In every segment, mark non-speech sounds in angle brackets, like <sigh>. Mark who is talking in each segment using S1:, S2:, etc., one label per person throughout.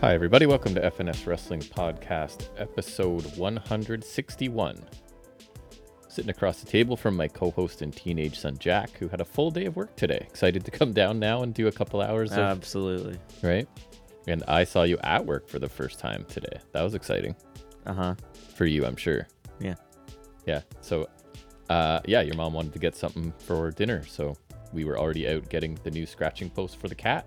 S1: Hi, everybody. Welcome to FNS Wrestling Podcast, episode 161. Sitting across the table from my co host and teenage son, Jack, who had a full day of work today. Excited to come down now and do a couple hours of,
S2: Absolutely.
S1: right? And I saw you at work for the first time today. That was exciting
S2: Uh huh.
S1: for you, I'm sure.
S2: Yeah.
S1: Yeah. So, uh, yeah, your mom wanted to get something for dinner, so we were already out getting the new scratching post for the cat.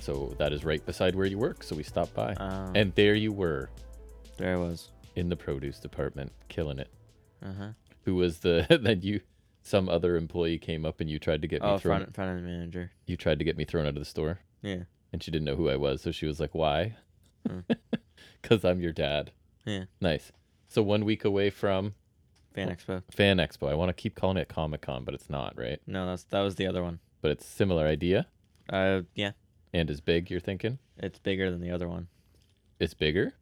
S1: So that is right beside where you work. So we stopped by,
S2: Oh.
S1: and there you were
S2: There I was.
S1: in the produce department, killing it.
S2: Uh huh.
S1: Who was the <laughs> then you? Some other employee came up and you tried to get me
S2: Oh,
S1: thrown.
S2: front front end manager.
S1: You tried to get me thrown out of the store,
S2: Yeah.
S1: and she didn't know who I was, so she was like, "Why?" <laughs>
S2: Hmm.
S1: Because I'm your dad.
S2: Yeah.
S1: Nice. So one week away from
S2: Fan
S1: Well-
S2: Expo.
S1: Fan Expo. I want to keep calling it Comic Con, but it's not, right?
S2: No, that's that was the other one.
S1: But it's similar idea
S2: Uh, yeah.
S1: and is big, you're thinking?
S2: It's bigger than the other one.
S1: It's bigger?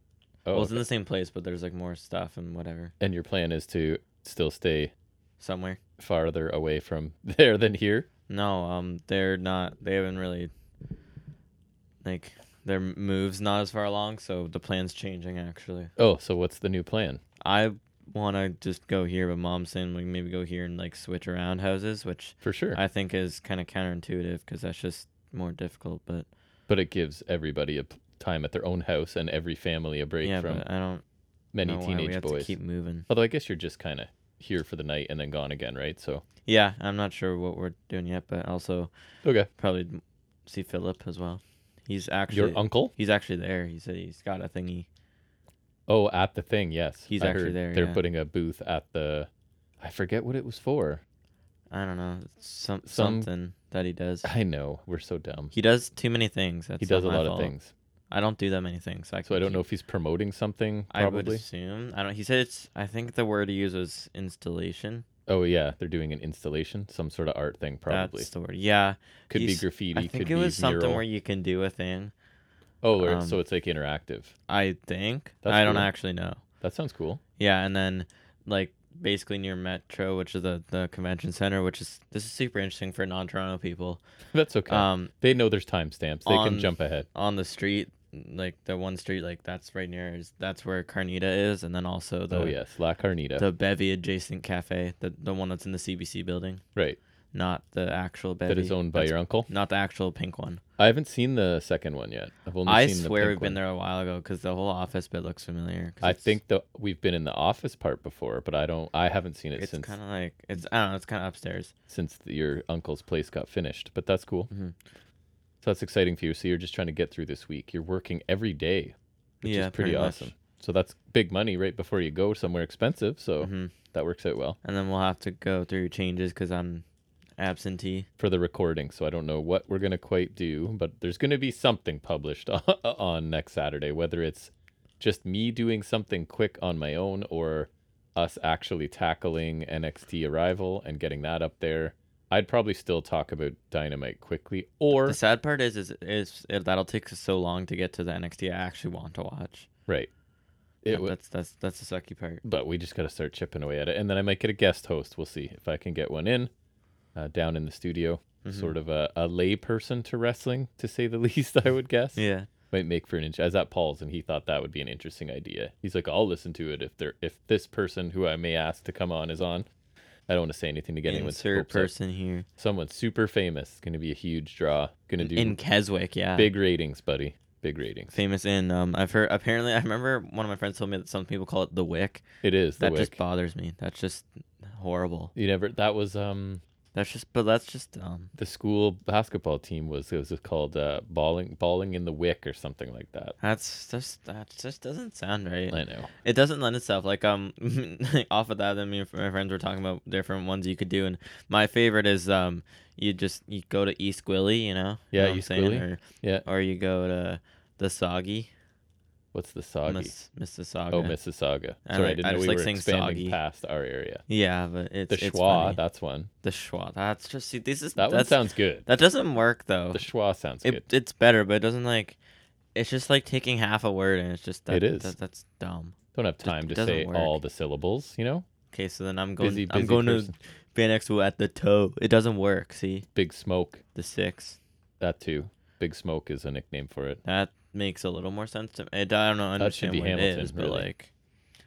S1: Oh,
S2: well, it's in
S1: okay.
S2: the same place, but there's like more stuff and whatever
S1: and your plan is to still stay
S2: somewhere.
S1: farther away from <laughs> there than here?
S2: No, um, they're not. They haven't really. Like their moves not as far along, so the plan's changing actually.
S1: Oh, so what's the new plan?
S2: I want to just go here, but mom's saying we maybe go here and like switch around houses, which
S1: For sure.
S2: I think is kind of counterintuitive because that's just more difficult. But
S1: but it gives everybody a p- time at their own house and every family a break
S2: yeah,
S1: from
S2: but I don't
S1: many
S2: know why we
S1: teenage
S2: have
S1: boys.
S2: to keep moving.
S1: Although I guess you're just kind of here for the night and then gone again, right? So,
S2: Yeah, I'm not sure what we're doing yet, but also
S1: okay.
S2: probably m- see Philip as well. He's actually
S1: Your uncle?
S2: he's actually there. He said he's got a thingy.
S1: Oh, at the thing, yes.
S2: He's
S1: I
S2: actually
S1: heard
S2: there,
S1: They're
S2: yeah.
S1: putting a booth at the. I forget what it was for.
S2: I don't know some,
S1: Some-
S2: something that he does.
S1: I know we're so dumb.
S2: He does too many things. That's
S1: he does a
S2: not my
S1: lot
S2: fault.
S1: of things.
S2: I don't do that many things. I
S1: So I don't know if he's promoting something.
S2: I would
S1: Probably.
S2: assume. I don't. He said it's. I think the word he used was installation.
S1: oh yeah, they're doing an installation, some sort of art thing. Probably
S2: That's the word. Yeah.
S1: could be
S2: he's-
S1: graffiti.
S2: I think
S1: could
S2: it
S1: be
S2: was
S1: mural.
S2: something where you can do a thing.
S1: oh, or-
S2: um,
S1: so it's like interactive.
S2: I think.
S1: That's
S2: I don't
S1: cool.
S2: actually know.
S1: That sounds cool. <laughs>
S2: Yeah, and then like basically near Metro, which is the, the convention center, which is this is super interesting for non Toronto people.
S1: That's okay.
S2: Um
S1: they know there's timestamps. They can
S2: on-
S1: jump ahead.
S2: on the street, like the one street like that's right near is that's where Carnita is and then also the
S1: oh yes, La Carnita.
S2: the Bevy adjacent cafe, the the one that's in the CBC building.
S1: right.
S2: Not the actual Bevy.
S1: That is owned by
S2: that's-
S1: your uncle.
S2: not the actual pink one.
S1: I haven't seen the second one yet. I've only
S2: I
S1: seen the
S2: swear
S1: pink
S2: we've been
S1: one.
S2: there a while ago because the whole office bit looks familiar. 'cause
S1: I
S2: it's-
S1: think the we've been in the office part before, but I don't. I haven't seen it
S2: it's
S1: since
S2: kind of like it's I don't know. It's kind of upstairs.
S1: since the- your uncle's place got finished. But that's cool.
S2: Mhm.
S1: So that's exciting for you. So you're just trying to get through this week. You're working every day, which
S2: Yeah,
S1: is pretty,
S2: pretty much.
S1: awesome. So that's big money right before you go somewhere expensive. So
S2: hmm
S1: that works out well
S2: And then we'll have to go through changes because I'm absentee.
S1: for the recording. So I don't know what we're gonna quite do, but there's gonna be something published <laughs> on, on next Saturday, whether it's just me doing something quick on my own or us actually tackling NXT arrival and getting that up there. I'd probably still talk about Dynamite quickly, or
S2: The sad part is, is, is it, that'll take us so long to get to the NXT I actually want to watch.
S1: Right.
S2: Yeah,
S1: It would,
S2: that's that's that's the sucky part.
S1: but we just got to start chipping away at it, and then I might get a guest host. We'll see if I can get one in, uh, down in the studio,
S2: Mhm.
S1: sort of a, a lay person to wrestling, to say the <laughs> least. I would guess
S2: Yeah,
S1: might make for an inch. I was at Paul's, and he thought that would be an interesting idea. He's like, "I'll listen to it if there if this person who I may ask to come on is on." I don't want to say anything to get anyone's
S2: insert
S1: hopes up.
S2: person here
S1: Someone super famous, going to be a huge draw, going to do
S2: in Keswick. Yeah,
S1: big ratings, buddy. Big ratings.
S2: famous in. Um, I've heard apparently. I remember one of my friends told me that some people call it the Wick.
S1: It is the
S2: that
S1: wick.
S2: just bothers me. That's just horrible.
S1: you never. That was um.
S2: That's just but that's just um, dumb.
S1: the school basketball team was it was called uh, balling balling in the wick or something like that.
S2: That's just that just doesn't sound right.
S1: I know.
S2: It doesn't lend itself. Like um, <laughs> off of that, then me and my friends were talking about different ones you could do, and my favorite is um, you just you go to East Gwilly, you know, You
S1: Yeah,
S2: know what I'm
S1: East
S2: saying?
S1: Gwilly.
S2: or
S1: Yeah.
S2: or you go to the Soggy,
S1: What's the soggy?
S2: Miss, Mississauga.
S1: Oh, Mississauga.
S2: I
S1: Sorry, I
S2: like-
S1: didn't
S2: I
S1: know
S2: just
S1: we
S2: like
S1: were
S2: saying
S1: expanding
S2: soggy.
S1: past our area.
S2: yeah, but it's
S1: The
S2: it's
S1: schwa,
S2: funny.
S1: that's one.
S2: the schwa. That's just see, this is
S1: That one
S2: that's,
S1: sounds good.
S2: that doesn't work though.
S1: The schwa sounds good.
S2: it, it's better, but it doesn't like. It's just like taking half a word, and it's just that,
S1: It is.
S2: that- that's dumb.
S1: Don't have time to
S2: doesn't
S1: say
S2: work.
S1: all the syllables. You know,
S2: Okay, so then I'm going.
S1: busy, busy
S2: I'm going
S1: person.
S2: to Van Expo at the toe. It doesn't work. See
S1: Big smoke.
S2: the six.
S1: That too. Big Smoke is a nickname for it.
S2: That makes a little more sense to me. I don't know. I
S1: That should
S2: understand
S1: be
S2: what it
S1: Hamilton,
S2: is, but
S1: really.
S2: like,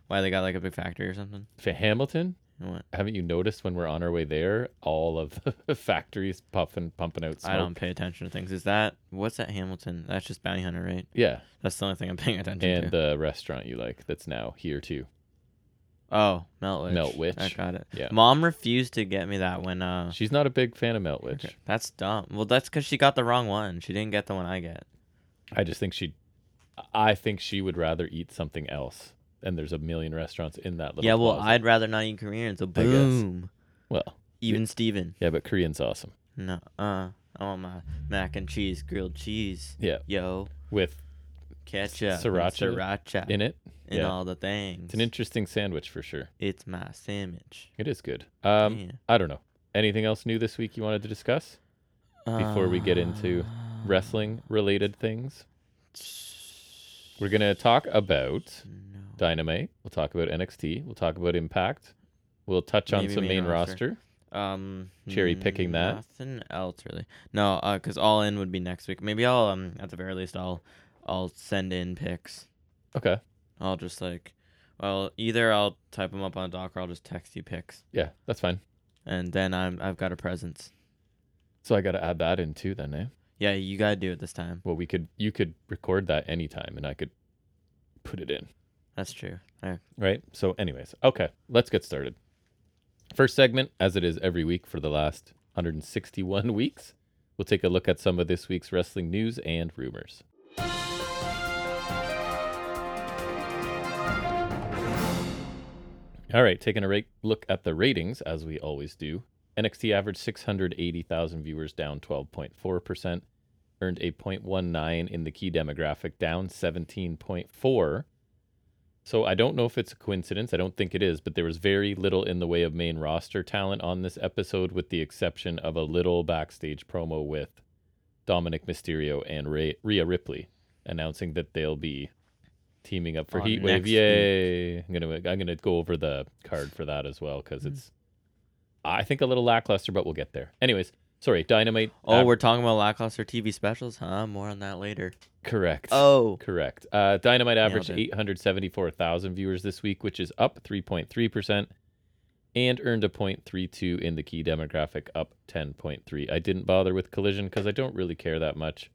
S2: why they got like a big factory or something?
S1: For Hamilton,
S2: What?
S1: haven't you noticed when we're on our way there, all of <laughs> the factories puffing, pumping out smoke?
S2: I don't pay attention to things. Is that what's that Hamilton? That's just Bounty Hunter, right?
S1: Yeah,
S2: That's the only thing I'm paying attention
S1: and
S2: to.
S1: the restaurant you like that's now here too.
S2: oh, Melt Witch.
S1: Melt Witch.
S2: I got it.
S1: Yeah.
S2: Mom refused to get me that when uh.
S1: She's not a big fan of Melt Witch.
S2: okay, That's dumb. Well, that's because she got the wrong one. She didn't get the one I get.
S1: I just think she, I think she would rather eat something else. And there's a million restaurants in that little.
S2: yeah, well,
S1: plaza.
S2: I'd rather not eat Korean. So
S1: guess.
S2: boom.
S1: Well,
S2: Even Steven.
S1: yeah, but Korean's awesome.
S2: No. Uh. I want my mac and cheese, grilled cheese.
S1: Yeah.
S2: Yo,
S1: With
S2: ketchup, and
S1: Sriracha
S2: sriracha,
S1: in it,
S2: and
S1: yeah.
S2: all the things.
S1: it's an interesting sandwich for sure.
S2: It's my sandwich.
S1: It is good. Um,
S2: Yeah.
S1: I don't know. Anything else new this week you wanted to discuss? Before we get into
S2: Uh,
S1: Wrestling related things. We're gonna talk about
S2: No.
S1: Dynamite. We'll talk about NXT. We'll talk about Impact. We'll touch on
S2: Maybe
S1: some
S2: main
S1: main
S2: roster.
S1: roster.
S2: Um,
S1: Cherry picking that.
S2: Nothing else really. No, uh, because all in would be next week. Maybe I'll um at the very least I'll I'll send in picks.
S1: Okay.
S2: I'll just like, well either I'll type them up on a doc or I'll just text you picks,
S1: Yeah, that's fine.
S2: and then I'm I've got a presence.
S1: So I gotta add that in too then, eh?
S2: Yeah, you gotta do it this time.
S1: Well we could you could record that anytime and I could put it in.
S2: That's true. Alright.
S1: Right? So anyways, okay, let's get started. First segment, as it is every week for the last 161 <laughs> weeks, we'll take a look at some of this week's wrestling news and rumors. All right, taking a ra- look at the ratings, as we always do. NXT averaged 680,000 viewers, down 12.4%, earned a 0.19 in the key demographic, down 17.4. So I don't know if it's a coincidence. I don't think it is, but there was very little in the way of main roster talent on this episode, with the exception of a little backstage promo with Dominic Mysterio and Ray- Rhea Ripley announcing that they'll be teaming up for
S2: On
S1: Heat Wave.
S2: next
S1: Yay! I'm gonna I'm gonna go over the card for that as well
S2: Mm-hmm.
S1: because it's I think a little lackluster, but we'll get there. Anyways, sorry, Dynamite.
S2: Oh,
S1: uh,
S2: we're talking about lackluster TV specials, huh? More on that later.
S1: correct.
S2: Oh,
S1: Correct. Uh, Dynamite averaged
S2: it.
S1: 874,000 viewers this week, which is up 3.3%, and earned a 0.32 in the key demographic, up 10.3. I didn't bother with Collision because I don't really care that much.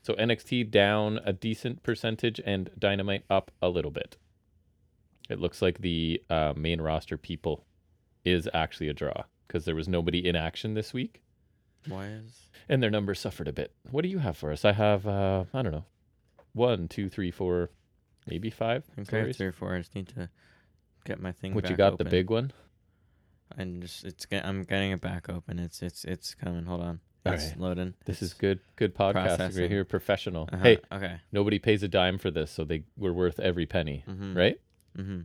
S1: So NXT down a decent percentage and Dynamite up a little bit. It looks like the uh, main roster people is actually a draw because there was nobody in action this week
S2: why is
S1: and their numbers suffered a bit. What do you have for us? I have uh, I don't know, one, two, three, four, maybe five
S2: I think I have
S1: stories.
S2: three or four. I just need to get my thing.
S1: What you
S2: back
S1: got?
S2: open.
S1: The big one.
S2: And just it's get, I'm getting it back open. It's it's it's coming. Hold on.
S1: All
S2: It's
S1: right.
S2: loading.
S1: This is good. Good podcasting
S2: Processing.
S1: right here. Professional.
S2: Uh-huh.
S1: Hey,
S2: Okay.
S1: nobody pays a dime for this, so they were worth every penny,
S2: Mm-hmm.
S1: right?
S2: Mm-hmm.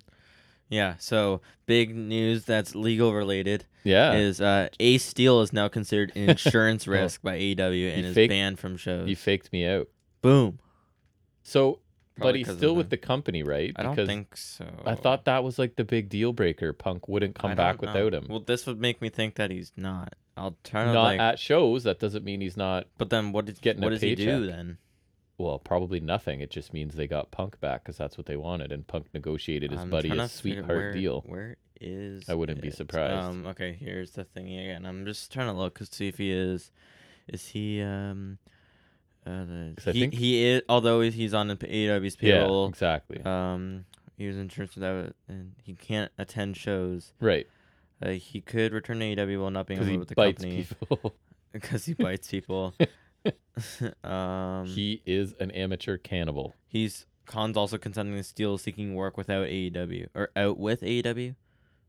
S2: Yeah. So big news that's legal related
S1: Yeah.
S2: is uh, Ace Steel is
S1: <laughs>
S2: now considered an insurance
S1: Oh.
S2: risk by AEW and
S1: You
S2: is
S1: faked-
S2: banned from shows.
S1: you faked me out.
S2: Boom.
S1: So, but
S2: Probably
S1: he's
S2: 'cause of
S1: still with
S2: the-
S1: the company, right?
S2: I don't think so.
S1: I thought that was like the big deal breaker. Punk wouldn't
S2: I
S1: come back
S2: don't know.
S1: without him.
S2: Well, this would make me think that he's not. I'll try to
S1: not
S2: like.
S1: at shows. That doesn't mean he's not.
S2: but then what did
S1: getting a
S2: what does he do
S1: paycheck.
S2: then?
S1: Well, probably nothing. It just means they got Punk back because that's what they wanted, and Punk negotiated his
S2: I'm
S1: buddy
S2: trying
S1: a
S2: to figure-
S1: sweetheart
S2: where-
S1: deal.
S2: Where is?
S1: I wouldn't be
S2: it?
S1: surprised.
S2: Um, okay, here's the thingy again. I'm just trying to look to see if he is. Is he? Um, uh, the,
S1: 'Cause I
S2: he
S1: think-
S2: he is. Although he's on the p- AEW's
S1: Yeah,
S2: payroll.
S1: exactly.
S2: Um, he was in church without, it, and he can't attend shows.
S1: right,
S2: Uh, he could return to AEW while not being
S1: because he
S2: over with the
S1: bites
S2: company <laughs>
S1: people.
S2: because he
S1: <laughs>
S2: bites people. <laughs> um,
S1: he is an amateur cannibal.
S2: he's Khan's also consenting to Steele seeking work without AEW or out with AEW.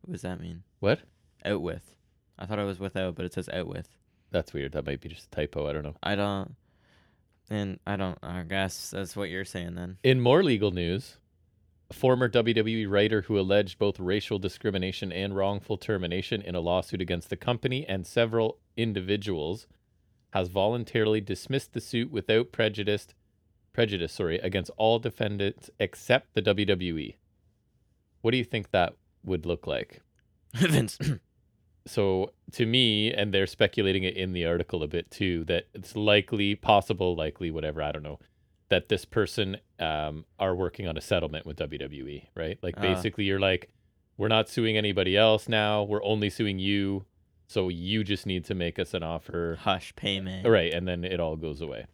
S2: What does that mean?
S1: What?
S2: out with. I thought it was without, but it says out with.
S1: That's weird. That might be just a typo. I don't know.
S2: I don't, and I don't. I guess that's what you're saying then. <laughs>
S1: In more legal news, a former WWE writer who alleged both racial discrimination and wrongful termination in a lawsuit against the company and several individuals has voluntarily dismissed the suit without prejudice prejudice, sorry, against all defendants except the E. WWE. What do you think that would look like?
S2: Vince,
S1: so to me, and they're speculating it in the article a bit too, that it's likely, possible, likely, whatever, I don't know, that this person um, are working on a settlement with WWE, right? Like
S2: Ah.
S1: basically, you're like, we're not suing anybody else now. We're only suing you. So you just need to make us an offer.
S2: <sighs> Hush payment.
S1: Right. And then it all goes away.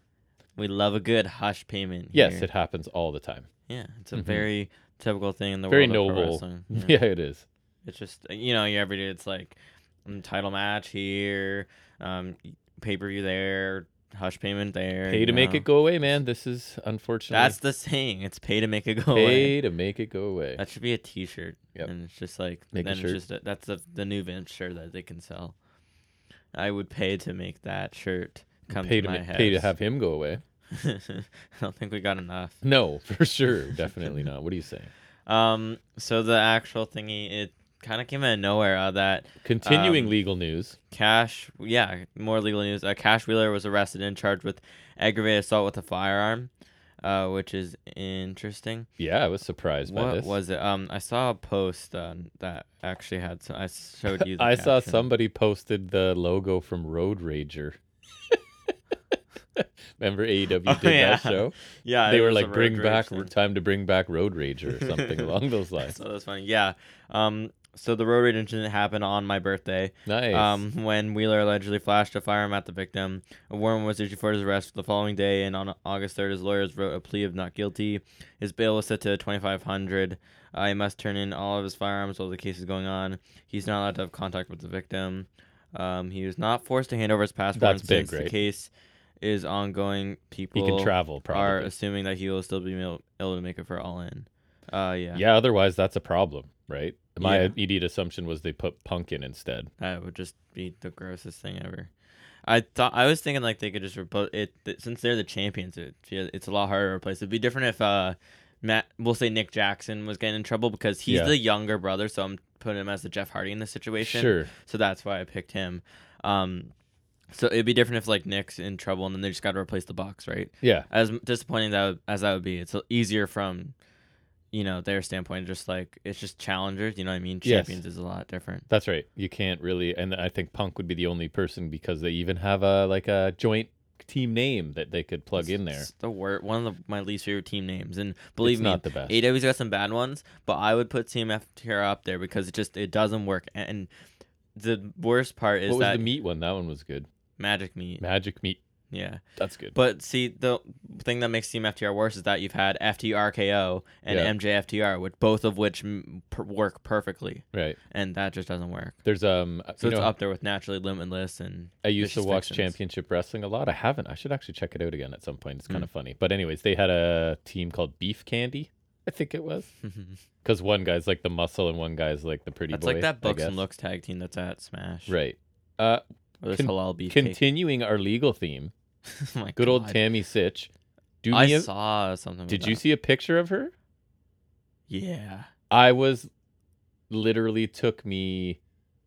S2: We love a good hush payment.
S1: Yes,
S2: here.
S1: it happens all the time.
S2: yeah, it's a
S1: Mhm.
S2: very typical thing in the
S1: Very
S2: world. of pro
S1: noble. <laughs>
S2: wrestling.
S1: Yeah,
S2: Yeah.
S1: it is.
S2: It's just you know you every day it's like um, title match here, um, pay per view there, hush payment there.
S1: Pay
S2: you
S1: to make
S2: know.
S1: it go away, man. This is unfortunately
S2: That's the saying. It's pay to make it go
S1: pay
S2: away.
S1: to make it go away.
S2: That should be a T-shirt.
S1: Yep.
S2: And it's just like
S1: Make a
S2: then
S1: shirt.
S2: it's just that's the the new Vince shirt that they can sell. I would pay to make that shirt come
S1: Pay
S2: to
S1: to
S2: my
S1: ma-
S2: house.
S1: pay to have him go away.
S2: <laughs> I don't think we got enough.
S1: No, <laughs> for sure, definitely not. What are you saying?
S2: Um. So the actual thingy, it kind of came out of nowhere. Uh, that
S1: Continuing
S2: Um,
S1: legal news.
S2: Cash, yeah, more legal news. Uh, Cash Wheeler was arrested and charged with aggravated assault with a firearm, uh, which is interesting.
S1: Yeah, I was surprised by
S2: What
S1: this.
S2: was it? Um, I saw a post uh, that actually had. Some,
S1: <laughs>
S2: I showed you. The
S1: I saw
S2: caption.
S1: somebody posted the logo from Road Rager. <laughs> Remember AEW
S2: Oh,
S1: did
S2: yeah.
S1: that
S2: <laughs>
S1: show?
S2: Yeah,
S1: they
S2: it
S1: were
S2: was a
S1: like,
S2: road
S1: "Bring
S2: rage
S1: back
S2: thing.
S1: time to bring back Road Rager" or
S2: <laughs>
S1: something along those lines.
S2: So that's funny. Yeah. Um. So the road rage incident happened on my birthday.
S1: Nice.
S2: Um, when Wheeler allegedly flashed a firearm at the victim, a warrant was issued for his arrest the following day, and on August 3rd, his lawyers wrote a plea of not guilty. His bail was set to 2,500. Uh, he must turn in all of his firearms while the case is going on. He's not allowed to have contact with the victim. Um, he was not forced to hand over his passport
S1: That's
S2: and
S1: big,
S2: since the
S1: right?
S2: case is ongoing.
S1: he
S2: People
S1: can travel
S2: are
S1: probably.
S2: assuming that he will still be able, able to make it for all in. Uh, yeah,
S1: yeah. otherwise that's a problem, right? My
S2: Yeah.
S1: immediate assumption was they put punk in instead.
S2: That would just be the grossest thing ever. I thought I was thinking like they could just replace it th- since they're the champions. It, it's a lot harder to replace. It'd be different if uh Matt, we'll say Nick Jackson was getting in trouble because he's
S1: Yeah.
S2: the younger brother. So I'm putting him as the Jeff Hardy in this situation.
S1: Sure.
S2: So that's why I picked him. Um, so it'd be different if like Nick's in trouble and then they just got to replace the box, right?
S1: Yeah.
S2: As m- disappointing that would- as that would be, it's easier from you know their standpoint. Just like it's just challengers. You know what I mean?
S1: Yes.
S2: Champions is a lot different.
S1: That's right. You can't really, and I think Punk would be the only person because they even have a like a joint team name that they could plug in there.
S2: It's the word one of the, my least favorite team names, and believe
S1: it's
S2: me,
S1: not the best.
S2: AW's got some bad ones, but I would put CMF Terra up there because it just it doesn't work. And the worst part is
S1: What was
S2: that
S1: the meat one? That one was good.
S2: Magic Meat,
S1: Magic meat.
S2: yeah.
S1: That's good.
S2: But see, the thing that makes CMF Terra worse is that you've had FTRKO and
S1: Yeah.
S2: MJFTR, which both of which m- per- work perfectly,
S1: right.
S2: and that just doesn't work.
S1: There's um. uh,
S2: So
S1: you
S2: it's
S1: know,
S2: up there with Naturally Limitless and <laughs>
S1: I used to
S2: Vicious
S1: watch
S2: Vixens.
S1: Championship Wrestling a lot. I haven't. I should actually check it out again at some point. It's
S2: Mm.
S1: kind of funny. But anyways, they had a team called Beef Candy. I think it was because one guy's like the muscle and one guy's like the pretty
S2: that's
S1: boy.
S2: like that
S1: I
S2: Bucks and
S1: guess.
S2: Looks tag team that's at Smash,
S1: Right. Uh,
S2: Or this
S1: Con-
S2: halal beef. cake.
S1: continuing our legal theme.
S2: <laughs> Oh my
S1: Good old
S2: God.
S1: Tammy Sitch. Do
S2: I
S1: me a,
S2: saw something.
S1: Did
S2: about
S1: you
S2: that.
S1: see a picture of her?
S2: Yeah.
S1: I was literally took me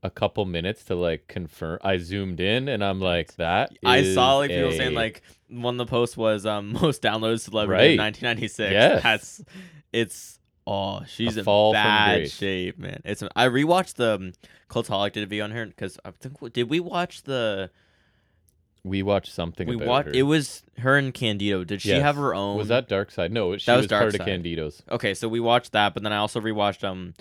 S1: a couple minutes to like confirm. I zoomed in and I'm like that.
S2: I saw
S1: is
S2: like people saying
S1: a-
S2: like one of the posts was um <laughs> most downloaded celebrity in
S1: Right.
S2: 1996.
S1: Yes.
S2: That's it's oh she's in
S1: fall from
S2: bad
S1: grace.
S2: shape, man. It's I rewatched the um, Cultaholic did a video on her because I think did we watch the
S1: we watched something.
S2: we
S1: about
S2: watched
S1: her.
S2: it was her and Candido. Did she
S1: Yes.
S2: have her own?
S1: was that Dark Side. No, she
S2: That was
S1: was, part
S2: Dark
S1: of
S2: Side.
S1: Candido's.
S2: okay? So we watched that, but then I also rewatched um.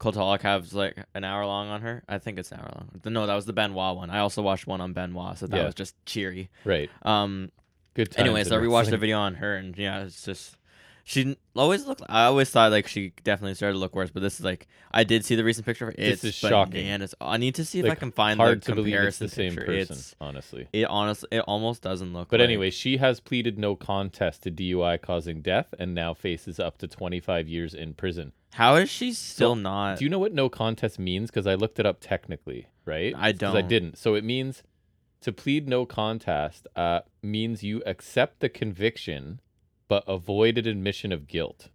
S2: Cultaholic has like an hour long on her. I think it's an hour long. No, that was the Benoit one. I also watched one on Benoit, so that
S1: Yeah.
S2: was just cheery.
S1: Right.
S2: Um,
S1: Good. Times
S2: Anyways,
S1: in
S2: I rewatched the
S1: wrestling.
S2: video on her, and yeah, it's just she n- always looked. I always thought like she definitely started to look worse, but this is like I did see the recent picture. Of it.
S1: This
S2: It's
S1: is shocking.
S2: bananas. I need to see if I
S1: Like,
S2: can find
S1: Hard
S2: the
S1: to believe it's
S2: comparison
S1: the same
S2: picture.
S1: person.
S2: It's
S1: Honestly.
S2: it honestly it almost doesn't look.
S1: But
S2: like-
S1: anyway, she has pleaded no contest to DUI causing death and now faces up to 25 years in prison.
S2: how is she still not?
S1: Do you know what no contest means? Because I looked it up technically, right?
S2: I
S1: 'Cause I
S2: don't.
S1: didn't. So it means to plead no contest uh, means you accept the conviction but avoided admission of guilt.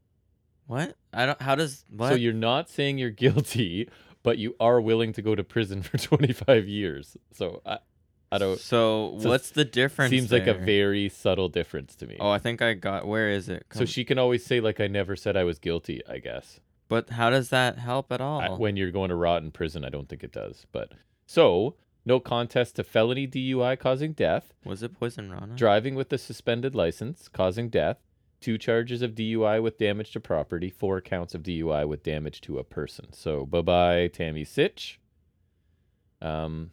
S2: what? I don't. How does what?
S1: So you're not saying you're <laughs> guilty, but you are willing to go to prison <laughs> for 25 years. So I, I don't.
S2: So
S1: So
S2: what's the difference?
S1: Seems like a
S2: there?
S1: very subtle difference to me.
S2: Oh, I think I got. Where is it?
S1: so
S2: Come-
S1: she can always say like I never said I was guilty. I guess
S2: But how does that help at all? Oh.
S1: I- when you're going to rot in prison, I don't think it does. But So, no contest to felony DUI causing death,
S2: Was it Poison Rana?
S1: Mm-hmm. driving with a suspended license causing death, two charges of DUI with damage to property, four counts of DUI with damage to a person. So, bye bye, Tammy Sitch. Um,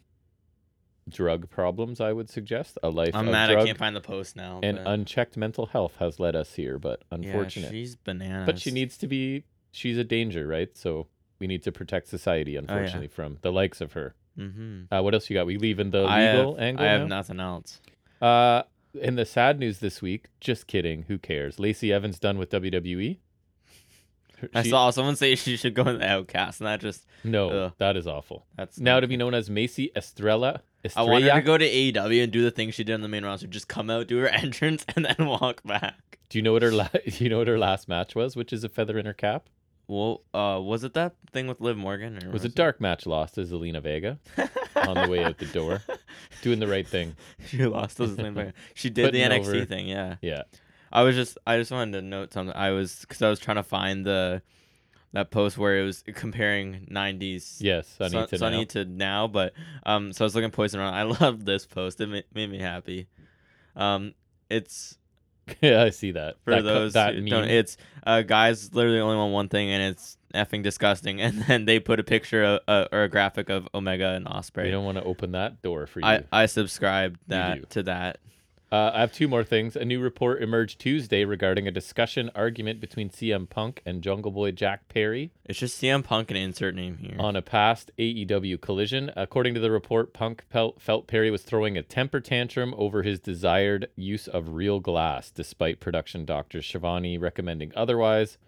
S1: drug problems, I would suggest. A life
S2: I'm
S1: of
S2: mad I
S1: drug
S2: can't find the post now.
S1: and
S2: but-
S1: unchecked mental health has led us here, but
S2: Yeah,
S1: unfortunate.
S2: she's bananas.
S1: But she needs to be. She's a danger, right? So we need to protect
S2: Oh,
S1: society, unfortunately, from the likes of her.
S2: Mm-hmm.
S1: Uh, what else you got? We leave in the legal
S2: I have,
S1: angle.
S2: I have
S1: now?
S2: nothing else.
S1: Uh, in the sad news this week, just kidding. Who cares? Lacey Evans done with WWE. Her-
S2: I
S1: she-
S2: saw someone say <laughs> she should go in the outcast, and that just
S1: No,
S2: Ugh.
S1: that is awful.
S2: that's
S1: Now
S2: not
S1: to be
S2: good.
S1: known as Macy Estrella.
S2: I want her
S1: Estrella.
S2: to go to AEW and do the thing she did on the main roster. Just come out, do her <laughs> entrance, and then walk back.
S1: Do you know what her? La- <laughs> do you know what her last match was? Which is a feather in her cap.
S2: Well, uh, was it that thing with Liv Morgan? Or
S1: It was a dark match lost to Zelina Vega.
S2: <laughs>
S1: on the way out the door. Doing the right thing.
S2: she lost those
S1: <laughs>
S2: things. back. She did
S1: Putting
S2: the NXT
S1: over-
S2: thing. Yeah.
S1: Yeah.
S2: I was just I just wanted to note something. I was because I was trying to find the that post where it was comparing '90s
S1: Yes, Sunny
S2: Sun-
S1: to
S2: Sunny
S1: now.
S2: to now, but um, so I was looking at Poison Run. I <laughs> love this post. It made, made me happy. Um, it's
S1: <laughs> yeah, I see that.
S2: for
S1: that, co-
S2: those
S1: that
S2: who
S1: meme.
S2: don't. It's uh, guys literally only want one thing, and it's effing disgusting. <laughs> And then they put a picture of, uh, or a graphic of Omega and
S1: We
S2: Osprey.
S1: don't want to open that door for you.
S2: I I subscribed
S1: do.
S2: that to that.
S1: Uh, I have two more things. A new report emerged Tuesday regarding a discussion argument between CM Punk and Jungle Boy Jack Perry
S2: It's just CM Punk and insert name here.
S1: on a past AEW collision. According to the report, Punk pel- felt Perry was throwing a temper tantrum over his desired use of real glass, despite production doctor Shivani recommending otherwise.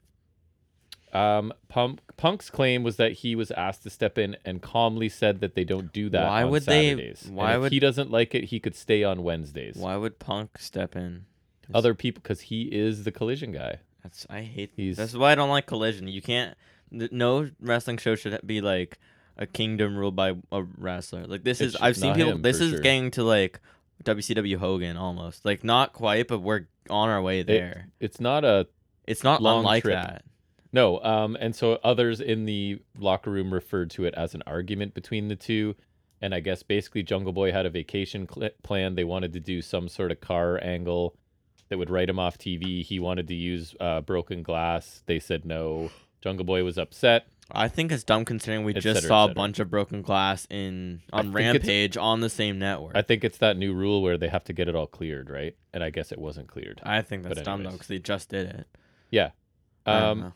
S1: Um, Punk, Punk's claim was that he was asked to step in and calmly said that they don't do that.
S2: Why
S1: on
S2: would they-
S1: Saturdays. And
S2: why
S1: if
S2: would-
S1: he doesn't like it? He could stay on Wednesdays.
S2: Why would Punk step in?
S1: Other people, because he is the collision guy.
S2: That's I hate
S1: He's-
S2: these. That's why I don't like Collision. You can't. th- No wrestling show should be like a kingdom ruled by a wrestler. Like this
S1: It
S2: is.
S1: should-
S2: I've seen
S1: not
S2: people.
S1: him,
S2: this
S1: for
S2: is
S1: sure.
S2: getting to like WCW Hogan almost. Like not quite, but we're on our way there.
S1: It's not a
S2: it's not
S1: long
S2: unlike
S1: trip.
S2: that.
S1: No, um, and so others in the locker room referred to it as an argument between the two, and I guess basically Jungle Boy had a vacation cl- plan. They wanted to do some sort of car angle that would write him off TV. He wanted to use uh, broken glass. They said no. Jungle Boy was upset.
S2: I think it's dumb considering we
S1: Et
S2: just
S1: cetera, et
S2: saw a
S1: cetera.
S2: bunch of broken glass in
S1: I
S2: on
S1: think it's-
S2: Rampage on the same network.
S1: I think it's that new rule where they have to get it all cleared, right? And I guess it wasn't cleared.
S2: I think
S1: but
S2: that's dumb though
S1: anyways.
S2: because they just did it. I don't
S1: Um,
S2: know.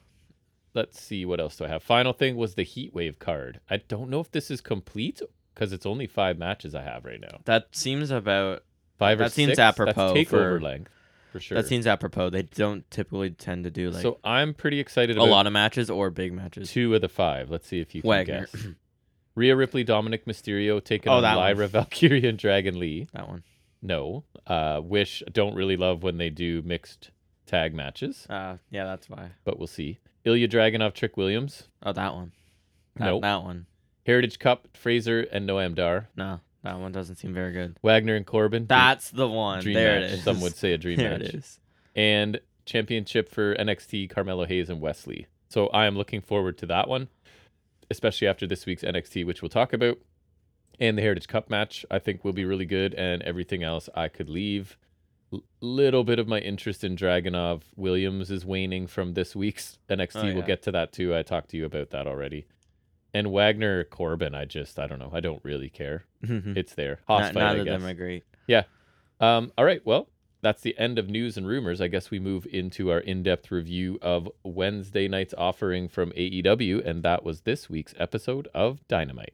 S1: let's see what else do I have. Final thing was the Heat Wave card. I don't know if this is complete because it's only five matches I have right now.
S2: that seems about.
S1: Five or
S2: That seems
S1: six?
S2: apropos
S1: That's takeover
S2: for-
S1: length for sure.
S2: That seems apropos. They don't typically tend to do like
S1: so I'm pretty excited
S2: a
S1: about
S2: lot of matches or big matches.
S1: two of the five. Let's see if you can
S2: Wagner. <clears throat>
S1: guess. Rhea Ripley, Dominic Mysterio, taking
S2: Oh,
S1: on
S2: that one.
S1: Lyra <laughs> Valkyria and Dragon Lee.
S2: That one.
S1: No, uh, Wish don't really love when they do mixed tag matches,
S2: Uh, yeah, that's why.
S1: but we'll see. Ilya Dragunov, Trick Williams.
S2: Oh, that one. That,
S1: Nope.
S2: that one.
S1: Heritage Cup, Fraser and Noam Dar.
S2: No, that one doesn't seem very good.
S1: Wagner and Corbin.
S2: That's the one.
S1: dream
S2: there
S1: match.
S2: it is.
S1: Some
S2: <laughs>
S1: would say a dream
S2: there
S1: match.
S2: it is.
S1: and championship for NXT Carmelo Hayes and Wesley. So I am looking forward to that one, especially after this week's NXT, which we'll talk about. And the Heritage Cup match, I think, will be really good. And everything else, I could leave. L- little bit of my interest in Dragonov Williams is waning from this week's <laughs> NXT.
S2: Oh,
S1: We'll
S2: yeah.
S1: get to that too. I talked to you about that already. And Wagner Corbin, I just, I don't know. I don't really care.
S2: Mhm.
S1: It's there. Hoss
S2: Not,
S1: fight,
S2: neither
S1: I
S2: of
S1: guess.
S2: them are great.
S1: Um, all right. Well, that's the end of news and rumors. I guess we move into our in depth review of Wednesday night's offering from AEW, and that was this week's episode of Dynamite.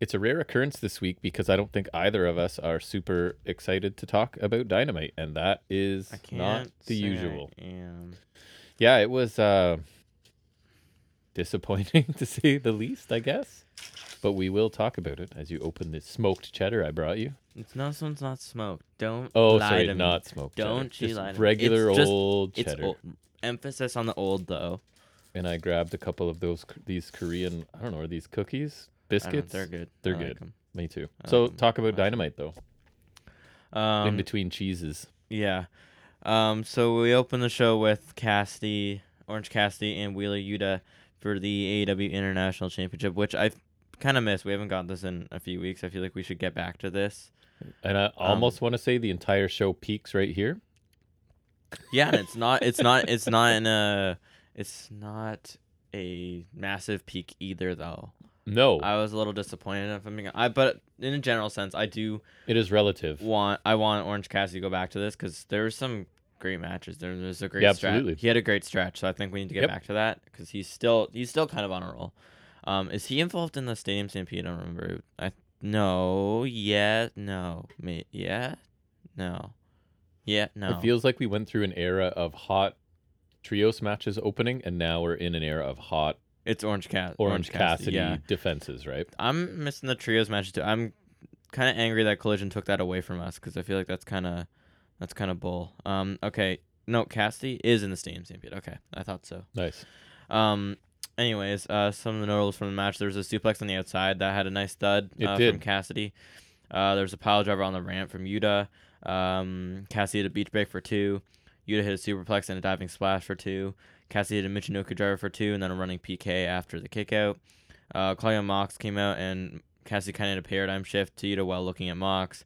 S1: It's a rare occurrence this week because I don't think either of us are super excited to talk about Dynamite, and that is
S2: I can't.
S1: not the
S2: say I
S1: usual.
S2: am.
S1: Yeah, it was uh, disappointing <laughs> to say the least, I guess. But we will talk about it as you open the smoked cheddar I brought you.
S2: It's no, this one's not smoked. Don't
S1: Oh,
S2: lie
S1: sorry,
S2: to me.
S1: not smoked. cheddar,
S2: Don't you
S1: just
S2: lie to me.
S1: Regular
S2: It's just-
S1: old
S2: It's
S1: cheddar.
S2: old. emphasis on the old though.
S1: And I grabbed a couple of those these Korean. I don't know are these cookies
S2: I don't-
S1: biscuits.
S2: They're good.
S1: They're
S2: I like
S1: good.
S2: 'em.
S1: Me too.
S2: I
S1: So
S2: like 'em.
S1: talk about
S2: Awesome.
S1: dynamite though.
S2: Um,
S1: in between cheeses.
S2: Yeah. Um, so we open the show with Cassidy, Orange Cassidy, and Wheeler Yuta for the AEW International Championship, which I kind of missed. We haven't got this in a few weeks. I feel like we should get back to this.
S1: And I almost
S2: um,
S1: want to say the entire show peaks right here.
S2: Yeah, and it's not. It's not. It's not in a. It's not a massive peak either, though.
S1: No,
S2: I was a little disappointed. If I'm being, I but in a general sense, I do
S1: it is relative.
S2: want I want Orange Cassidy to go back to this because there were some great matches. There was a great
S1: Yeah,
S2: stretch.
S1: absolutely.
S2: He had a great stretch, so I think we need to get
S1: Yep.
S2: back to that because he's still he's still kind of on a roll. Um, is he involved in the Stadium Stampede? I don't remember. I no, yeah, no, me, yeah, no, yeah, no.
S1: It feels like we went through an era of hot trios matches opening, and now we're in an era of hot
S2: it's Orange Cat.
S1: Orange, Cassidy,
S2: Yeah,
S1: defenses. Right?
S2: I'm missing the trios matches too. I'm kind of angry that Collision took that away from us because I feel like that's kind of that's kind of bull. Um, okay, no, Cassidy is in the Stadium Stampede. Okay, I thought so.
S1: Nice.
S2: Um, anyways, uh, some of the notables from the match. There was a suplex on the outside that had a nice thud
S1: It
S2: uh, from
S1: did.
S2: Cassidy. Uh, there was a pile driver on the ramp from Yuta. Um, Cassidy hit a beach break for two. Yuta hit a superplex and a diving splash for two. Cassidy hit a Michinoku driver for two, and then a running PK after the kickout. Uh, Claudio Mox came out, and Cassidy kind of had a paradigm shift to Yuta while looking at Mox.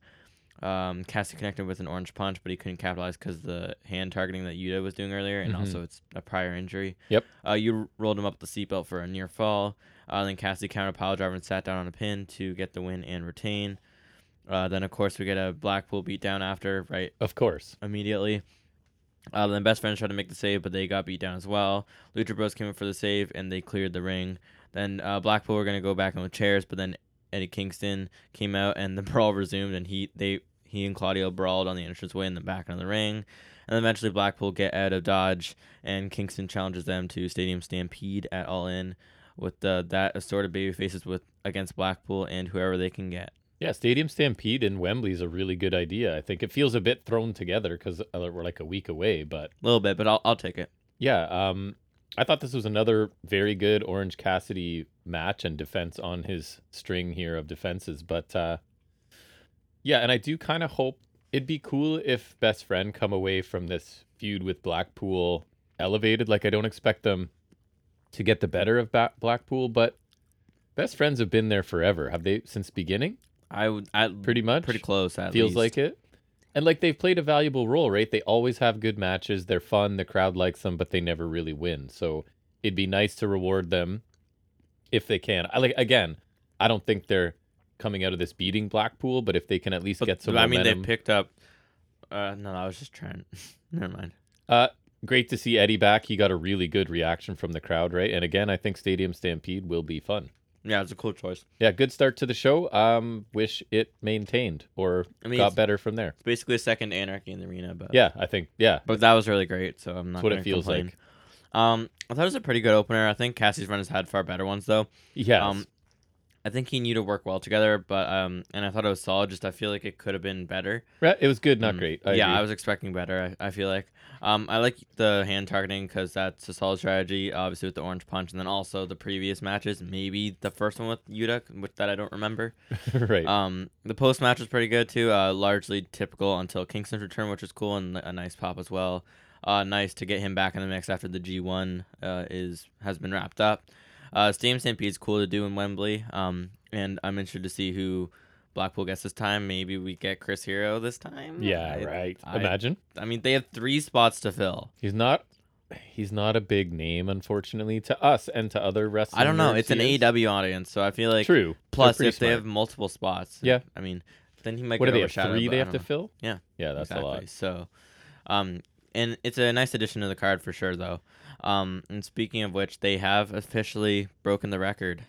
S2: Um, Cassidy connected with an orange punch, but he couldn't capitalize because the hand targeting that Yuta was doing earlier, and
S1: Mhm.
S2: also it's a prior injury.
S1: Yep.
S2: Uh, you rolled him up the seatbelt for a near fall. Uh, then Cassidy counter pile driver and sat down on a pin to get the win and retain. Uh, then of course we get a Blackpool beat down after right
S1: Of course.
S2: immediately. Uh, then best friends tried to make the save, but they got beat down as well. Lucha Bros came in for the save and they cleared the ring. Then uh, Blackpool were gonna go back in with chairs, but then Eddie Kingston came out and the <laughs> brawl resumed, and he they he and Claudio brawled on the entranceway in the back of the ring, and then eventually Blackpool get out of dodge, and Kingston challenges them to Stadium Stampede at All In, with uh, that assorted baby faces with against Blackpool and whoever they can get.
S1: Yeah, Stadium Stampede in Wembley is a really good idea. I think it feels a bit thrown together because we're like a week away, but
S2: A little bit, but I'll I'll take it.
S1: yeah, um, I thought this was another very good Orange Cassidy match and defense on his string here of defenses. But uh, yeah, and I do kind of hope it'd be cool if Best Friend come away from this feud with Blackpool elevated. Like I don't expect them to get the better of ba- Blackpool, but Best Friends have been there forever. Have they since beginning?
S2: I would I
S1: Pretty much.
S2: pretty close at
S1: feels
S2: least.
S1: like it. And like they've played a valuable role, right? They always have good matches. They're fun. The crowd likes them, but they never really win. So it'd be nice to reward them if they can. I like again. I don't think they're coming out of this beating Blackpool, but if they can at least
S2: But,
S1: get some
S2: I mean,
S1: momentum,
S2: they picked up. Uh, no, I was just trying. <laughs> Never mind.
S1: uh, great to see Eddie back. He got a really good reaction from the crowd, right? And again, I think Stadium Stampede will be fun.
S2: Yeah, it's a cool choice.
S1: Yeah, good start to the show. Um, wish it maintained or
S2: I mean,
S1: got
S2: it's-
S1: better from there.
S2: It's basically a second anarchy in the arena, but
S1: Yeah, I think. Yeah,
S2: but that was really great. So I'm not.
S1: that's what
S2: gonna
S1: it feels
S2: complain.
S1: like.
S2: Um, I thought it was a pretty good opener. I think Cassie's run has had far better ones though.
S1: Yeah.
S2: Um, I think he knew to work well together, but um, and I thought it was solid. Just I feel like it could have been better.
S1: Right, It was good, not
S2: Mm.
S1: great.
S2: yeah, I
S1: agree.
S2: was expecting better. I, I feel like um, I like the hand targeting because that's a solid strategy, obviously with the orange punch, and then also the previous matches, maybe the first one with Yuta, which that I don't remember.
S1: <laughs> right.
S2: Um, the post match was pretty good too. Uh, largely typical until Kingston's return, which was cool and a nice pop as well. Uh, nice to get him back in the mix after the G1 uh, is has been wrapped up. Uh, Stadium Stampede is cool to do in Wembley. Um, and I'm interested to see who Blackpool gets this time. Maybe we get Chris Hero this time.
S1: yeah,
S2: I-
S1: right.
S2: I-
S1: Imagine
S2: I mean, they have three spots to fill.
S1: he's not. He's not a big name, unfortunately, to us and to other wrestling.
S2: I don't know.
S1: nerds
S2: It's
S1: he
S2: an
S1: is.
S2: AEW audience, so I feel like
S1: True. They're
S2: plus
S1: pretty
S2: if they
S1: smart.
S2: have multiple spots.
S1: Yeah.
S2: I mean, then he might.
S1: what
S2: get
S1: do they have?
S2: overshadowed,
S1: Three
S2: but
S1: they
S2: I
S1: have
S2: don't
S1: to
S2: know.
S1: fill.
S2: Yeah,
S1: Yeah, that's a lot.
S2: So, um, and it's a nice addition to the card for sure, though. Um, and speaking of which, they have officially broken the record.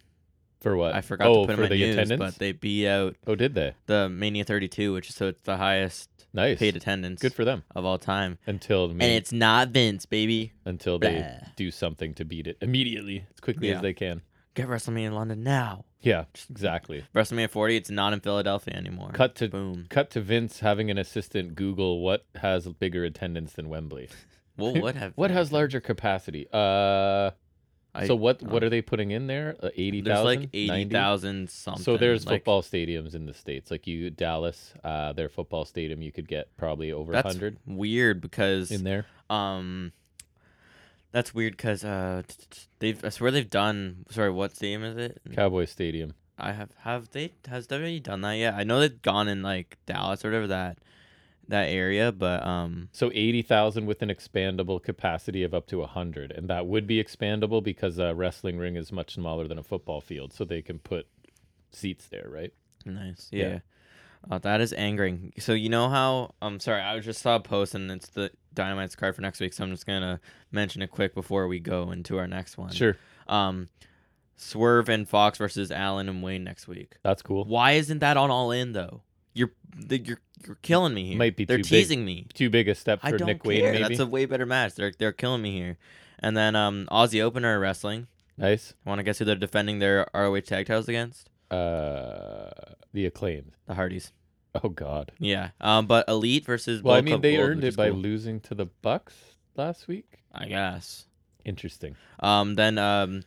S1: For what?
S2: I forgot
S1: oh,
S2: to put
S1: for
S2: in my
S1: the
S2: news,
S1: attendance.
S2: but they beat out
S1: Oh, did they?
S2: the Mania 32, which is so it's the highest
S1: Nice.
S2: paid attendance
S1: Good for them.
S2: of all time.
S1: Until me,
S2: And it's not Vince, baby.
S1: until they
S2: Blah.
S1: do something to beat it immediately, as quickly
S2: Yeah.
S1: as they can.
S2: Get WrestleMania in London now.
S1: Yeah, exactly.
S2: WrestleMania 40, it's not in Philadelphia anymore.
S1: Cut to <laughs>
S2: Boom.
S1: cut to Vince having an assistant Google what has bigger attendance than Wembley.
S2: Well, what have
S1: What has larger capacity? Uh,
S2: I,
S1: so what
S2: uh,
S1: what are they putting in there? Uh, eighty
S2: there's
S1: thousand.
S2: like eighty thousand something.
S1: So there's
S2: like,
S1: football stadiums in the states, like you Dallas, uh, their football stadium you could get probably over
S2: That's
S1: hundred
S2: weird because
S1: in there.
S2: um, that's weird because uh, t- t- they've I swear they've done. Sorry, what stadium is it?
S1: Cowboy Stadium.
S2: I have have they has WWE done that yet? I know they've gone in like Dallas or whatever that that area, but um,
S1: So eighty thousand with an expandable capacity of up to hundred, and that would be expandable because a wrestling ring is much smaller than a football field, so they can put seats there, right?
S2: nice,
S1: Yeah.
S2: yeah. Uh, that is angering. So you know how? Um, sorry, I just saw a post and it's the Dynamite's card for next week. So I'm just gonna mention it quick before we go into our next one.
S1: Sure,
S2: Um, Swerve and Fox versus Allen and Wayne next week.
S1: that's cool.
S2: Why isn't that on All In though? You're the- you're you're killing me here.
S1: Might be
S2: they're
S1: too big
S2: teasing me.
S1: Too big a step
S2: I
S1: for
S2: don't
S1: Nick
S2: care.
S1: Wayne, maybe.
S2: That's a way better match. They're they're killing me here. And then um, Aussie opener are wrestling.
S1: nice.
S2: I want to guess who they're defending their ROH tag titles against?
S1: Uh, the acclaimed.
S2: The Hardys.
S1: Oh God.
S2: Yeah. Um, but Elite versus.
S1: Well, I
S2: Bullet
S1: mean,
S2: Club
S1: they
S2: Gold,
S1: earned
S2: which
S1: it
S2: is
S1: by
S2: cool.
S1: losing to the Bucks last week.
S2: I guess.
S1: Interesting.
S2: Um, then um,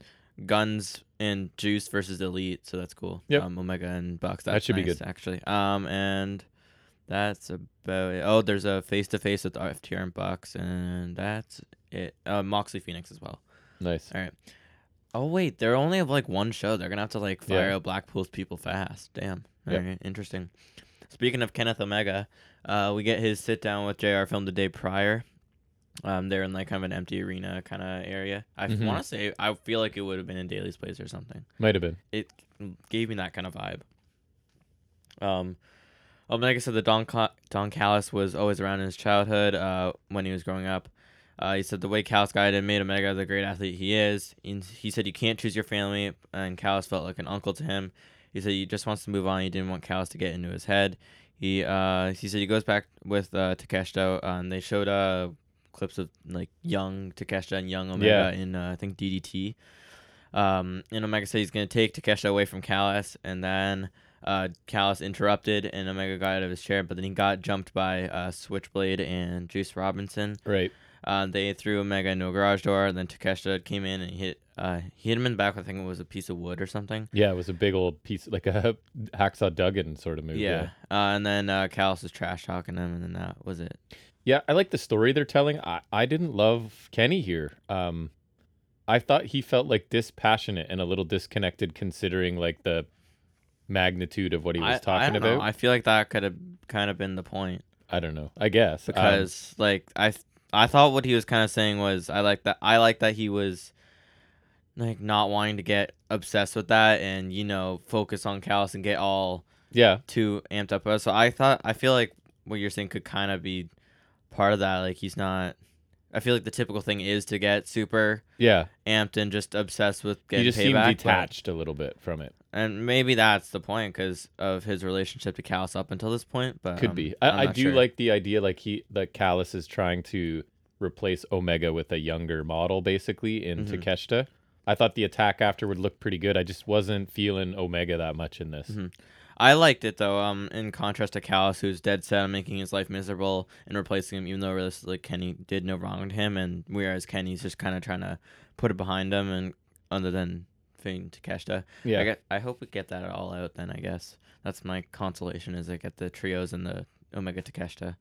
S2: Guns and Juice versus Elite, so that's cool.
S1: Yep.
S2: Um, Omega and Bucks.
S1: That
S2: That's
S1: should be
S2: nice,
S1: good.
S2: actually. Um, and that's about it. Oh, there's a face to face with FTR and Bucks, and that's it. Uh, Moxley Phoenix as well.
S1: Nice.
S2: All right. Oh wait, they're only have like one show. They're gonna have to like fire
S1: Yeah.
S2: out Blackpool's people fast. Damn.
S1: Yeah.
S2: Alright, interesting. Speaking of Kenneth Omega, uh, we get his sit down with JR filmed the day prior. Um, they're in like kind of an empty arena kind of area. I
S1: Mhm.
S2: want to say I feel like it would have been in Daly's place or something.
S1: Might have been.
S2: It gave me that kind of vibe. Um, Omega said that Don Ca- Don Callis was always around in his childhood. Uh, when he was growing up, uh, he said the way Callis guided and made Omega the great athlete he is. And he said you can't choose your family, and Callis felt like an uncle to him. He said he just wants to move on. He didn't want Callis to get into his head. He uh, he said he goes back with uh, Takeshita, uh, and they showed uh, clips of like young Takeshita and young Omega in uh, I think DDT. Um, and Omega said he's gonna take Takeshita away from Callis, and then uh, Callus interrupted and Omega got out of his chair, but then he got jumped by uh, Switchblade and Juice Robinson.
S1: Right.
S2: Uh, they threw Omega into a garage door, and then Takeshita came in and hit uh, he hit him in the back. with, I think it was a piece of wood or something.
S1: Yeah, it was a big old piece, like a <laughs> hacksaw Duggan sort of movie.
S2: yeah, uh, and then uh, Callus was trash talking him, and then that was it.
S1: Yeah, I like the story they're telling. I, I didn't love Kenny here. Um, I thought he felt like dispassionate and a little disconnected, considering like the magnitude of what he was
S2: I- I,
S1: talking
S2: don't know.
S1: about. Um,
S2: I feel like that could have kind of been the point.
S1: I, don't know. I guess Um,
S2: because like I th- I thought what he was kind of saying was I like that I like that he was like not wanting to get obsessed with that and you know focus on Callus and get all
S1: yeah,
S2: too amped up. So I thought I feel like what you're saying could kind of be part of that. Like he's not. I feel like the typical thing is to get super
S1: yeah.
S2: amped and just obsessed with
S1: He
S2: getting
S1: just seemed
S2: payback. but-
S1: detached a little bit from it.
S2: and maybe that's the point because of his relationship to Callus up until this point. But
S1: Could
S2: um,
S1: be.
S2: I'm
S1: I, I
S2: not
S1: do
S2: sure.
S1: like the idea, like he, that Callus is trying to replace Omega with a younger model, basically in
S2: Mhm.
S1: Takeshita. I thought the attack after would look pretty good. I just wasn't feeling Omega that much in this.
S2: Mhm. I liked it though. Um, in contrast to Callus, who's dead set on making his life miserable and replacing him, even though realistically Kenny did no wrong to him, and whereas Kenny's just kind of trying to put it behind him, and other than Fane to Keshta,
S1: Yeah,
S2: I, get, I hope we get that all out. Then I guess that's my consolation is I get the trios and the Omega to Keshta.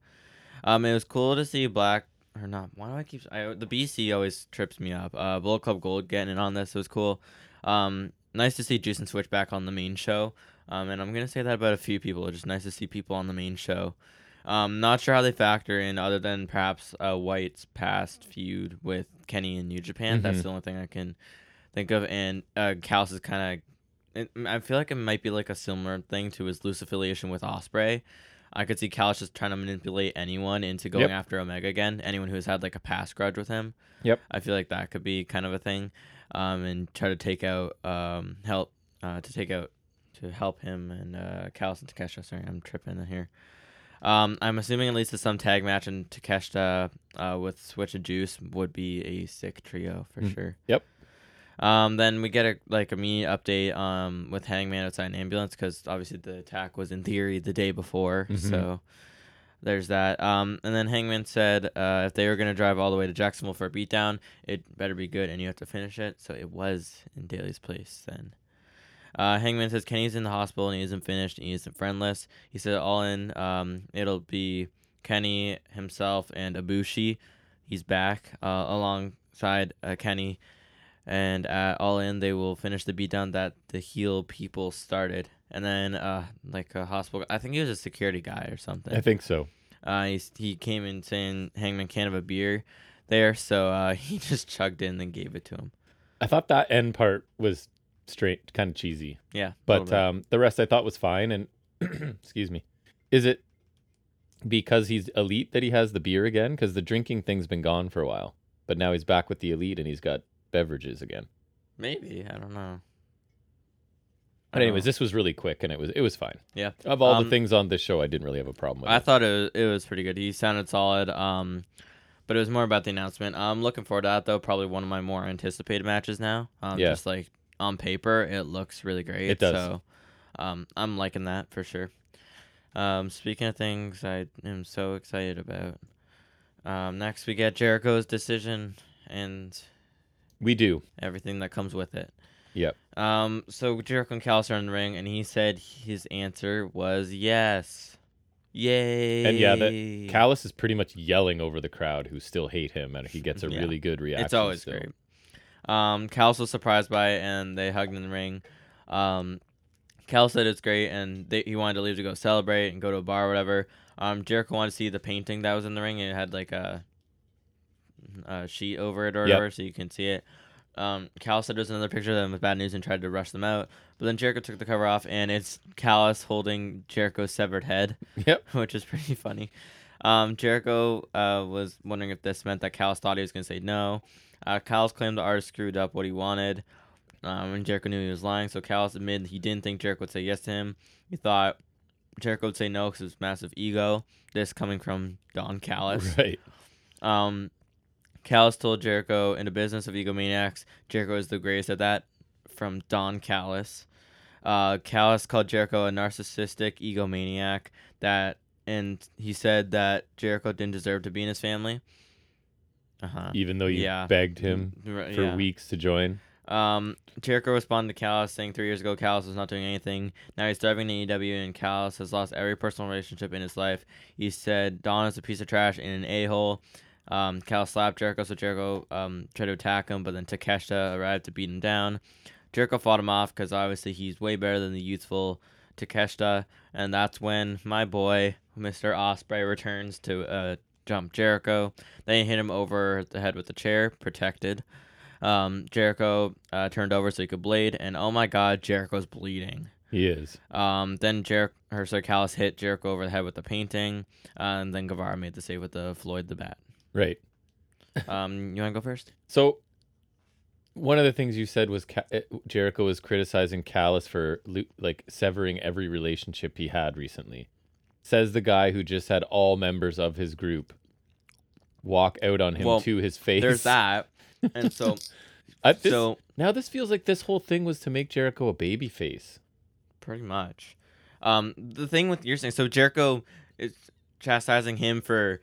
S2: Um, it was cool to see Black or not. Why do I keep I, the BC always trips me up. Uh, Bullet Club Gold getting in on this was cool. Um, nice to see Juice and Switch back on the main show. Um, and I'm gonna say that about a few people. Just nice to see people on the main show. Um, not sure how they factor in, other than perhaps uh, White's past feud with Kenny and New Japan. That's
S1: Mhm.
S2: the only thing I can think of. And uh, Cal's is kind of, I feel like it might be like a similar thing to his loose affiliation with Osprey. I could see Cal's just trying to manipulate anyone into going
S1: Yep.
S2: after Omega again. Anyone who's had like a past grudge with him.
S1: Yep.
S2: I feel like that could be kind of a thing, um, and try to take out um help uh to take out to help him and uh Callis and Takeshita. Sorry, I'm tripping here. Um, I'm assuming at least some tag match and Takeshita uh, with Switch and Juice would be a sick trio for
S1: Mm.
S2: sure.
S1: Yep.
S2: Um, then we get a like a me update um with Hangman outside an ambulance because obviously the attack was in theory the day before.
S1: Mhm.
S2: So there's that. Um, and then Hangman said uh, if they were going to drive all the way to Jacksonville for a beatdown, it better be good and you have to finish it. So it was in Daly's place then. Uh, Hangman says Kenny's in the hospital and he isn't finished and he isn't friendless. He said all in, um, it'll be Kenny himself and Abushi. He's back uh, alongside uh, Kenny. And at all in, they will finish the beatdown that the heel people started. And then, uh, like a hospital, I think he was a security guy or something.
S1: I think so.
S2: Uh, he, he came in saying Hangman can't have a beer there, so uh, <laughs> he just chugged it and then gave it to him.
S1: I thought that end part was straight, kind of cheesy,
S2: Yeah,
S1: but
S2: little bit.
S1: um, the rest I thought was fine. And <clears throat> excuse me, is it because he's elite that he has the beer again? Because the drinking thing's been gone for a while, but now he's back with the elite and he's got beverages again.
S2: maybe I don't know. I
S1: But
S2: don't
S1: anyways,
S2: know.
S1: this was really quick and it was it was fine.
S2: Um, Yeah.
S1: Of all
S2: Um,
S1: the things on this show, I didn't really have a problem with.
S2: I
S1: it.
S2: thought it was, it was pretty good. He sounded solid. Um, but it was more about the announcement. I'm looking forward to that though. Probably one of my more anticipated matches now. Um,
S1: Yeah.
S2: Just like on paper, it looks really great.
S1: It does.
S2: So, um, I'm liking that for sure. Um, speaking of things I am so excited about. Um, next we get Jericho's decision and
S1: we do.
S2: everything that comes with it.
S1: Yep.
S2: Um, so Jericho and Callis are in the ring, and he said his answer was yes. Yay!
S1: yeah, that Callus is pretty much yelling over the crowd who still hate him, and he gets a
S2: Yeah.
S1: really good reaction.
S2: it's always
S1: still.
S2: great. Um, Callis was surprised by it, and they hugged in the ring. Um, Cal said it's great, and they, he wanted to leave to go celebrate and go to a bar or whatever. Um, Jericho wanted to see the painting that was in the ring. It had like a, a sheet over it or
S1: Yep.
S2: whatever, so you can see it. Um, Cal said there's another picture of them with bad news and tried to rush them out, but then Jericho took the cover off, and it's Callus holding Jericho's severed head
S1: <laughs> Yep.
S2: <laughs> which is pretty funny. Um, Jericho uh, was wondering if this meant that Callis thought he was going to say no. Uh, Callis claimed the artist screwed up what he wanted, um, and Jericho knew he was lying. So Callis admitted he didn't think Jericho would say yes to him. He thought Jericho would say no because of his massive ego. This coming from Don Callis.
S1: Right.
S2: Um, Callis told Jericho, in the business of egomaniacs, Jericho is the greatest at that, from Don Callis. Uh, Callis called Jericho a narcissistic egomaniac that, and he said that Jericho didn't deserve to be in his family. Uh huh.
S1: Even though you
S2: Yeah. Mm,
S1: begged him for
S2: yeah.
S1: weeks to join.
S2: Um, Jericho responded to Callis saying three years ago Callis was not doing anything. Now he's thriving in AEW and Callis has lost every personal relationship in his life. He said Don is a piece of trash and an a hole. Um, Callis slapped Jericho, so Jericho um, tried to attack him, but then Takeshita arrived to beat him down. Jericho fought him off because obviously he's way better than the youthful Takeshita, and that's when my boy Mr. Osprey returns to uh, jump Jericho. Then he hit him over the head with the chair, protected. Um, Jericho uh, turned over so he could blade, and oh my God, Jericho's bleeding.
S1: He is.
S2: Um, then Jericho, her so Callis hit Jericho over the head with the painting, uh, and then Guevara made the save with the Floyd the bat.
S1: Right.
S2: Um, you want to go first?
S1: So one of the things you said was Ca- eh, Jericho was criticizing Callus for lo- like severing every relationship he had recently. Says the guy who just had all members of his group walk out on him
S2: Well,
S1: to his face.
S2: There's that, and so
S1: <laughs> I- this-
S2: so
S1: now this feels like this whole thing was to make Jericho a baby face.
S2: <laughs> pretty much. Um, the thing with you're saying, so Jericho is chastising him for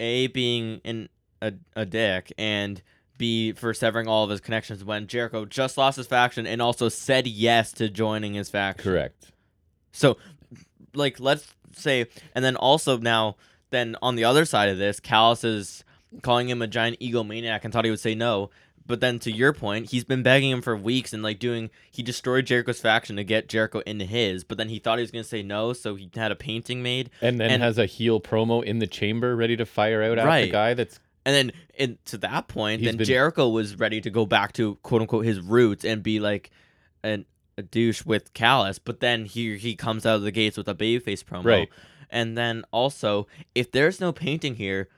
S2: a being in a a dick and. B for severing all of his connections when Jericho just lost his faction and also said yes to joining his faction.
S1: Correct.
S2: So, like, let's say, and then also now, then on the other side of this, Callus is calling him a giant egomaniac and thought he would say no. But then to your point, he's been begging him for weeks and like doing, he destroyed Jericho's faction to get Jericho into his, but then he thought he was going to say no, so he had a painting made.
S1: And then
S2: And-
S1: has a heel promo in the chamber ready to fire out at
S2: Right.
S1: the guy that's
S2: And then and to that point,
S1: He's
S2: then
S1: been-
S2: Jericho was ready to go back to quote unquote his roots and be like an, a douche with Callus. But then here he comes out of the gates with a babyface promo.
S1: Right.
S2: And then also, if there's no painting here,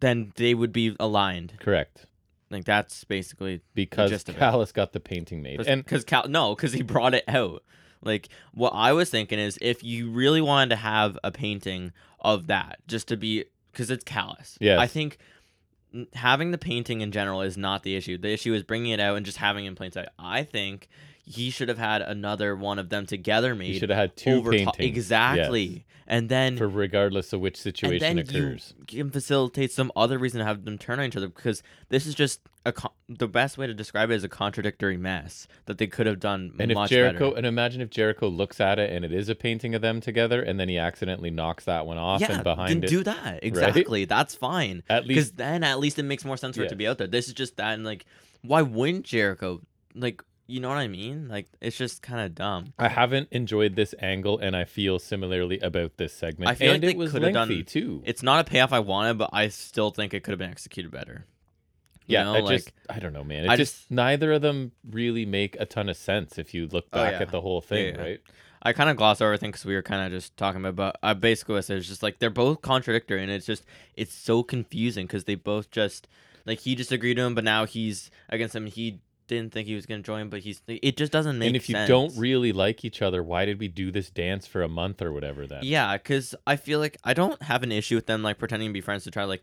S2: then they would be aligned.
S1: correct.
S2: Like that's basically
S1: Because
S2: gist of it.
S1: Callus got the painting made. And
S2: because Cal no because he brought it out. Like what I was thinking is if you really wanted to have a painting of that just to be because it's callous.
S1: Yes.
S2: I think n- having the painting in general is not the issue. The issue is bringing it out and just having it in plain sight. I think he should have had another one of them together
S1: You
S2: made
S1: should have had two
S2: over to-
S1: paintings.
S2: exactly,
S1: yes,
S2: and then
S1: for regardless of which situation
S2: Mm. then you-
S1: occurs.
S2: can facilitate some other reason to have them turn on each other because this is just a con- the best way to describe it is a contradictory mess that they could have done
S1: and if
S2: much
S1: Jericho,
S2: better.
S1: and imagine if Jericho looks at it and it is a painting of them together, and then he accidentally knocks that one off
S2: yeah,
S1: and behind
S2: then
S1: it.
S2: do that exactly. That's fine
S1: at
S2: because
S1: least
S2: then at least it makes more sense for it to be out there. This is just that and like why wouldn't Jericho like you know what I mean? Like it's just kind of dumb.
S1: I haven't enjoyed this angle, and I feel similarly about this segment.
S2: I feel
S1: and
S2: like
S1: it
S2: they
S1: was
S2: could have done-
S1: lengthy too.
S2: It's not a payoff I wanted, but I still think it could have been executed better. You
S1: yeah,
S2: know,
S1: I
S2: like
S1: just I don't know, man. It
S2: I
S1: just,
S2: just-
S1: neither of them really make a ton of sense if you look
S2: Oh,
S1: back
S2: yeah.
S1: at the whole thing,
S2: yeah.
S1: right?
S2: I kind of gloss over everything because we were kind of just talking about. But I basically was it's just like they're both contradictory, and it's just it's so confusing because they both just like he disagreed to him, but now he's against him. He didn't think he was gonna join, but he's it just doesn't make.
S1: and if you
S2: sense.
S1: don't really like each other, why did we do this dance for a month or whatever? Then
S2: Yeah, because I feel like I don't have an issue with them like pretending to be friends to try like,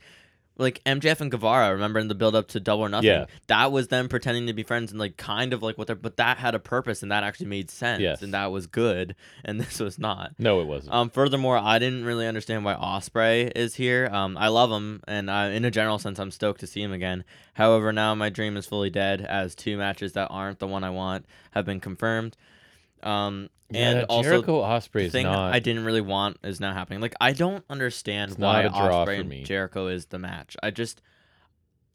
S2: like MJF and Guevara. Remember in the build up to Double or Nothing,
S1: Yeah.
S2: that was them pretending to be friends and like kind of like what they're, but that had a purpose and that actually made sense
S1: Yes.
S2: and that was good, and <laughs> this was not.
S1: no, it wasn't.
S2: Um, furthermore, I didn't really understand why Osprey is here. Um, I love him, and uh, in a general sense, I'm stoked to see him again. However, now my dream is fully dead, as two matches that aren't the one I want have been confirmed. Um, and
S1: yeah,
S2: also
S1: Jericho Osprey
S2: the
S1: is
S2: thing
S1: not.
S2: I didn't really want is now happening. Like I don't understand
S1: It's
S2: why
S1: not a draw
S2: Osprey
S1: for
S2: and
S1: me.
S2: Jericho is the match. I just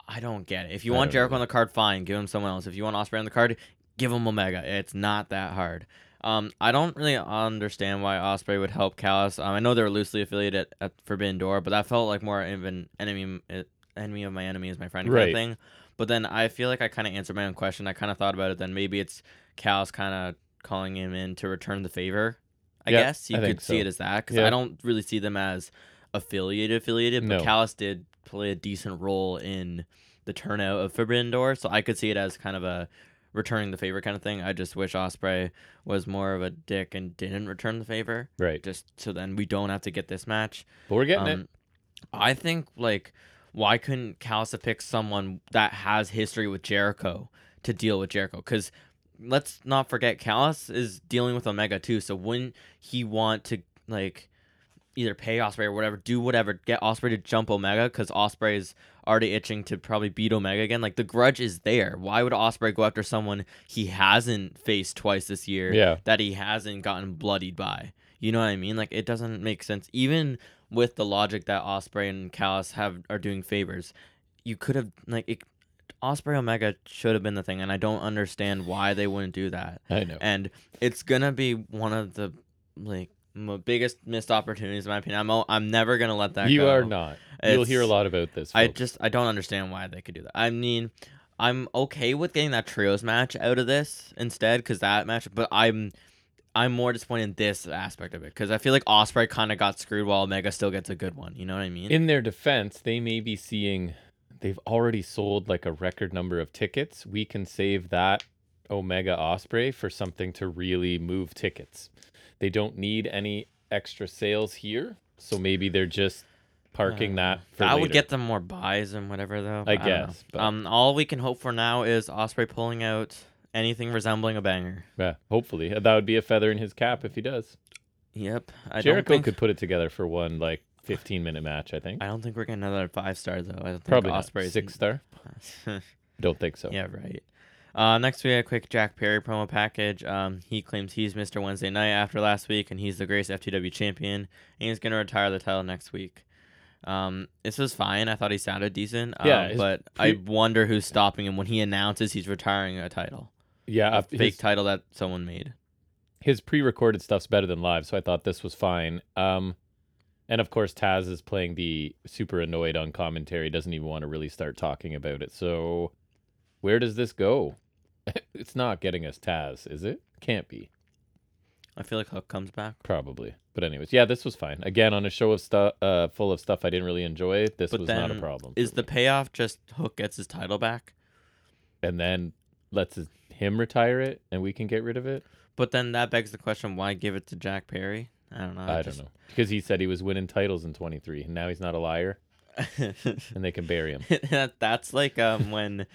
S2: I don't get it. If you
S1: I
S2: want
S1: don't
S2: Jericho
S1: either.
S2: on the card, fine, give him someone else. If you want Osprey on the card, give him Omega. It's not that hard. Um, I don't really understand why Osprey would help Callus. Um, I know they're loosely affiliated at, at Forbidden Door, but that felt like more of an enemy eh, enemy of my enemy is my friend kind
S1: Right.
S2: of thing. But then I feel like I kind of answered my own question. I kind of thought about it. Then maybe it's Cal's kind of calling him in to return the favor. I
S1: Yeah,
S2: guess you
S1: I think
S2: could see
S1: so.
S2: it as that because
S1: Yeah.
S2: I don't really see them as affiliated affiliated. But
S1: No.
S2: Callus did play a decent role in the turnout of Forbidden Door, so I could see it as kind of a returning the favor kind of thing. I just wish Osprey was more of a dick and didn't return the favor,
S1: right,
S2: just so then we don't have to get this match.
S1: but we're getting it.
S2: Um, I think like why couldn't Calisa pick someone that has history with Jericho to deal with Jericho? Because let's not forget Callus is dealing with Omega too. So wouldn't he want to like either pay Osprey or whatever, do whatever, get Osprey to jump Omega because Osprey's already itching to probably beat Omega again. Like the grudge is there. Why would Osprey go after someone he hasn't faced twice this year?
S1: Yeah,
S2: that he hasn't gotten bloodied by. You know what I mean? Like it doesn't make sense. Even with the logic that Osprey and Callus have are doing favors, you could have like it, Osprey Omega should have been the thing, and I don't understand why they wouldn't do that.
S1: I know.
S2: And it's gonna be one of the like m- biggest missed opportunities in my opinion. I'm o- I'm never gonna let that.
S1: you
S2: go.
S1: are not. You'll hear a
S2: It's-
S1: lot about this.
S2: I
S1: folks.
S2: just I don't understand why they could do that. I mean, I'm okay with getting that trios match out of this instead because that match, but I'm I'm more disappointed in this aspect of it because I feel like Osprey kind of got screwed while Omega still gets a good one. You know what I mean?
S1: in their defense, they may be seeing they've already sold like a record number of tickets. We can save that Omega Osprey for something to really move tickets. They don't need any extra sales here, so maybe they're just parking
S2: Uh,
S1: that for
S2: that would
S1: later.
S2: get them more buys and whatever though.
S1: I
S2: but don't know.
S1: guess, but-
S2: Um, all we can hope for now is Osprey pulling out anything resembling a banger.
S1: yeah, hopefully that would be a feather in his cap if he does.
S2: Yep. I
S1: Jericho
S2: don't think,
S1: could put it together for one like 15 minute match, I think.
S2: I don't think we're getting another five star though. I don't think
S1: Probably not.
S2: Osprey's
S1: six star.
S2: <laughs>
S1: <laughs> Don't think so.
S2: Yeah, right. Uh, next, we had a quick Jack Perry promo package. Um, he claims he's Mr. Wednesday Night after last week, and he's the greatest FTW champion, and he's going to retire the title next week. Um, this was fine. I thought he sounded decent. Um,
S1: Yeah, his
S2: but
S1: pre-
S2: I wonder who's stopping him when he announces he's retiring a title,
S1: Yeah,
S2: a
S1: uh,
S2: fake
S1: his-
S2: title that someone made.
S1: his pre-recorded stuff's better than live, so I thought this was fine. Um, and of course, Taz is playing the super annoyed on commentary, doesn't even want to really start talking about it. So, where does this go? <laughs> it's not getting us Taz, is it? Can't be,
S2: I feel like Hook comes back.
S1: probably. But anyways, yeah, this was fine. Again, on a show of stuff uh, full of stuff I didn't really enjoy, this
S2: But
S1: was not a
S2: then
S1: problem.
S2: Is
S1: for
S2: the
S1: me.
S2: payoff just Hook gets his title back?
S1: and then lets his, him retire it, and we can get rid of it?
S2: But then that begs the question why give it to Jack Perry? I don't know.
S1: I don't know because he said he was winning titles in 23, and now he's not a liar,
S2: <laughs> don't know. <laughs>
S1: and they can bury him.
S2: that, that's like um when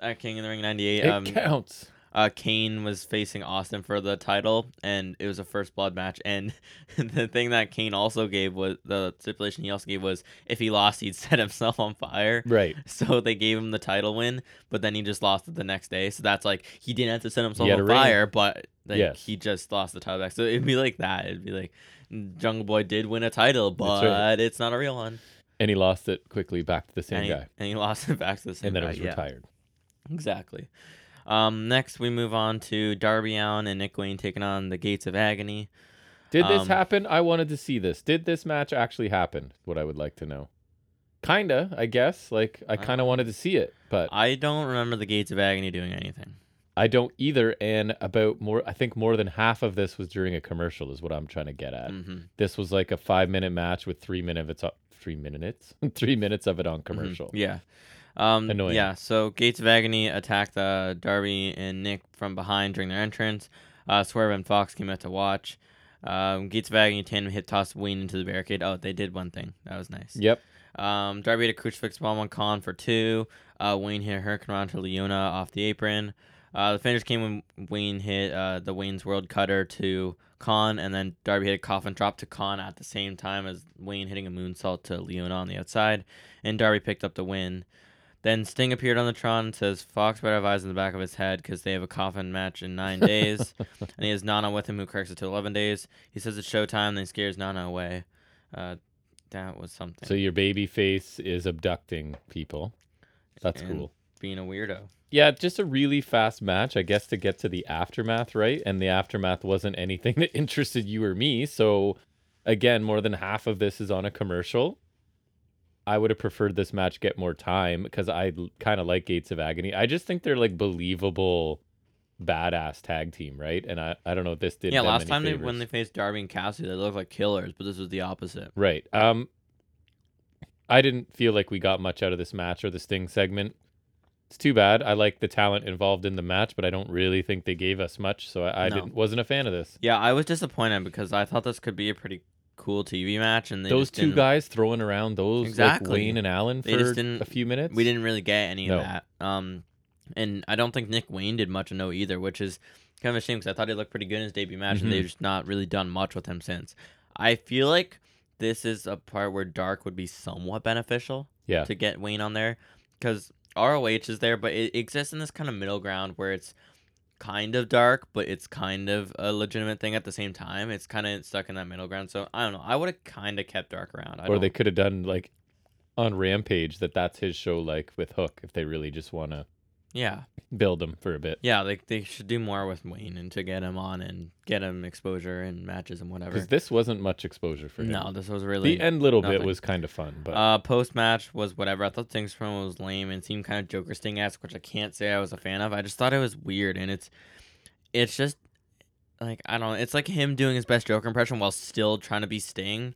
S2: uh, King of the Ring '98.
S1: It
S2: Um,
S1: counts.
S2: uh, Kane was facing Austin for the title, and it was a first blood match. And <laughs> the thing that Kane also gave was the stipulation he also gave was if he lost, he'd <laughs> set himself on fire.
S1: Right.
S2: So they gave him the title win, but then he just lost it the next day. So that's like he didn't have to set himself
S1: had
S2: on
S1: a ring.
S2: fire, but like
S1: Yes.
S2: he just lost the title back. So it'd be like that. It'd be like Jungle Boy did win a title, but
S1: right.
S2: it's not a real one.
S1: And he lost it quickly back to the same
S2: and,
S1: guy.
S2: He, and he lost it back to the same
S1: and then
S2: guy.
S1: it was
S2: yeah.
S1: retired.
S2: Exactly. Um, next, we move on to Darby Allen and Nick Wayne taking on the Gates of Agony.
S1: Did this
S2: Um,
S1: happen? I wanted to see this. Did this match actually happen? What I would like to know. Kinda, I guess. Like I
S2: don't
S1: kind of wanted to see it, but
S2: Uh, I don't remember the Gates of Agony doing anything.
S1: I don't either. And about more, I think more than half of this was during a commercial, is what I'm trying to get at.
S2: hmm
S1: This was like a five minute match with three minutes, three minutes, <laughs> three minutes of it
S2: Mm-hmm.
S1: on commercial.
S2: Yeah. Um,
S1: Annoying.
S2: Yeah. So Gates of Agony attacked uh, Darby and Nick from behind during their entrance. Uh, Swerve and Fox came out to watch. Um, Gates of Agony tandem hip toss Wayne into the barricade. Oh, they did one thing. That was nice.
S1: Yep.
S2: Um, Darby had a crucifix bomb on Khan for two. Uh, Wayne hit a Hurricane Rana to Leona off the apron. Uh, the finish came when Wayne hit uh, the Wayne's World Cutter to Khan, and then Darby hit a coffin drop to Khan at the same time as Wayne hitting a moonsault to Leona on the outside, and Darby picked up the win. Then Sting appeared on the Tron and says, Fox better have eyes in the back of his head because they have a coffin match in nine days. and he has Nana with him, who corrects it to 11 days. He says it's showtime, then scares Nana away. Uh, that was something.
S1: So your baby face is abducting people. That's
S2: And-
S1: cool.
S2: being a weirdo.
S1: Yeah, just a really fast match, I guess, to get to the aftermath, right? And the aftermath wasn't anything <laughs> that interested you or me. So, again, more than half of this is on a commercial. I would have preferred this match get more time because I kind of like Gates of Agony. I just think they're like believable, badass tag team, right? And I, I don't know if this did.
S2: yeah,
S1: them
S2: last
S1: any
S2: time they,
S1: favors.
S2: when they faced Darby and Cassidy, they looked like killers, but this was the opposite.
S1: Right. Um I didn't feel like we got much out of this match or the Sting segment. It's too bad. I like the talent involved in the match, but I don't really think they gave us much, so I, I
S2: No.
S1: didn't, wasn't a fan of this.
S2: Yeah, I was disappointed because I thought this could be a pretty cool TV match, and they
S1: those
S2: just
S1: 2
S2: didn't-
S1: guys throwing around those
S2: Exactly.
S1: like Wayne and Allen for
S2: They just didn't-
S1: a few minutes.
S2: we didn't really get any
S1: No.
S2: of that. Um, and I don't think Nick Wayne did much of no either, which is kind of a shame because I thought he looked pretty good in his debut match,
S1: Mhm.
S2: and they've just not really done much with him since. I feel like this is a part where Dark would be somewhat beneficial.
S1: Yeah.
S2: to get Wayne on there because ROH is there, but it exists in this kind of middle ground where it's kind of dark, but it's kind of a legitimate thing at the same time. It's kind of stuck in that middle ground. So I don't know. I would have kind of kept dark around. I
S1: or they
S2: don't-
S1: could have done like on Rampage that that's his show like with Hook if they really just want to
S2: yeah,
S1: build him for a bit.
S2: yeah. Like they should do more with Wayne and to get him on and get him exposure and matches and whatever.
S1: Cuz this wasn't much exposure for him.
S2: No, this was really
S1: the end little bit
S2: nothing.
S1: was kind of fun, but
S2: Uh, post match was whatever. I thought Sting's promo was lame and seemed kind of Joker Sting esque, which I can't say I was a fan of. I just thought it was weird, and it's it's just like I don't. know. It's like him doing his best Joker impression while still trying to be Sting.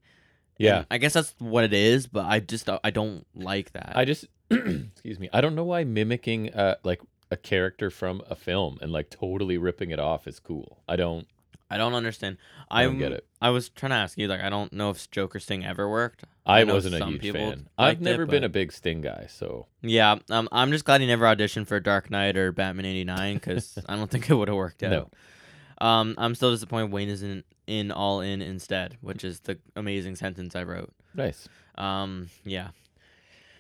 S1: yeah.
S2: And I guess that's what it is, but I just I don't like that.
S1: I just <clears throat> excuse me. I don't know why mimicking uh like a character from a film and like totally ripping it off is cool. I don't
S2: I don't understand.
S1: I don't get
S2: I'm-
S1: it.
S2: I was trying to ask you like I don't know if Joker Sting ever worked.
S1: I,
S2: I know
S1: wasn't a
S2: some
S1: huge
S2: people
S1: fan. I've
S2: liked it,
S1: never been a
S2: but-
S1: big Sting guy, so
S2: Yeah, um, I'm just glad he never auditioned for Dark Knight or Batman '89 because I don't think it would have worked out.
S1: no.
S2: Um, I'm still disappointed Wayne isn't in all in instead, which is the amazing sentence I wrote.
S1: Nice.
S2: Um, yeah,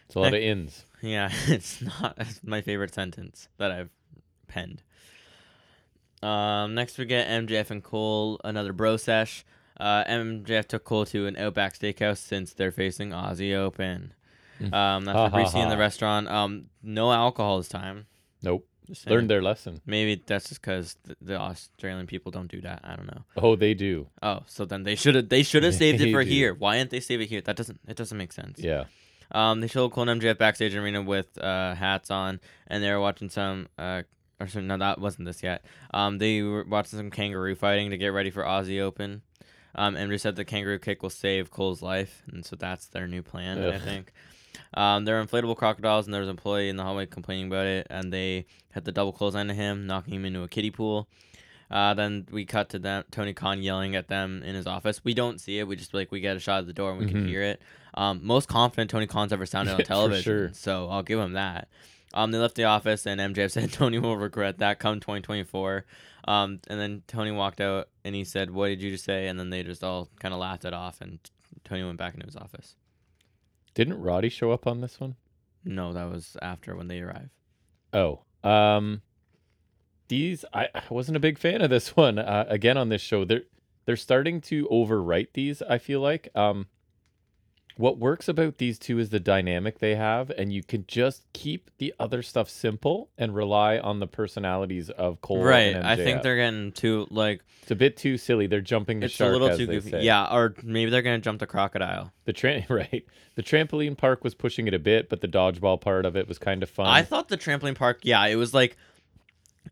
S1: It's a lot of
S2: Next-
S1: ins.
S2: yeah, <laughs> it's not it's my favorite sentence that I've penned. Um, next we get MJF and Cole, another bro sesh. Uh, MJF took Cole to an Outback Steakhouse since they're facing Aussie Open.
S1: Mm.
S2: Um,
S1: Ha,
S2: after
S1: ha,
S2: Breezy in the
S1: ha.
S2: restaurant, um, no alcohol this time.
S1: Nope.
S2: Just saying.
S1: Learned their lesson.
S2: Maybe that's just because th- the Australian people don't do that. I don't know.
S1: Oh, they do.
S2: Oh, so then they should have they should
S1: <laughs>
S2: have saved it
S1: They
S2: for
S1: do.
S2: here. Why didn't they save it here? That doesn't it doesn't make sense.
S1: Yeah.
S2: Um, they showed Cole and MJF backstage arena with uh hats on, and they were watching some uh or sorry, no that wasn't this yet. Um, they were watching some kangaroo fighting to get ready for Aussie Open. Um, MJF said the kangaroo kick will save Cole's life, and so that's their new plan. I
S1: Ugh.
S2: think. Um, there were inflatable crocodiles, and there was an employee in the hallway complaining about it, and they had the double clothesline to him, knocking him into a kiddie pool. Uh, then we cut to them, Tony Khan yelling at them in his office. We don't see it. We just like we get a shot at the door and we
S1: Mhm.
S2: can hear it. Um, most confident Tony Khan's ever sounded
S1: <laughs>
S2: on
S1: Yeah, for
S2: television,
S1: sure.
S2: so I'll give him that. Um, they left the office, and MJF said <laughs> Tony will regret that come 2024. Um, and then Tony walked out, and he said, "What did you just say?" And then they just all kind of laughed it off, and Tony went back into his office.
S1: Didn't Roddy show up on this one?
S2: No, that was after when they arrived.
S1: Oh, um, these I, I wasn't a big fan of this <laughs> one. Uh, again on this show, they're they're starting to overwrite these. I feel like um, what works about these two is the dynamic they have, and you can just keep the other stuff simple and rely on the personalities of Cole.
S2: right.
S1: and
S2: I think
S1: MJF.
S2: they're getting too like
S1: it's a bit too silly. They're jumping the
S2: it's
S1: shark.
S2: a little
S1: as
S2: too
S1: they
S2: goofy.
S1: say.
S2: Yeah, or maybe they're gonna jump the crocodile.
S1: The tram <laughs> right. The trampoline park was pushing it a bit, but the dodgeball part of it was kind of fun.
S2: I thought the trampoline park, yeah, it was like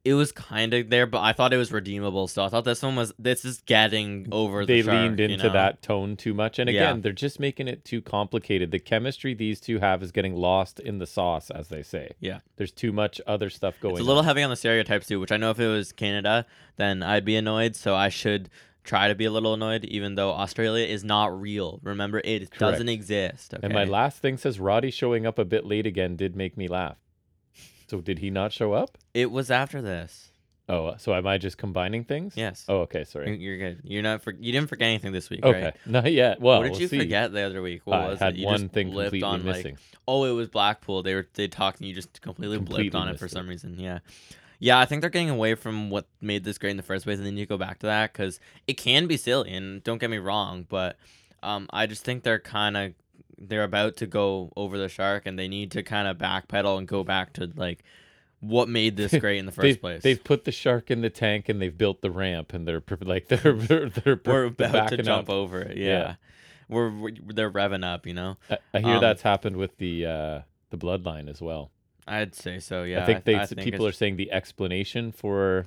S2: it was kind of there, but I thought it was redeemable. So I thought this one was this is getting over.
S1: they
S2: the shark,
S1: leaned
S2: you
S1: into
S2: know?
S1: that tone too much and
S2: Yeah.
S1: again they're just making it too complicated the chemistry these two have is getting lost in the sauce as they say
S2: Yeah.
S1: there's too much other stuff going
S2: It's a little <laughs>
S1: on
S2: heavy on the stereotypes too, which I know if it was Canada, then I'd be annoyed. So I should try to be a little annoyed, even though Australia is not real. Remember, it doesn't
S1: Correct.
S2: exist. Okay?
S1: and my last thing says roddy showing up a bit late again did make me laugh so did he not show up
S2: it was after this.
S1: oh so am i just combining things
S2: Yes.
S1: oh okay
S2: You're-
S1: sorry
S2: You're good. You're not. For, you didn't forget anything this week,
S1: okay
S2: right?
S1: not yet well
S2: what did
S1: we'll
S2: you
S1: see.
S2: forget the other week? What
S1: i
S2: was
S1: had
S2: it? You
S1: one
S2: just
S1: thing
S2: blipped
S1: completely
S2: on, like-
S1: missing
S2: oh, it was Blackpool. They were they talked and you just completely, blipped
S1: Completely
S2: on it for
S1: missed
S2: some reason. Yeah, yeah. I think they're getting away from what made this great in the first place, and then you go back to that because it can be silly. And don't get me wrong, but um, I just think they're kind of they're about to go over the shark, and they need to kind of backpedal and go back to like what
S1: <laughs>
S2: made this great in the 1st
S1: they've,
S2: place.
S1: they've put the shark in the tank and they've built the ramp and they're pre- <laughs> like they're they're, they're pre-
S2: we're about to
S1: backing up.
S2: jump over it. Yeah.
S1: Yeah.
S2: We're, we they're revving up, you know.
S1: I, I hear
S2: Um,
S1: that's happened with the uh, the bloodline as well.
S2: I'd say so. Yeah,
S1: I think they
S2: I
S1: s-
S2: think
S1: people
S2: it's-
S1: are saying the explanation for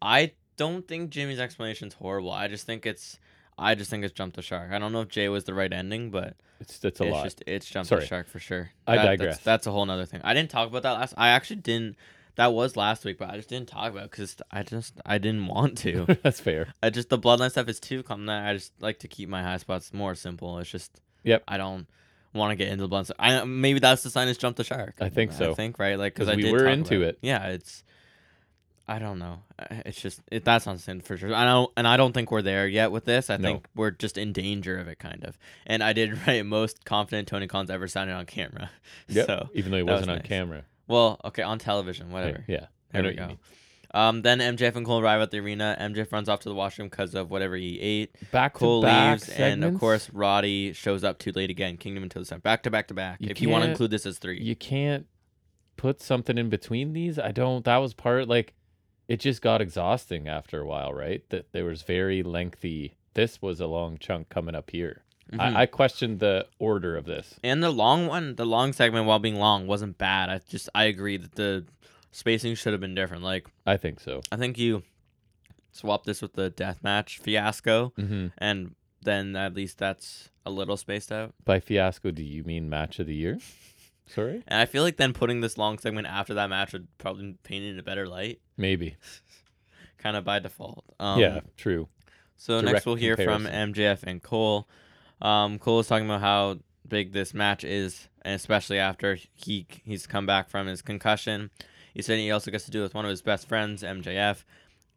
S2: I don't think Jimmy's explanation's horrible. I just think it's I just think it's jump the shark. I don't know if Jay was the right ending, but
S1: it's it's a lot.
S2: just it's jump the
S1: Sorry.
S2: shark for sure.
S1: I
S2: That-
S1: digress.
S2: That's, that's a whole nother thing. I didn't talk about that last. I actually didn't. That was last week, but I just didn't talk about because I just I didn't want to.
S1: <laughs> that's
S2: <laughs>
S1: fair.
S2: I just the bloodline stuff is too common. I just like to keep my high spots more simple. It's just
S1: Yep.
S2: I don't want to get into the bloodline. I maybe that's the sign is jump the shark.
S1: I think
S2: I
S1: so.
S2: think right, like
S1: 'Cause
S2: because
S1: we
S2: I did
S1: were
S2: talk
S1: into
S2: about
S1: it.
S2: Yeah, it's. I don't know. I- It's just it, that's on sin for sure. I don't, and I don't think we're there yet with this. I
S1: No.
S2: think we're just in danger of it, kind of. And I did <laughs> write most confident Tony Khan's ever sounded on camera. <laughs>
S1: Yep.
S2: So
S1: Even though he
S2: that was
S1: wasn't on
S2: nice.
S1: camera.
S2: well, okay, on television,
S1: Hey,
S2: whatever.
S1: yeah. I
S2: There
S1: know
S2: we
S1: what you
S2: go.
S1: mean.
S2: Um, then MJF and Cole arrive at the arena. MJF runs off to the washroom because of whatever he ate.
S1: Back
S2: Cole
S1: to back
S2: leaves, and of
S1: segments?
S2: course Roddy shows up too late again. Kingdom until the sun. Back to back to back.
S1: You
S2: if you want to
S1: can't-
S2: include this as three,
S1: you can't put something in between these. I don't. That was part like it just got exhausting after a while, right? That there was very lengthy. This was a long chunk coming up here.
S2: Mhm.
S1: I, I questioned the order of this.
S2: And the long one, the long segment, while being long, wasn't bad. I just I agree that the spacing should have been different. Like
S1: I think so.
S2: I think you swap this with the deathmatch fiasco,
S1: Mm-hmm.
S2: and then at least that's a little spaced out.
S1: By fiasco, do you mean match of the year? Sorry,
S2: And I feel like then putting this long segment after that match would probably paint it in a better light,
S1: maybe.
S2: kind of by default. Um,
S1: yeah, true.
S2: So
S1: Direct
S2: next we'll hear from
S1: comparison.
S2: MJF and Cole. Um, Cole is talking about how big this match is, and especially after he he's come back from his concussion. He said he also gets to do it with one of his best friends, MJF,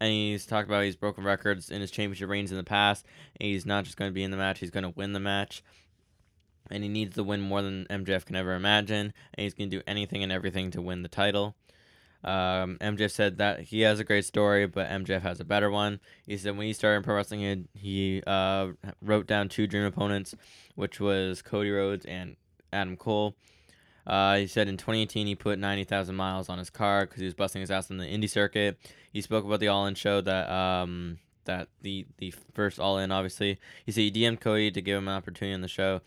S2: and he's talked about he's broken records in his championship reigns in the past. And he's not just going to be in the match; he's going to win the match. And he needs the win more than MJF can ever imagine, and he's going to do anything and everything to win the title. Um, MJF said that he has a great story, but MJF has a better one. He said when he started in pro wrestling, he, he uh, wrote down two dream opponents, which was Cody Rhodes and Adam Cole. Uh, he said in 2018 he put 90,000 miles on his car because he was busting his ass in the indie circuit. He spoke about the All In show that um that the the first All In obviously. He said he DM'd Cody to give him an opportunity on the show,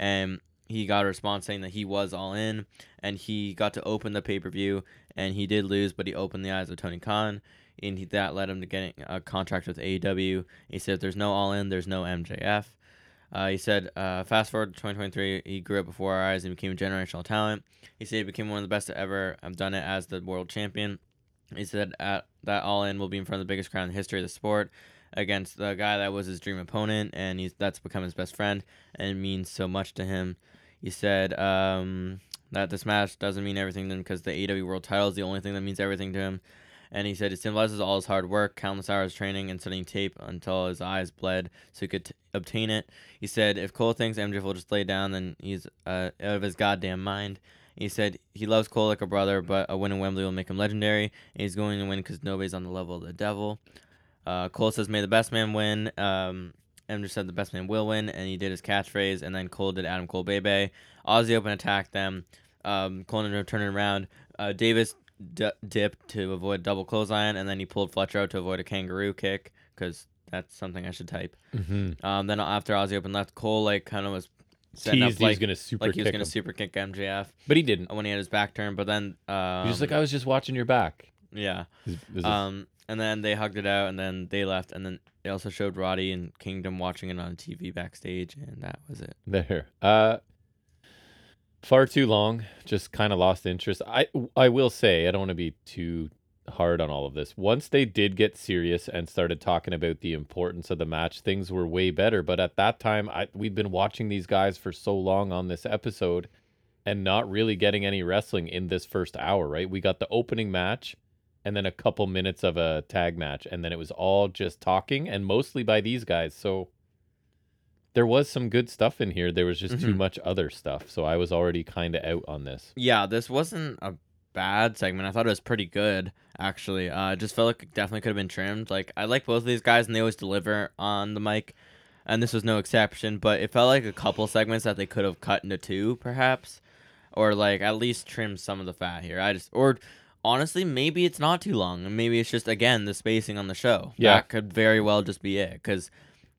S2: and he got a response saying that he was All In and he got to open the pay per view and he did lose, but he opened the eyes of Tony Khan and he, that led him to getting a contract with AEW. He said, "There's no All In, there's no MJF." Uh, he said, uh, "Fast forward to 2023, he grew up before our eyes and became a generational talent." He said he became one of the best to ever have done it as the world champion. He said at, that All In will be in front of the biggest crowd in the history of the sport against the guy that was his dream opponent, and he's that's become his best friend and it means so much to him. He said um, that this match doesn't mean everything to him because the AW World title is the only thing that means everything to him. And he said it symbolizes all his hard work, countless hours training, and studying tape until his eyes bled so he could t- obtain it. He said if Cole thinks MJF will just lay down, then he's uh, out of his goddamn mind. He said he loves Cole like a brother, but a win in Wembley will make him legendary, and he's going to win because nobody's on the level of the devil. Uh, Cole says, "May the best man win." Um, MJF said, "The best man will win," and he did his catchphrase, and then Cole did Adam Cole Bebe. Ozzy open attacked them. Um, Cole ended up turning around. Uh, Davis d- dipped to avoid double clothesline, and then he pulled Fletcher out to avoid a kangaroo kick because that's something I should type.
S1: Mm-hmm.
S2: Um, then after Ozzy open left, Cole like kind of was setting
S1: Teased
S2: up like
S1: he's gonna super
S2: like he was
S1: kick
S2: gonna
S1: him,
S2: super kick MJF
S1: but he didn't.
S2: when he had his back turned, but then um,
S1: He was just like, I was just watching your back.
S2: yeah.
S1: Is- is this-
S2: Um, and then they hugged it out, and then they left, and then they also showed Roddy and Kingdom watching it on TV backstage, and that was it.
S1: there. Uh, far too long. Just kind of lost interest. I I will say I don't want to be too hard on all of this. Once they did get serious and started talking about the importance of the match, things were way better. But at that time, I we'd been watching these guys for so long on this episode, and not really getting any wrestling in this first hour. Right? We got the opening match. And then a couple minutes of a tag match, and then it was all just talking, and mostly by these guys. So, there was some good stuff in here. There was just too
S2: Mhm.
S1: much other stuff, so I was already kind of out on this.
S2: Yeah, this wasn't a bad segment. I thought it was pretty good actually. Uh, it just felt like it definitely could have been trimmed. Like I like both of these guys, and they always deliver on the mic, and this was no exception. But it felt like a couple segments that they could have cut into two, perhaps, or like at least trim some of the fat here. I just or. Honestly, maybe it's not too long, and maybe it's just again the spacing on the show.
S1: Yeah.
S2: that could very well just be it. Because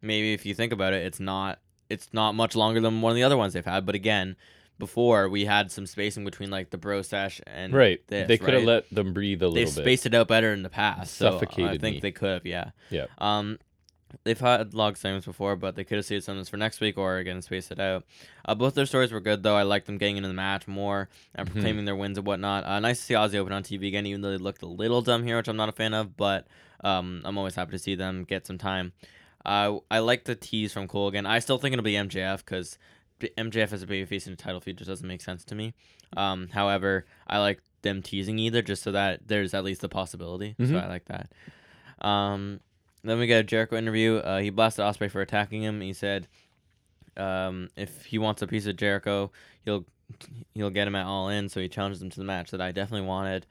S2: maybe if you think about it, it's not it's not much longer than one of the other ones they've had. But again, before we had some spacing between like the bro sesh and
S1: right.
S2: this,
S1: they could have
S2: right?
S1: let them breathe a little
S2: they
S1: bit.
S2: spaced it out better in the past. So I
S1: Suffocated
S2: think
S1: me.
S2: they could have, yeah.
S1: Yeah.
S2: Um, they've had log segments before, but they could have saved something for next week or again spaced it out. Uh, both their stories were good though. I liked them getting into the match more and
S1: Mhm.
S2: proclaiming their wins and whatnot. Uh, nice to see Ozzy open on TV again, even though they looked a little dumb here, which I'm not a fan of. But um, I'm always happy to see them get some time. Uh, I like the tease from Cole again. I still think it'll be MJF because MJF as a babyface in a title feud just doesn't make sense to me. Um, however, I like them teasing either just so that there's at least the possibility. So
S1: Mhm.
S2: I like that. Um, then we got a Jericho interview. Uh, he blasted Osprey for attacking him. He said, um, if he wants a piece of Jericho, he'll he'll get him at All In. So he challenges him to the match that I definitely wanted.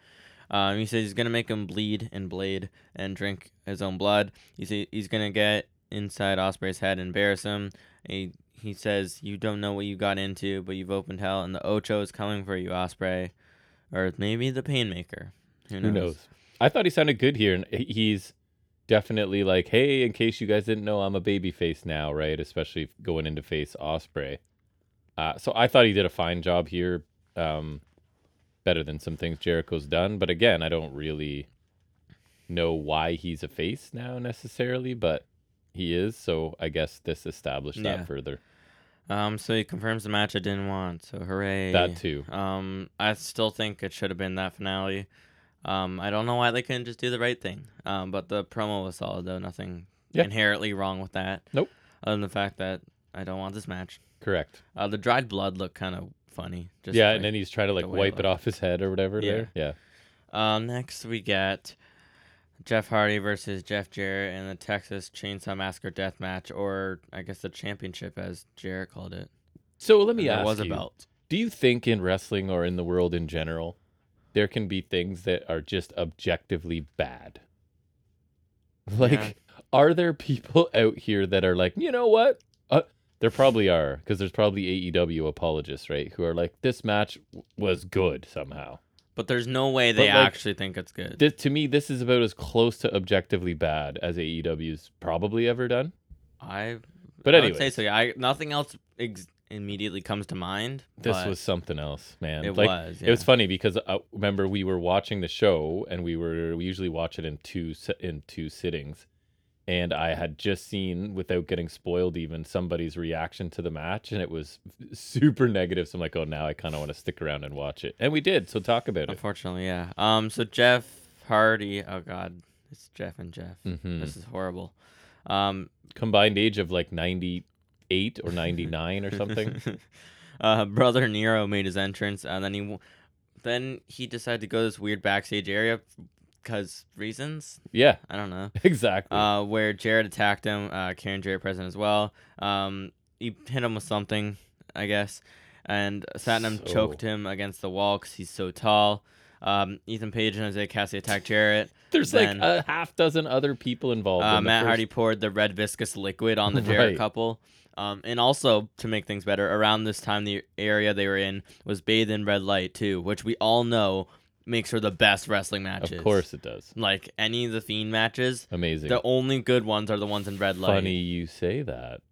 S2: Um, he says he's gonna make him bleed and blade and drink his own blood. He say he's gonna get inside Osprey's head and embarrass him. He he says you don't know what you got into, but you've opened hell, and the Ocho is coming for you, Osprey, or maybe the Painmaker. Who
S1: Who knows? I thought he sounded good here, and he- he's definitely like, "Hey, in case you guys didn't know, I'm a baby face now, right? Especially if going into face Osprey." Uh, so I thought he did a fine job here, um, better than some things Jericho's done. But again, I don't really know why he's a face now necessarily, but he is. So I guess this established
S2: Yeah.
S1: that further.
S2: Um, so he confirms the match I didn't want. So hooray.
S1: That too.
S2: Um, I still think it should have been that finale. Um, I don't know why they couldn't just do the right thing. Um, but the promo was solid though. Nothing
S1: Yeah.
S2: inherently wrong with that.
S1: Nope.
S2: Other than the fact that I don't want this match.
S1: Correct.
S2: Uh, the dried blood looked kind of funny. Just
S1: yeah,
S2: like-
S1: and then he's trying to like
S2: the way
S1: wipe
S2: it
S1: it
S2: looked.
S1: off his head or whatever
S2: Yeah.
S1: there. Yeah.
S2: Uh, next we get Jeff Hardy versus Jeff Jarrett in the Texas Chainsaw Massacre Death Match, or I guess the championship as Jarrett called it.
S1: So let me
S2: And
S1: ask
S2: there was a
S1: you,
S2: belt.
S1: do you think in wrestling or in the world in general, there can be things that are just objectively bad? <laughs> Like, are there people <laughs> out here that are like, you know what? Uh, there probably are, because there's probably AEW apologists, right? Who are like, this match w- was good somehow.
S2: But there's no way they
S1: like,
S2: actually think it's good.
S1: This, to me, this is about as close to objectively bad as AEW's probably ever done.
S2: I
S1: But
S2: I would
S1: anyway,
S2: say so. Yeah, I, nothing else ex- immediately comes to mind.
S1: this
S2: but
S1: was something else, man.
S2: it
S1: like,
S2: was.
S1: It was funny because uh, remember we were watching the show and we were we usually watch it in two si- in two sittings, and I had just seen without getting spoiled even somebody's reaction to the match and it was <laughs> super negative. So I'm like, oh, now I kind of want to stick around and watch it, and we did. So talk about it.
S2: Unfortunately, yeah. Um. So Jeff Hardy. Oh God, it's Jeff and Jeff.
S1: hmm
S2: This is horrible. Um.
S1: Combined age of like ninety eight or ninety nine or something.
S2: <laughs> Uh, brother Nero made his entrance, and then he, w- then he decided to go to this weird backstage area, cause reasons
S1: Yeah, <laughs>
S2: I don't know.
S1: exactly.
S2: Uh, where Jared attacked him, uh, Karen Jarrett present as well. Um, he hit him with something, I guess, and Satnam
S1: So-
S2: choked him against the wall because he's so tall. Um, Ethan Page and Jose Cassie attacked Jarrett.
S1: There's
S2: then-
S1: like a half dozen other people involved.
S2: Uh,
S1: in the
S2: Matt
S1: first-
S2: Hardy poured the red viscous liquid
S1: <laughs>
S2: on the Jarrett
S1: Right.
S2: couple. Um, and also, to make things better, around this time, the area they were in was bathed in red light, too, which we all know makes for the best wrestling matches.
S1: Of course it does.
S2: Like any of the Fiend matches,
S1: Amazing.
S2: the only good ones are the ones in red light.
S1: Funny you say that.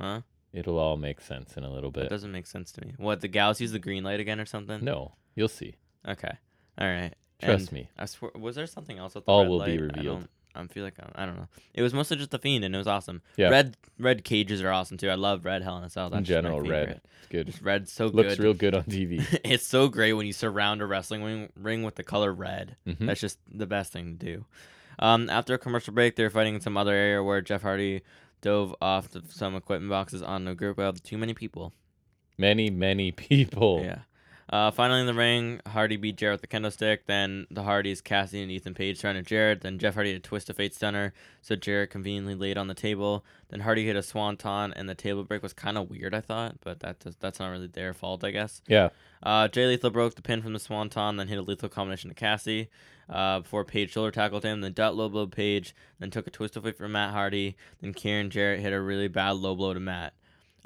S2: Huh?
S1: It'll all make sense in a little
S2: That
S1: bit.
S2: doesn't make sense to me. What, the gals use the green light again or something?
S1: No, you'll see.
S2: Okay. All right.
S1: Trust
S2: And
S1: me.
S2: I swear, was there something else with the
S1: All
S2: red
S1: will be
S2: light? I
S1: revealed.
S2: don't- I feel like I, I don't know. It was mostly just the fiend, and it was awesome.
S1: Yeah.
S2: Red red cages are awesome too. I love red Hell in a Cell. That's
S1: in
S2: just my
S1: general, red.
S2: favorite.
S1: It's good.
S2: Just red's so
S1: Looks
S2: good. <laughs>
S1: real good on TV.
S2: it's so great when you surround a wrestling ring, ring with the color red.
S1: Mhm.
S2: That's just the best thing to do. Um, after a commercial break, they were fighting in some other area where Jeff Hardy dove off of some equipment boxes on a group of too many people.
S1: Many, many <laughs> people.
S2: Yeah. Uh, finally in the ring, Hardy beat Jarrett with the kendo stick. Then the Hardys, Cassie and Ethan Page surrounded Jarrett. Then Jeff Hardy had a twist of fate stunner, so Jarrett conveniently laid on the table. Then Hardy hit a swanton, and the table break was kind of weird, I thought, but that does, that's not really their fault, I guess.
S1: Yeah.
S2: Uh, Jay Lethal broke the pin from the Swanton, then hit a lethal combination to Cassie uh, before Page shoulder tackled him. Then dot low blow Page, then took a twist of fate from Matt Hardy. Then Karen Jarrett hit a really bad low blow to Matt.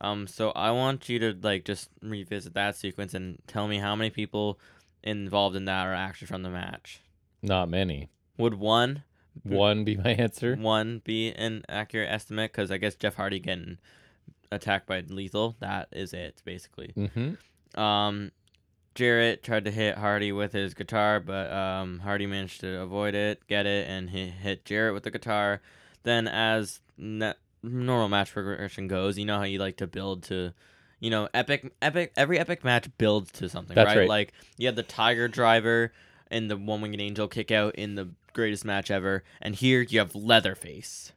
S2: Um, so I want you to like just revisit that sequence and tell me how many people involved in that are actually from the match.
S1: Not many.
S2: Would one
S1: One be my answer.
S2: one be an accurate estimate? Because I guess Jeff Hardy getting attacked by lethal that is it basically.
S1: Mm-hmm.
S2: Um, Jarrett tried to hit Hardy with his guitar, but um, Hardy managed to avoid it, get it, and he hit Jarrett with the guitar. Then, as na- normal match progression goes, you know how you like to build to, you know, epic, epic. Every epic match builds to something,
S1: That's
S2: right?
S1: right.
S2: Like you have the Tiger Driver and the One Winged Angel kick out in the greatest match ever, and here you have Leatherface.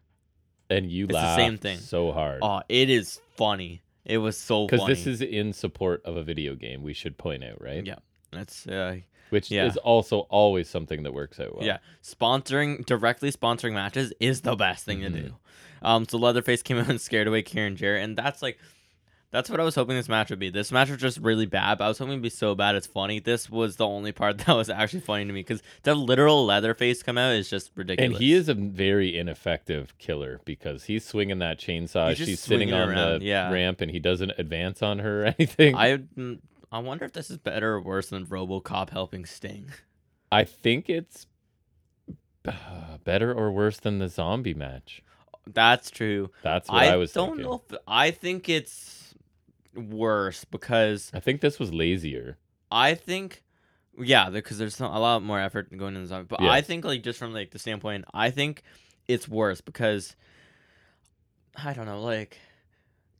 S1: And you
S2: It's the
S1: laugh
S2: same thing.
S1: so hard.
S2: Oh, it is funny. It was so funny.
S1: Because this is in support of a video game, we should point out, right?
S2: Yeah. that's uh,
S1: Which
S2: Yeah.
S1: is also always something that works out well.
S2: Yeah, sponsoring directly sponsoring matches is the best thing to
S1: Mhm.
S2: do. Um, so Leatherface came out and scared away Karen Jarrett, and that's like, that's what I was hoping this match would be. This match was just really bad, but I was hoping it'd be so bad it's funny. This was the only part <laughs> that was actually funny to me because the literal Leatherface come out is just ridiculous.
S1: And he is a very ineffective killer because he's swinging that chainsaw.
S2: He's just
S1: She's sitting
S2: swinging
S1: on
S2: around,
S1: the
S2: yeah.
S1: ramp and he doesn't advance on her or <laughs> anything. I,
S2: I mm, I wonder if this is better or worse than RoboCop helping Sting. <laughs>
S1: think it's uh, better or worse than the zombie match.
S2: That's true.
S1: That's what I, was
S2: don't
S1: thinking.
S2: know. If, I think it's worse because
S1: I think this was lazier.
S2: I think, yeah, because there's some, a lot more effort going into the zombie. But I
S1: Yes.
S2: think, like, just from like the standpoint, I think it's worse because I don't know, like.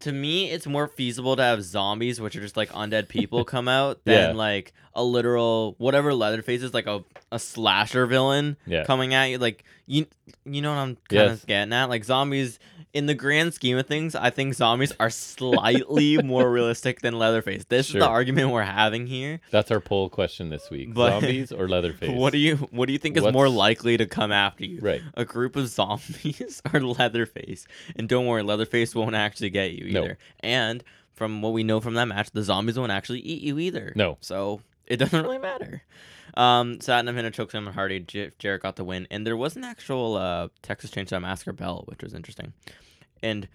S2: To me, it's more feasible to have zombies, which are just like undead
S1: <laughs>
S2: people, come out than
S1: Yeah.
S2: like a literal whatever Leatherface is, like a, a slasher villain
S1: Yeah.
S2: coming at you. Like you, you know what I'm kind of
S1: Yes.
S2: getting at. Like zombies, in the grand scheme of things, I think zombies
S1: <laughs>
S2: are slightly more realistic than Leatherface. This is
S1: Sure.
S2: the argument we're having here.
S1: That's our poll question this week.
S2: But-
S1: Zombies
S2: <laughs>
S1: or Leatherface?
S2: What do you What do you think is more
S1: What's-
S2: likely to come after you?
S1: <laughs> Right.
S2: A group of zombies <laughs> or Leatherface? And don't worry, Leatherface won't actually get you
S1: No.
S2: either. And from what we know from that match, the zombies won't actually eat you either.
S1: No.
S2: So it <laughs> doesn't really matter. Um, Satnam hit a choke slam and Hardy. J- Jarrett got the win, and there was an actual uh, Texas Chainsaw Massacre bell, which was interesting. And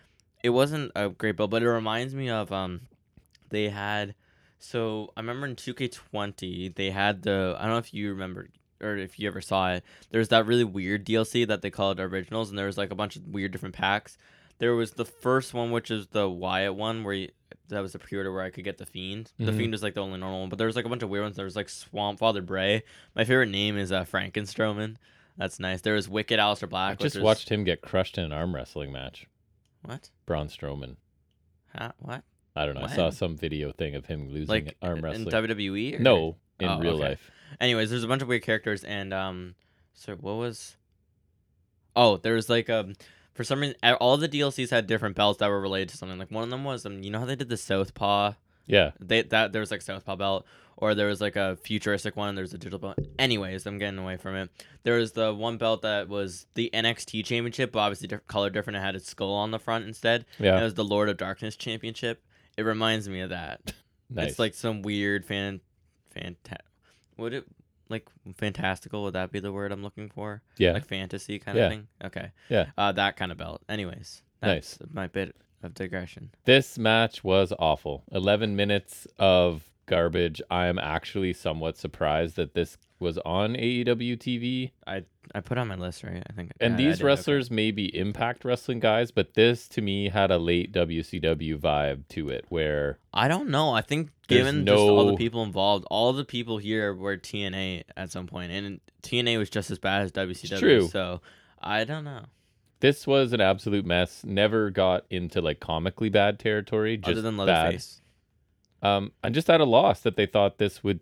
S2: it wasn't a great bell, but it reminds me of um, they had. So I remember in 2K20 they had the I don't know if you remember or if you ever saw it. There's that really weird DLC that they called Originals, and there was like a bunch of weird different packs. There was the first one, which is the Wyatt one, where you, that was the pre-order where I could get the Fiend. The
S1: Mhm.
S2: Fiend was like the only normal one, but there was like a bunch of weird ones. There was like Swamp Father Bray. My favorite name is uh, Frankenstroman. That's nice. There was Wicked Alistair
S1: I
S2: Black. which
S1: just
S2: was-
S1: watched him get crushed in an arm wrestling match.
S2: what?
S1: Braun Strowman.
S2: Huh? What?
S1: I don't know. I saw
S2: When?
S1: some video thing of him losing
S2: Like
S1: arm
S2: in
S1: wrestling.
S2: WWE? or-
S1: no, in
S2: Oh,
S1: real
S2: okay.
S1: life.
S2: anyways, there's a bunch of weird characters, and um, so what was? Oh, there was like um, For some reason, a- all the DLCs had different belts that were related to something. Like one of them was, um, you know how they did the Southpaw?
S1: Yeah.
S2: They that there was like Southpaw belt, or there was like a futuristic one. and There was a digital belt. Anyways, I'm getting away from it. There was the one belt that was the NXT Championship, but obviously different color different. It had its skull on the front instead.
S1: Yeah.
S2: And it was the Lord of Darkness Championship. It reminds me of that.
S1: nice.
S2: It's like some weird fan, fanta- would it like fantastical? Would that be the word I'm looking for?
S1: yeah.
S2: Like fantasy kind
S1: Yeah.
S2: of thing. Okay.
S1: Yeah.
S2: Uh, that kind of belt. Anyways,
S1: Nice.
S2: that's my bit of digression.
S1: This match was awful. 11 minutes of garbage. I am actually somewhat surprised that this was on E AEW TV.
S2: I put on my list, right? I think.
S1: And
S2: I- I
S1: these
S2: did, okay.
S1: wrestlers may be impact wrestling guys, but this to me had a late WCW vibe to it where
S2: I don't know. I think
S1: There's
S2: given just all the
S1: no-
S2: people involved, all the people here were TNA at some point, and TNA was just as bad as WCW.
S1: true.
S2: So I don't know.
S1: this was an absolute mess. Never got into like comically bad territory. Just
S2: Other than
S1: bad.
S2: Leatherface.
S1: Um, I'm just at a loss that they thought this would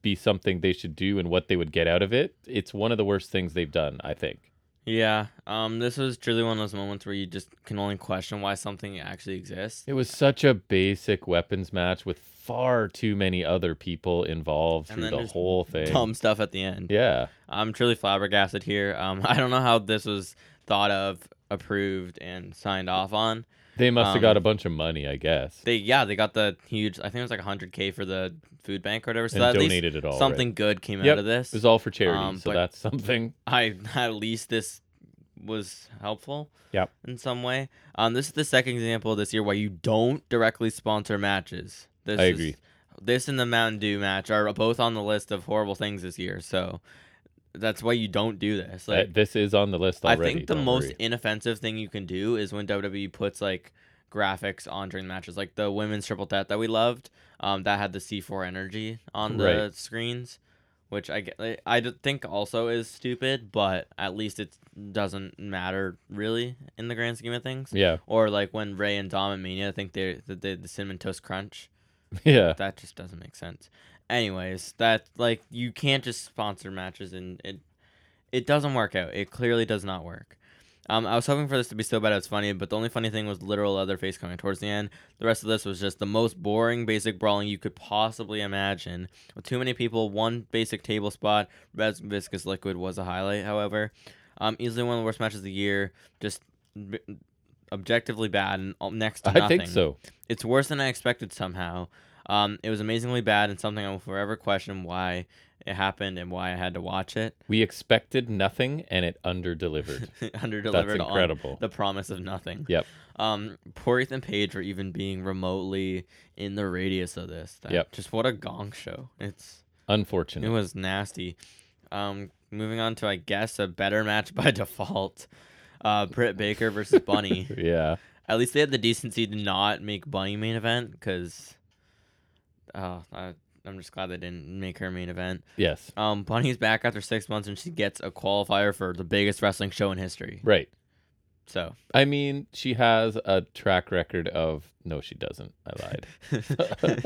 S1: be something they should do and what they would get out of it. It's one of the worst things they've done, I think.
S2: Yeah, um, this was truly one of those moments where you just can only question why something actually exists.
S1: It was such a basic weapons match with far too many other people involved
S2: And
S1: through
S2: then
S1: the
S2: there's
S1: whole thing.
S2: Dumb stuff at the end.
S1: Yeah.
S2: I'm truly flabbergasted here. Um, <laughs> I don't know how this was thought of, approved, and signed off on.
S1: They must have got
S2: Um,
S1: a bunch of money, I guess.
S2: They yeah, they got the huge. I think it was like 100k for the food bank or whatever. So
S1: and
S2: at least
S1: donated it all. right?
S2: something good came
S1: Yep,
S2: out of this.
S1: It was all for charity,
S2: Um,
S1: so
S2: but-
S1: that's something.
S2: I <laughs> at least this was helpful.
S1: Yep.
S2: In some way. Um, this is the second example this year where you don't directly sponsor matches. This
S1: I
S2: is-
S1: agree.
S2: this and the Mountain Dew match are both on the list of horrible things this year. So that's why you don't do this.
S1: Uh,
S2: Like
S1: this is on the list
S2: I
S1: already.
S2: think the
S1: don't
S2: most
S1: worry.
S2: inoffensive thing you can do is when WWE puts like graphics on during matches, like the women's triple threat that we loved, um, that had the C4 energy on the
S1: Right.
S2: screens, which I get, like, I d- think also is stupid, but at least it doesn't matter really in the grand scheme of things.
S1: <laughs> Yeah,
S2: Or like when Ray and Dom and Mania think they that they did the cinnamon toast crunch, <laughs>
S1: yeah.
S2: that just doesn't make sense. Anyways, that like you can't just sponsor matches and it it doesn't work out. It clearly does not work. Um, I was hoping for this to be so bad it's funny, but the only funny thing was literal Leatherface coming towards the end. The rest of this was just the most boring basic brawling you could possibly imagine. With too many people, one basic table spot. Red Viscous Liquid was a highlight, however. Um, easily one of the worst matches of the year. Just b- objectively bad and all- next to nothing.
S1: I think so.
S2: It's worse than I expected somehow. Um, it was amazingly bad and something I will forever question why it happened and why I had to watch it. <laughs>
S1: We expected nothing, and it underdelivered.
S2: Under
S1: that's
S2: delivered on
S1: incredible.
S2: the <laughs> promise of nothing.
S1: Yep.
S2: Um, poor Ethan Page for even being remotely in the radius of this. That,
S1: Yep.
S2: Just what a gong show. It's it <laughs>
S1: Unfortunate.
S2: was nasty. Um, moving on to I guess a better match <laughs> by default. Uh, Britt Baker versus Bunny.
S1: yeah.
S2: At least they had the decency to not make Bunny main event because, oh, I, I'm just glad they didn't make her main event.
S1: Yes.
S2: Um, Bunny's back after six months and she gets a qualifier for the biggest wrestling show in history.
S1: Right.
S2: So <laughs>
S1: I mean, she has a track record of no, she doesn't. I lied.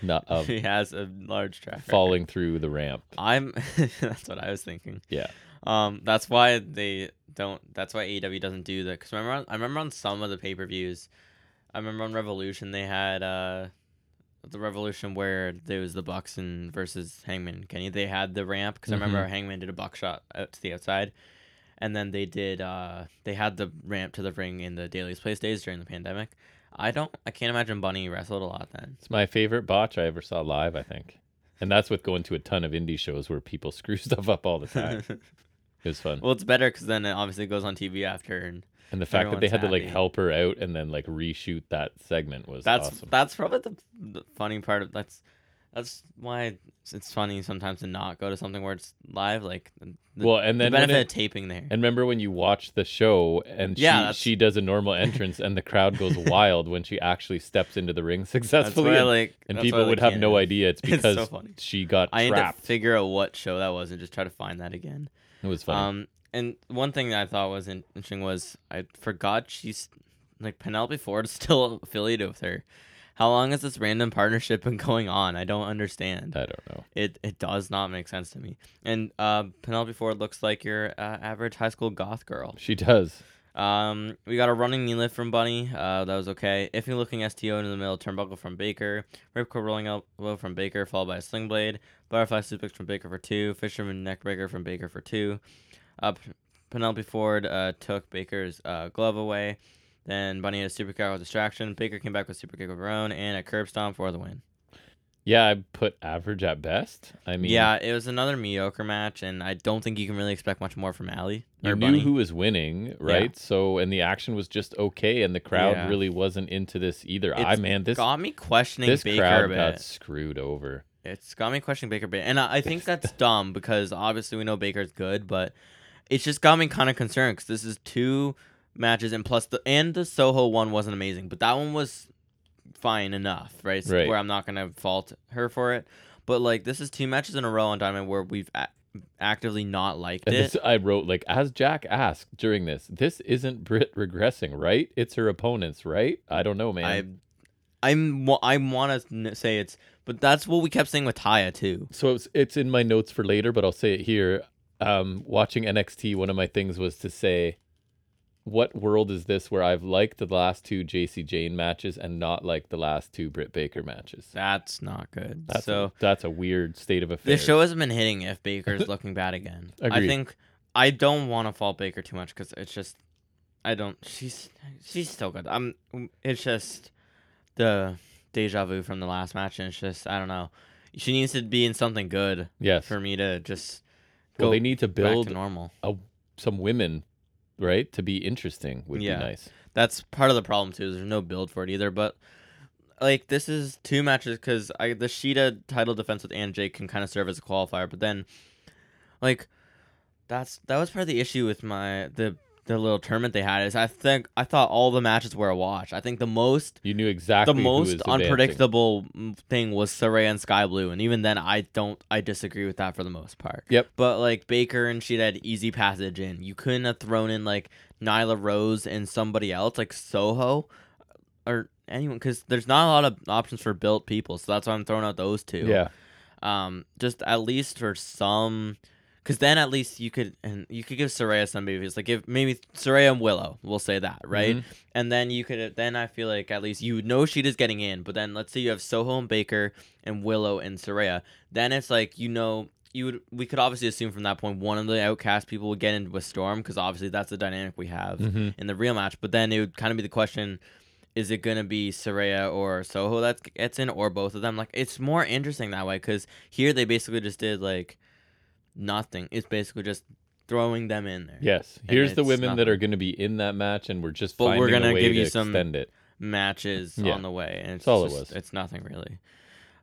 S1: Not of
S2: she has a large track. record.
S1: falling through the ramp.
S2: I'm. <laughs> that's what I was thinking.
S1: Yeah.
S2: Um, that's why they don't. That's why AEW doesn't do that. Cause remember, on, I remember on some of the pay per views, I remember on Revolution they had uh, the Revolution where there was the Bucks and versus Hangman and Kenny. They had the ramp because I
S1: Mm-hmm.
S2: remember Hangman did a buckshot out to the outside, and then they did. Uh, they had the ramp to the ring in the Daily's Place days during the pandemic. I don't. I can't imagine Bunny wrestled a lot then.
S1: It's my favorite botch I ever saw live, I think. And that's with going to a ton of indie shows where people <laughs> screw stuff up all the
S2: <laughs>
S1: time. It was fun.
S2: well, it's better because then it obviously goes on TV after and.
S1: And the fact that they had
S2: everyone's
S1: to like
S2: happy.
S1: help her out and then like reshoot that segment was
S2: that's
S1: awesome.
S2: that's probably the, the funny part of that's that's why it's, it's funny sometimes to not go to something where it's live like the, the-
S1: well, and
S2: the
S1: then when
S2: benefit
S1: it-
S2: of taping there
S1: and remember when you watch the show and
S2: Yeah,
S1: she,
S2: that's-
S1: she does a normal entrance and the crowd
S2: <laughs>
S1: goes wild when she actually steps into the ring successfully.
S2: why I
S1: and-
S2: like
S1: and
S2: that's why
S1: people
S2: I
S1: would
S2: like
S1: have no
S2: Canada.
S1: idea it's
S2: <laughs> It's
S1: because
S2: so funny.
S1: she got
S2: I need to
S1: trapped.
S2: figure out what show that was and just try to find that again
S1: It was funny.
S2: Um, and one thing that I thought was in- <laughs> interesting was I forgot she's like Penelope Ford is still affiliated with her. How long has this random partnership been going on? I don't understand.
S1: I don't know.
S2: It it does not make sense to me. And uh, Penelope Ford looks like your uh, average high school goth girl.
S1: She does.
S2: Um, we got a running knee lift from Bunny. Uh, that was okay. Iffy looking STO into the middle turnbuckle from Baker. Ripcord rolling elbow from Baker, followed by a sling blade. Butterfly suplex from Baker for two. Fisherman neckbreaker from Baker for two. Up, Penelope Ford uh, took Baker's uh, glove away. Then Bunny had a super kick with distraction. Baker came back with super kick of her own and a curb stomp for the win.
S1: Yeah, I put average at best. I mean,
S2: yeah, it was another mediocre match, and I don't think you can really expect much more from Allie
S1: you
S2: or
S1: knew
S2: Bunny.
S1: who was winning, right? So, and the action was just okay, and the crowd
S2: Yeah.
S1: really wasn't into this either. I
S2: It's
S1: man, this
S2: got me questioning
S1: this
S2: Baker a
S1: crowd
S2: bit.
S1: got screwed over.
S2: It's got me questioning Baker Bay, and I, I think
S1: <laughs>
S2: that's dumb because obviously we know Baker's good, but it's just got me kind of concerned because this is two matches, and plus the and the Soho one wasn't amazing, but that one was fine enough, right? So
S1: Right.
S2: Where I'm not gonna fault her for it, but like this is two matches in a row on Diamond where we've a- actively not liked
S1: And
S2: it.
S1: this, I wrote like as Jack asked during this, this isn't Brit regressing, right? It's her opponents, right? I don't know, man.
S2: I I'm wa- I want to say it's, but that's what we kept saying with Taya too.
S1: so it's it's in my notes for later, but I'll say it here. Um, watching NXT, one of my things was to say, "What world is this where I've liked the last two JC Jane matches and not like the last two Britt Baker matches?"
S2: That's not good.
S1: That's
S2: so.
S1: a, that's a weird state of affairs.
S2: This show hasn't been hitting if <laughs> Baker's looking bad again. I
S1: Agreed.
S2: think I don't want to fault Baker too much because it's just I don't. She's she's still good. I'm. It's just the deja vu from the last match, and it's just I don't know. She needs to be in something good
S1: yes.
S2: for me to just
S1: well,
S2: go
S1: they need to build
S2: build back to normal.
S1: some women, right, to be interesting. Would
S2: Yeah.
S1: be nice.
S2: That's part of the problem too. Is there's no build for it either, but. Like this is two matches because I the Sheeta title defense with Ann Jake can kind of serve as a qualifier, but then, like, that's that was part of the issue with my the the little tournament they had is I think I thought all the matches were a wash. I think the most
S1: You knew exactly
S2: the
S1: who was
S2: most
S1: advancing.
S2: unpredictable mm, thing was Saray and Sky Blue, and even then, I don't I disagree with that for the most part.
S1: Yep.
S2: But like Baker and she had easy passage in. You couldn't have thrown in like Nyla Rose and somebody else like Soho or anyone because there's not a lot of options for built people. So that's why I'm throwing out those two
S1: Yeah,
S2: um, just at least for some, because then at least you could and you could give Soraya some movies, like give maybe Soraya and Willow, we'll say that, right?
S1: Mhm.
S2: And then you could then I feel like at least you know she is getting in, but then let's say you have Soho and Baker and Willow and Soraya, then it's like you know. You would, we could obviously assume from that point one of the outcast people would get in with Storm because obviously that's the dynamic we have
S1: Mhm.
S2: in the real match. But then it would kind of be the question: Is it gonna be Soraya or Soho that gets in, or both of them? Like it's more interesting that way because here they basically just did like nothing. It's basically just throwing them in there.
S1: Yes. Here's the
S2: it's
S1: women that
S2: nothing.
S1: are going to be in that match, and we're just
S2: But
S1: finding
S2: we're
S1: a
S2: gonna
S1: way
S2: give
S1: to
S2: you some-
S1: extend it.
S2: matches
S1: Yeah.
S2: on the way, and it's
S1: That's all it
S2: just-
S1: was.
S2: It's nothing really.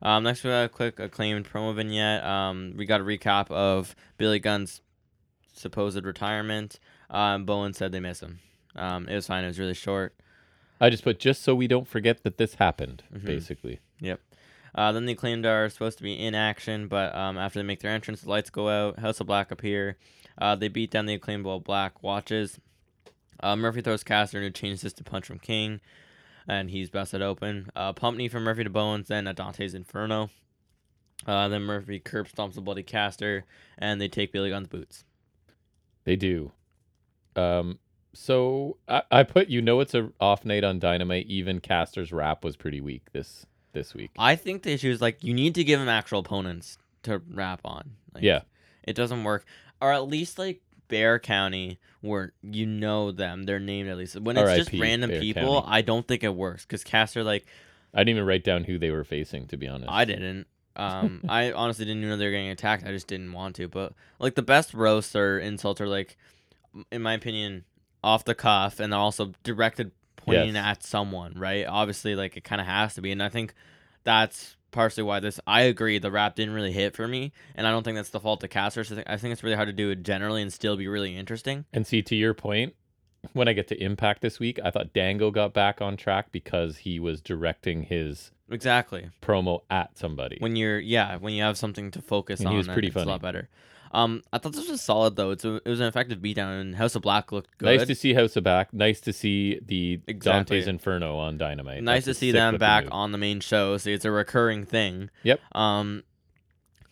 S2: Um, next we got a quick acclaimed promo vignette. Um, we got a recap of Billy Gunn's supposed retirement. Um, Bowen said they miss him. Um, it was fine. It was really short.
S1: I just put just so we don't forget that this happened,
S2: Mhm.
S1: basically.
S2: Yep. Uh, then the acclaimed are supposed to be in action, but um, after they make their entrance, the lights go out. House of Black appear. Uh, they beat down the acclaimed while Black watches. Uh, Murphy throws Caster to change this to punch from King, and he's busted open. Uh, pump knee from Murphy to Bowens, then a Dante's Inferno. Uh, then Murphy curb stomps a bloody Caster, and they take Billy Gunn's boots.
S1: They do. Um. So I, I put you know it's a off night on Dynamite. Even Caster's rap was pretty weak this this week.
S2: I think the issue is like you need to give him actual opponents to rap on. Like,
S1: Yeah.
S2: it doesn't work, or at least like Bear County, where you know them, they're named at least. When it's just
S1: RIP
S2: random
S1: Bexar
S2: people,
S1: County.
S2: I don't think it works because Caster like
S1: I didn't even write down who they were facing, to be honest.
S2: I didn't. Um, I honestly didn't even know they were getting attacked. I just didn't want to. But like the best roasts or insults are like, in my opinion, off the cuff and also directed pointing
S1: Yes.
S2: at someone. Right? Obviously, like it kind of has to be, and I think that's partially why this. I agree. The rap didn't really hit for me, and I don't think that's the fault of casters. I think, I think it's really hard to do it generally and still be really interesting.
S1: And see, to your point, when I get to Impact this week, I thought Dango got back on track because he was directing his
S2: Exactly.
S1: promo at somebody.
S2: When you're yeah, when you have something to focus
S1: And
S2: on,
S1: he was
S2: then
S1: pretty
S2: it's a lot better. Um, I thought this was solid though. It's a, it was an effective beatdown, and House of Black looked good.
S1: Nice to see House of Back. Nice to see the
S2: Exactly.
S1: Dante's Inferno on Dynamite.
S2: nice to
S1: That's a
S2: see
S1: sick
S2: them
S1: looking
S2: back
S1: move.
S2: on the main show. See, it's a recurring thing.
S1: Yep.
S2: Um,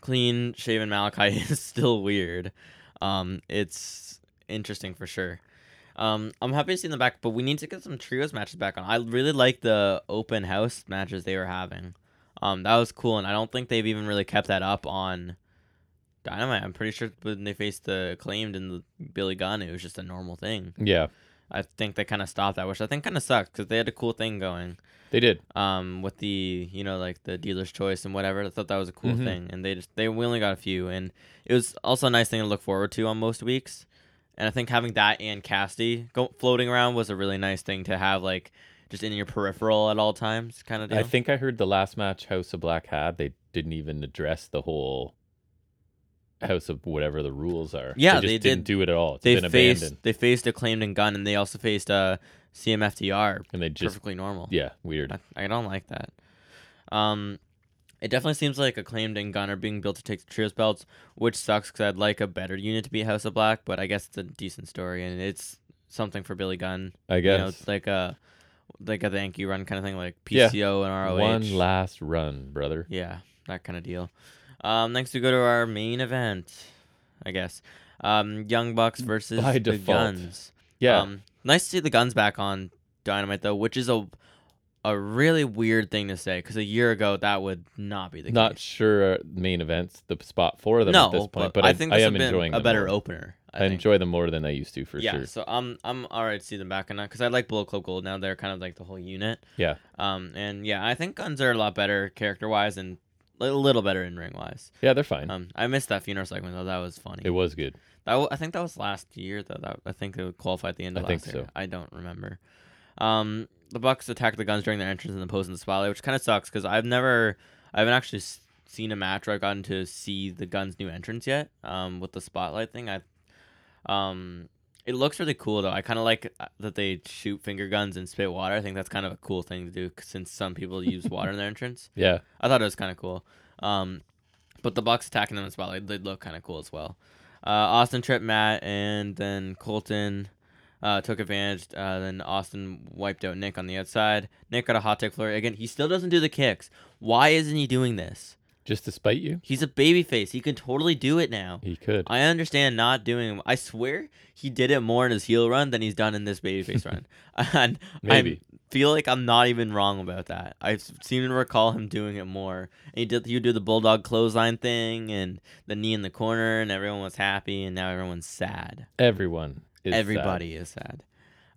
S2: clean shaven Malachi <laughs> is still weird. Um, it's interesting for sure. Um, I'm happy to see them back, but we need to get some trios matches back on. I really like the open house matches they were having. Um, that was cool, and I don't think they've even really kept that up on Dynamite. I'm pretty sure when they faced the acclaimed and the Billy Gunn, it was just a normal thing.
S1: Yeah,
S2: I think they kind of stopped that, which I think kind of sucks because they had a cool thing going
S1: they did.
S2: um with the you know like the dealer's choice and whatever i thought that was a cool
S1: Mhm.
S2: thing and they just they we only got a few and it was also a nice thing to look forward to on most weeks and i think having that and casty go floating around was a really nice thing to have like just in your peripheral at all times kind of deal.
S1: I think I heard the last match House of Black had, they didn't even address the whole House of whatever the rules are.
S2: Yeah,
S1: they, just
S2: they
S1: didn't
S2: did-
S1: do it at all. It's
S2: they
S1: been
S2: faced
S1: abandoned,
S2: they faced acclaimed and gun and they also faced uh cmftr
S1: and they just
S2: perfectly normal
S1: yeah, weird.
S2: I, I don't like that. Um, it definitely seems like Acclaimed and Gunn are being built to take the trios belts, which sucks because I'd like a better unit to be House of Black, but I guess it's a decent story and it's something for Billy Gunn.
S1: I
S2: You know,
S1: guess
S2: it's like a like a thank you run kind of thing, like
S1: Yeah.
S2: PCO and ROH.
S1: one last run, brother.
S2: Yeah, that kind of deal. Um, next we go to our main event, I guess. Um, Young Bucks versus
S1: By
S2: the
S1: default.
S2: Guns.
S1: Yeah,
S2: Um, nice to see the guns back on Dynamite though, which is a a really weird thing to say because a year ago that would not be the
S1: not
S2: case.
S1: sure uh, main events the spot for them
S2: no,
S1: at this point, but,
S2: but, I think
S1: I
S2: this
S1: am
S2: has been
S1: enjoying
S2: a
S1: them
S2: better
S1: more.
S2: opener. I,
S1: I,
S2: think.
S1: enjoy them more than I used to for
S2: yeah,
S1: sure.
S2: so I'm I'm all right to see them back on that because I like Bullet Club Gold now. They're kind of like the whole unit.
S1: Yeah.
S2: Um, and yeah, I think guns are a lot better character wise and a little better in ring wise.
S1: Yeah, they're fine.
S2: Um, I missed that funeral segment though. That was funny.
S1: it was good.
S2: That wa- I think that was last year though. That I think they qualified at the end of
S1: I
S2: last
S1: think
S2: year.
S1: so.
S2: I don't remember. Um, the Bucks attacked the guns during their entrance in the pose in the spotlight, which kind of sucks because I've never, I haven't actually s- seen a match where I've gotten to see the guns' new entrance yet. Um, with the spotlight thing, I, um, it looks really cool though. I kind of like uh, that they shoot finger guns and spit water. I think that's kind of a cool thing to do 'cause since some people use water in their entrance.
S1: Yeah,
S2: I thought it was kind of cool. Um, but the Bucks attacking them in the spotlight did look kind of cool as well. Uh, Austin tripped Matt, and then Colton uh, took advantage. Uh, then Austin wiped out Nick on the outside. Nick got a hot tech flurry again. He still doesn't do the kicks. Why isn't he doing this?
S1: just to spite you,
S2: He's a babyface. He can totally do it now.
S1: he could.
S2: I understand not doing him. I swear he did it more in his heel run than he's done in this babyface run. <laughs> And
S1: Maybe.
S2: I feel like I'm not even wrong about that. I s- seem to recall him doing it more. And he did you do the bulldog clothesline thing and the knee in the corner and everyone was happy and now everyone's sad.
S1: Everyone is sad.
S2: Everybody is sad.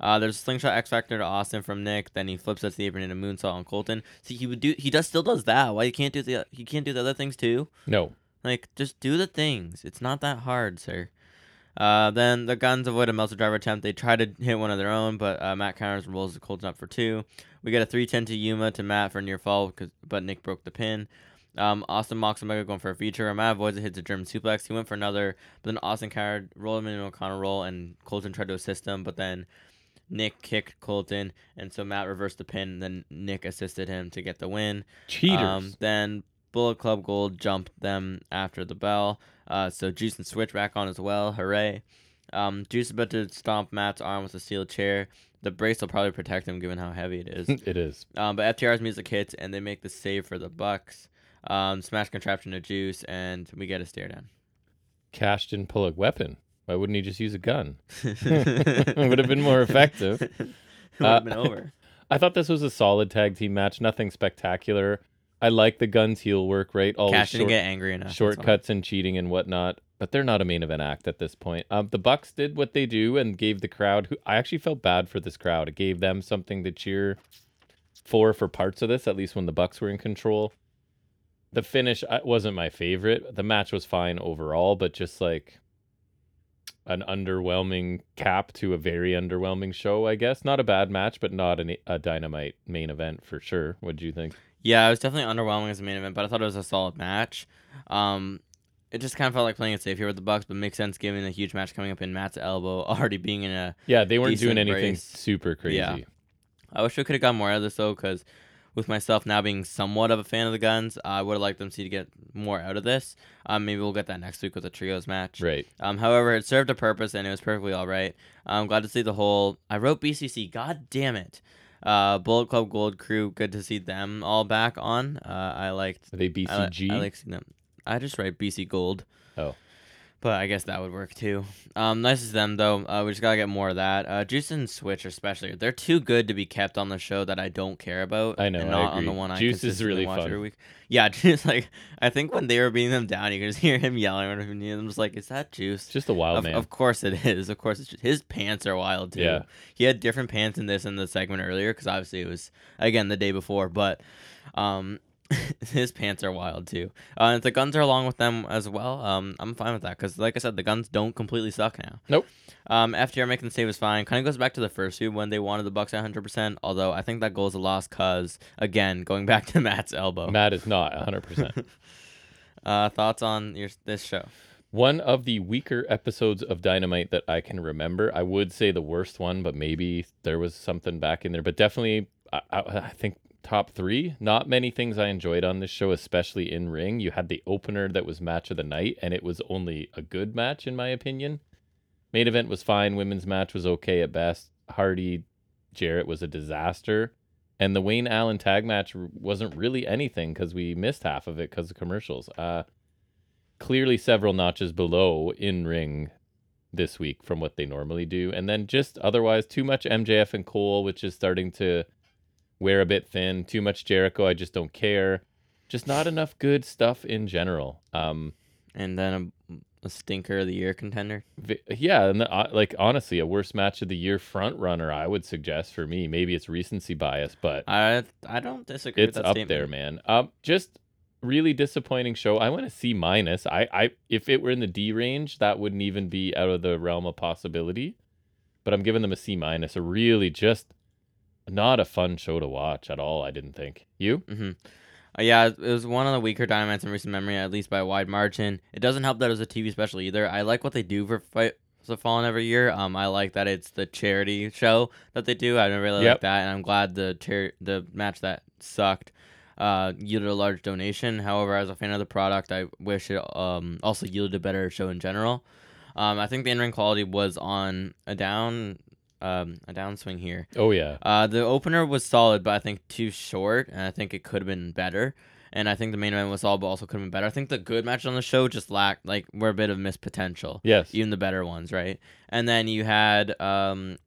S2: Uh, there's a slingshot X Factor to Austin from Nick. Then he flips us the apron into moonsault on Colton. See, he would do. He does still does that. Why he can't do the he can't do the other things too?
S1: No,
S2: Like, just do the things. It's not that hard, sir. Uh, then the guns avoid a Meltzer driver attempt. They try to hit one of their own, but uh, Matt counters and rolls the Colton up for two. We get a 310 to Yuma to Matt for a near fall, 'cause- but Nick broke the pin. Um, Austin mocks Omega going for a feature. Matt avoids it, hits a German suplex. He went for another, but then Austin countered, rolled him into a Connor roll, and Colton tried to assist him, but then Nick kicked Colton, and so Matt reversed the pin, and then Nick assisted him to get the win.
S1: cheaters.
S2: Um, then Bullet Club Gold jumped them after the bell. Uh, so Juice and Switch back on as well. Hooray. Um, Juice about to stomp Matt's arm with a steel chair. The brace will probably protect him given how heavy
S1: <laughs>
S2: it
S1: <laughs>
S2: is.
S1: it is.
S2: um, but FTR's music hits and they make the save for the Bucks. Um, smash contraption to Juice and we get a
S1: <laughs>
S2: stare down.
S1: Cash didn't pull a weapon. Why wouldn't he just use a gun? Would have been more effective.
S2: <laughs> It Would have
S1: Uh,
S2: been over.
S1: I thought this was a solid tag team match. Nothing spectacular. I like the guns heel work rate. <laughs> Always
S2: Cash didn't
S1: short-
S2: get angry enough. that's all.
S1: shortcuts and cheating and whatnot. But they're not a main event act at this point. Um, the Bucks did what they do and gave the crowd. Who I actually felt bad for this crowd. It gave them something to cheer for for parts of this. At least when the Bucks were in control. The finish uh, wasn't my favorite. The match was fine overall, but just like an underwhelming cap to a very underwhelming show, I guess. Not a bad match, but not an, a dynamite main event for sure. What do you think?
S2: Yeah, it was definitely underwhelming as a main event, but I thought it was a solid match. Um, it just kind of felt like playing it safe here with the Bucks, but makes sense given a huge match coming up in Matt's elbow <laughs> already being in a.
S1: Yeah, they weren't doing
S2: Decent
S1: anything
S2: brace.
S1: super crazy.
S2: Yeah. I wish we could have got more out of this though, because with myself now being somewhat of a fan of the guns, I would have liked them to see to get more out of this. Um, maybe we'll get that next week with the trios match.
S1: Right.
S2: Um, however, it served a purpose and it was perfectly all right. I'm glad to see the whole. I wrote BCC. God damn it. Uh, Bullet Club Gold Crew. Good to see them all back on. Uh, I liked.
S1: Are they
S2: I, li-
S1: BCG?
S2: I like seeing them. I just write BC Gold.
S1: Oh.
S2: But I guess that would work too. Um, nice is them though. Uh, we just gotta get more of that. Uh, Juice and Switch especially, they're too good to be kept on the show that I don't care about.
S1: I know,
S2: And
S1: I
S2: not on the
S1: agree.
S2: one I
S1: Juice is
S2: consistently
S1: really
S2: watch
S1: fun.
S2: every week. Yeah, <laughs> Juice. Like I think when they were beating them down, you could just <laughs> hear him yelling. Or whatever, and I'm just like, is that Juice?
S1: It's just a wild
S2: of,
S1: Oh, man.
S2: of course it <laughs> is. Of course, it's ju- his pants are wild too.
S1: Yeah.
S2: he had different pants in this in the segment earlier because obviously it was again the day before, but um, <laughs> his pants are wild too. Uh, the guns are along with them as well. Um, I'm fine with that because, like I said, the guns don't completely suck now.
S1: Nope.
S2: Um, FTR making the save is fine. Kind of goes back to the first two when they wanted the Bucks at 100. percent Although I think that goal is a loss cause again going <laughs> back to Matt's elbow.
S1: Matt is not 100%.
S2: Uh, thoughts on your this show?
S1: one of the weaker episodes of Dynamite that I can remember. I would say the worst one, but maybe there was something back in there. But definitely, I, I, I think top three. Not many things I enjoyed on this show, especially in ring. You had the opener that was match of the night, and it was only a good match, in my opinion. Main event was fine. Women's match was okay at best. Hardy Jarrett was a disaster. And the Wayne Allen tag match r- wasn't really anything because we missed half of it because of commercials. Uh, clearly several notches below in ring this week from what they normally do. And then just otherwise, too much MJF and Cole, which is starting to wear a bit thin. Too much Jericho. I just don't care. Just not enough good stuff in general. Um,
S2: And then a, a stinker of the year contender.
S1: vi- yeah, and the, uh, like honestly, a worst match of the year front runner, I would suggest for me. Maybe it's recency bias, but
S2: I I don't disagree.
S1: it's
S2: with that
S1: up
S2: statement.
S1: there, man. Um, just really disappointing show. I went to C minus. I, I, if it were in the D range, that wouldn't even be out of the realm of possibility. But I'm giving them a C minus. A really just not a fun show to watch at all. I didn't think you.
S2: Mm-hmm. Uh, yeah, it was one of the weaker dynamites in recent memory, at least by a wide margin. It doesn't help that it was a TV special either. I like what they do for Fight the Fallen every year. Um, I like that it's the charity show that they do. I really
S1: Yep.
S2: like that, and I'm glad the chari- the match that sucked uh, yielded a large donation. However, as a fan of the product, I wish it um, also yielded a better show in general. Um, I think the in-ring quality was on a down um, a downswing here.
S1: Oh yeah,
S2: Uh, the opener was solid, but I think too short, and I think it could have been better. And I think the main event was solid, but also could have been better. I think the good matches on the show just lacked, like, were a bit of missed potential,
S1: yes.
S2: even the better ones, right? And then you had, um,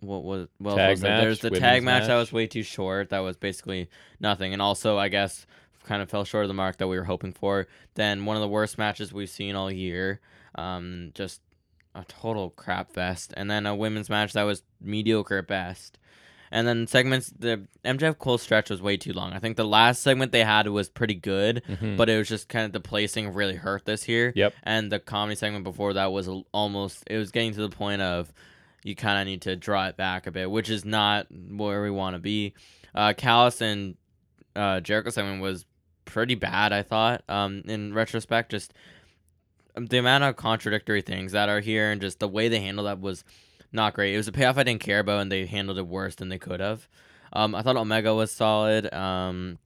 S2: what was well
S1: Tag
S2: was there? there's
S1: match,
S2: the tag
S1: women's
S2: match, that
S1: match.
S2: was way too short. That was basically nothing, and also I guess kind of fell short of the mark that we were hoping for. Then one of the worst matches we've seen all year. Um, just a total crap fest, and then a women's match that was mediocre at best. And then segments, the MJF Cole stretch was way too long. I think the last segment they had was pretty good,
S1: Mhm.
S2: but it was just kind of the placing really hurt this year.
S1: Yep.
S2: And the comedy segment before that was al- almost, it was getting to the point of you kind of need to draw it back a bit, which is not where we want to be. Uh, Callus and uh, Jericho segment was pretty bad, I thought. Um, in retrospect, just um, the amount of contradictory things that are here and just the way they handled that was not great. It was a payoff I didn't care about, and they handled it worse than they could have. Um, I thought Omega was solid. Um,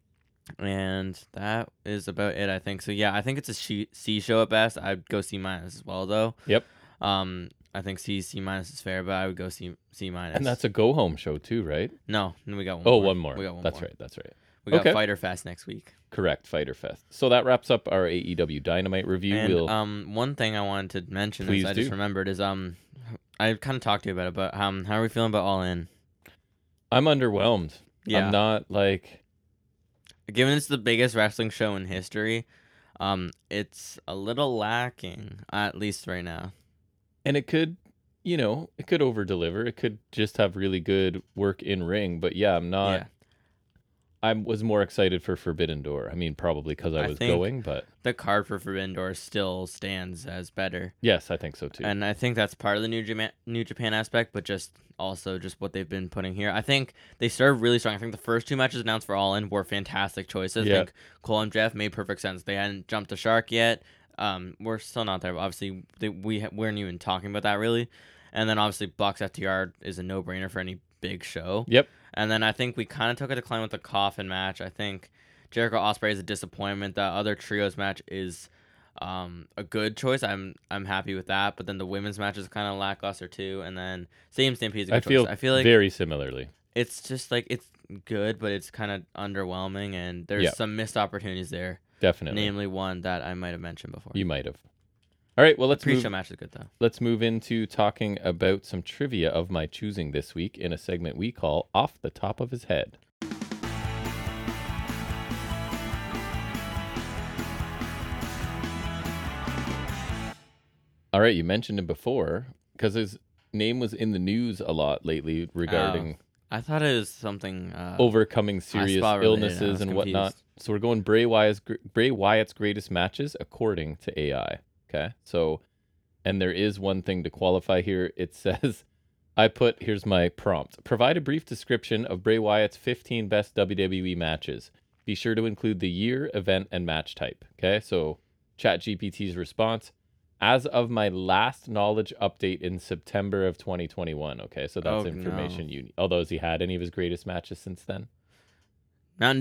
S2: and that is about it, I think. So yeah, I think it's a she- C show at best. I'd go C minus as well, though.
S1: Yep.
S2: Um, I think C C minus is fair, but I would go C C minus.
S1: And that's a go home show too, right?
S2: no, no, we got one.
S1: Oh,
S2: more.
S1: one more.
S2: We got one
S1: that's
S2: more.
S1: right. That's right.
S2: We got
S1: Okay.
S2: Fighter Fest next week.
S1: Correct. Fighter Fest. So that wraps up our AEW Dynamite review.
S2: and
S1: we'll
S2: um, one thing I wanted to mention
S1: Please
S2: is I just
S1: do.
S2: remembered is um, I kind of talked to you about it, but um, how are we feeling about All In?
S1: I'm underwhelmed.
S2: Yeah,
S1: I'm not like
S2: given it's the biggest wrestling show in history, um, it's a little lacking at least right now.
S1: and it could you know it could over deliver it could just have really good work in ring but yeah i'm not
S2: yeah,
S1: i was more excited for forbidden door i mean probably because i
S2: I
S1: was
S2: think-
S1: going but
S2: the card for Forbidden Door still stands as better.
S1: yes i think so too
S2: And I think that's part of the New Japan, New Japan aspect, but just also just what they've been putting here. I think they started really strong. I think the first two matches announced for All In were fantastic choices.
S1: Yeah.
S2: I think Cole and Jeff made perfect sense. They hadn't jumped the shark yet. Um, we're still not there. Obviously, they, we ha- weren't even talking about that really. And then obviously, Bucks FTR is a no brainer for any big show.
S1: Yep.
S2: And then I think we kind of took a decline with the coffin match. I think Jericho Osprey is a disappointment. That other trios match is um, a good choice. I'm I'm happy with that. But then the women's match is kind of lackluster too. And then same Stampede's a good
S1: I feel,
S2: choice. I feel like
S1: very similarly.
S2: it's just like it's good, but it's kind of underwhelming, and there's
S1: Yeah.
S2: some missed opportunities there.
S1: Definitely.
S2: Namely, one that I might have mentioned before.
S1: You might have. All right, well let's
S2: pre-show
S1: move,
S2: match is good though.
S1: let's move into talking about some trivia of my choosing this week in a segment we call Off the Top of His Head. All right, you mentioned him before because his name was in the news a lot lately regarding
S2: I thought it was something. Uh,
S1: Oh. overcoming serious
S2: spot related, I
S1: illnesses
S2: was
S1: and whatnot.
S2: confused.
S1: So we're going Bray Wyatt's, gr- Bray Wyatt's greatest matches according to AI. Okay. So, and there is one thing to qualify here. It <laughs> says, I put, here's my prompt provide a brief description of Bray Wyatt's 15 best WWE matches. Be sure to include the year, event, and match type. Okay. So, ChatGPT's response. As of my last knowledge update in September of 2021. Okay, so that's
S2: Oh, no.
S1: information you. Although, has he had any of his greatest matches since then?
S2: Mountain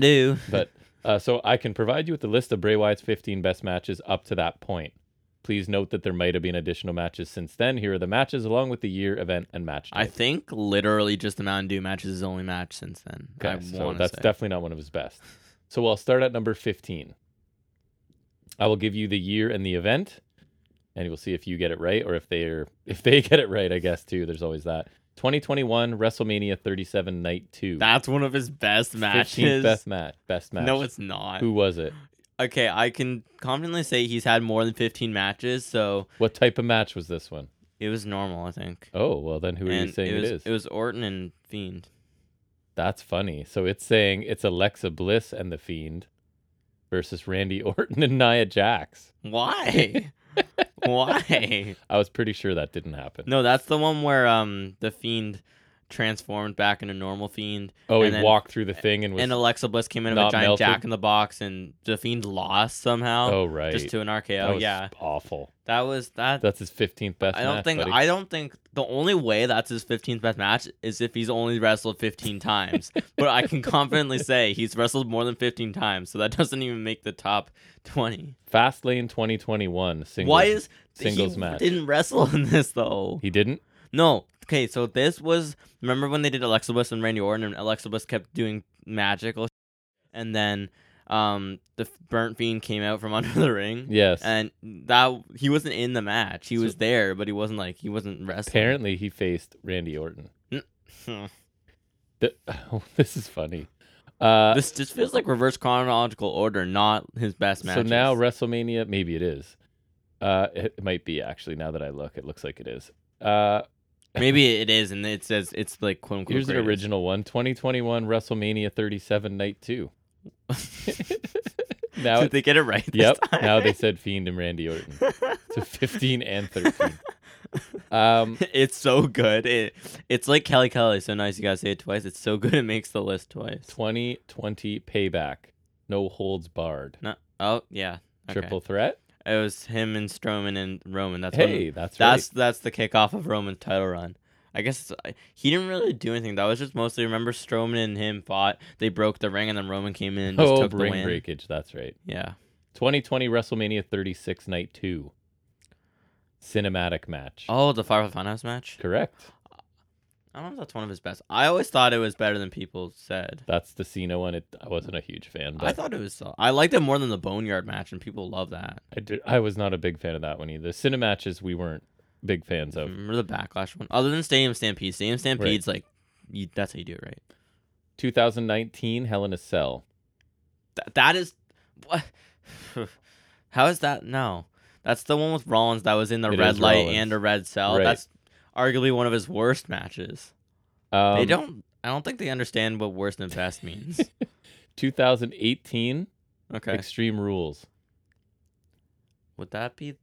S1: <laughs>
S2: Dew.
S1: But uh, so I can provide you with the list of Bray Wyatt's 15 best matches up to that point. Please note that there might have been additional matches since then. Here are the matches along with the year, event, and match.
S2: I
S1: type.
S2: think literally just the Mountain Dew match is his only match since then. I
S1: Okay, so
S2: wanna
S1: that's
S2: say.
S1: definitely not one of his best. So I'll start at number 15. I will give you the year and the event, and we'll see if you get it right or if they are <laughs> if they get it right. I guess too. There's always that. 2021 WrestleMania 37 Night Two.
S2: that's one of his best
S1: 15th
S2: matches.
S1: best match. Best match.
S2: No, it's not.
S1: who was it?
S2: Okay, I can confidently say he's had more than 15 matches, so
S1: What type of match was this one?
S2: it was normal, I think.
S1: Oh well, then who are
S2: and
S1: you saying
S2: it was,
S1: it is?
S2: It was Orton and Fiend.
S1: That's funny. So it's saying it's Alexa Bliss and the Fiend versus Randy <laughs> Orton and Nia Jax. <laughs>
S2: Why? Why?
S1: I was pretty sure that didn't happen.
S2: No, that's the one where um the Fiend transformed back into normal Fiend,
S1: oh, he
S2: and then-
S1: walked through the thing and was.
S2: and Alexa Bliss came in with a
S1: not
S2: giant
S1: melted?
S2: Jack in the Box, and the Fiend lost somehow.
S1: oh right,
S2: Just to an
S1: that
S2: RKO,
S1: was
S2: yeah.
S1: awful.
S2: That was that.
S1: That's his fifteenth best.
S2: I don't
S1: match,
S2: think
S1: buddy.
S2: I don't think the only way that's his 15th best match is if he's only wrestled 15 times. but I
S1: <laughs>
S2: can confidently say he's wrestled more than 15 times, so that doesn't even make the top 20.
S1: Fastlane 2021 singles.
S2: Why is
S1: singles
S2: he
S1: match.
S2: Didn't wrestle in this though.
S1: he didn't?
S2: No. Okay, so this was remember when they did Alexa Bliss and Randy Orton, and Alexa Bliss kept doing magical, and then um the burnt fiend came out from <laughs> under the ring.
S1: Yes.
S2: and that he wasn't in the match. He
S1: So-
S2: was there, but he wasn't like he wasn't wrestling.
S1: Apparently, he faced Randy Orton.
S2: <laughs> Hmm.
S1: <laughs> The- this is funny. Uh,
S2: this just feels like reverse chronological order, not his best match.
S1: so now WrestleMania, maybe it is. Uh, it it might be actually. Now that I look, it looks like it is. Uh,
S2: maybe it is, and it says it's like quote unquote.
S1: here's an
S2: greatest. <laughs>
S1: original one: 2021 WrestleMania 37 Night
S2: <laughs>
S1: Two. now,
S2: Did they get it right? <laughs> This
S1: yep.
S2: time?
S1: Now they said Fiend and Randy Orton. So 15 and 13.
S2: <laughs>
S1: Um,
S2: it's so good. It it's like Kelly Kelly. So nice you guys say it twice. It's so good. It makes the list twice.
S1: 2020 payback. No holds barred.
S2: No. Oh yeah. Okay.
S1: Triple threat.
S2: It was him and Strowman and Roman. That's when-
S1: hey, that's
S2: That's
S1: that's
S2: that's the kickoff of Roman's title run. I guess it's- he didn't really do anything. That was just mostly remember Strowman and him fought. They broke the ring and then Roman came in and just
S1: oh
S2: took the
S1: ring
S2: win.
S1: breakage. That's right.
S2: Yeah.
S1: 2020 WrestleMania 36 night two. Cinematic match.
S2: Oh, the Firefly Funhouse match.
S1: Correct.
S2: I don't know if that's one of his best. I always thought it was better than people said.
S1: That's the Cena one. It, I wasn't a huge fan, but
S2: I thought it was. so- I liked it more than the Boneyard match, and people love that.
S1: I, did, I was not a big fan of that one either. Cine matches we weren't big fans of.
S2: Remember Mm, the Backlash one? Other than Stadium Stampede, Stadium Stampede's like, you, that's how you do it, right?
S1: 2019 Hell in a Cell.
S2: Th- that is what <sighs> how is that no that's the one with rollins that was in the
S1: It
S2: red
S1: is
S2: light
S1: Rollins.
S2: and a red cell
S1: Right.
S2: that's arguably one of his worst matches
S1: Um,
S2: they don't i don't think they understand what worst and
S1: <laughs>
S2: best means
S1: 2018
S2: okay
S1: Extreme Rules.
S2: would that be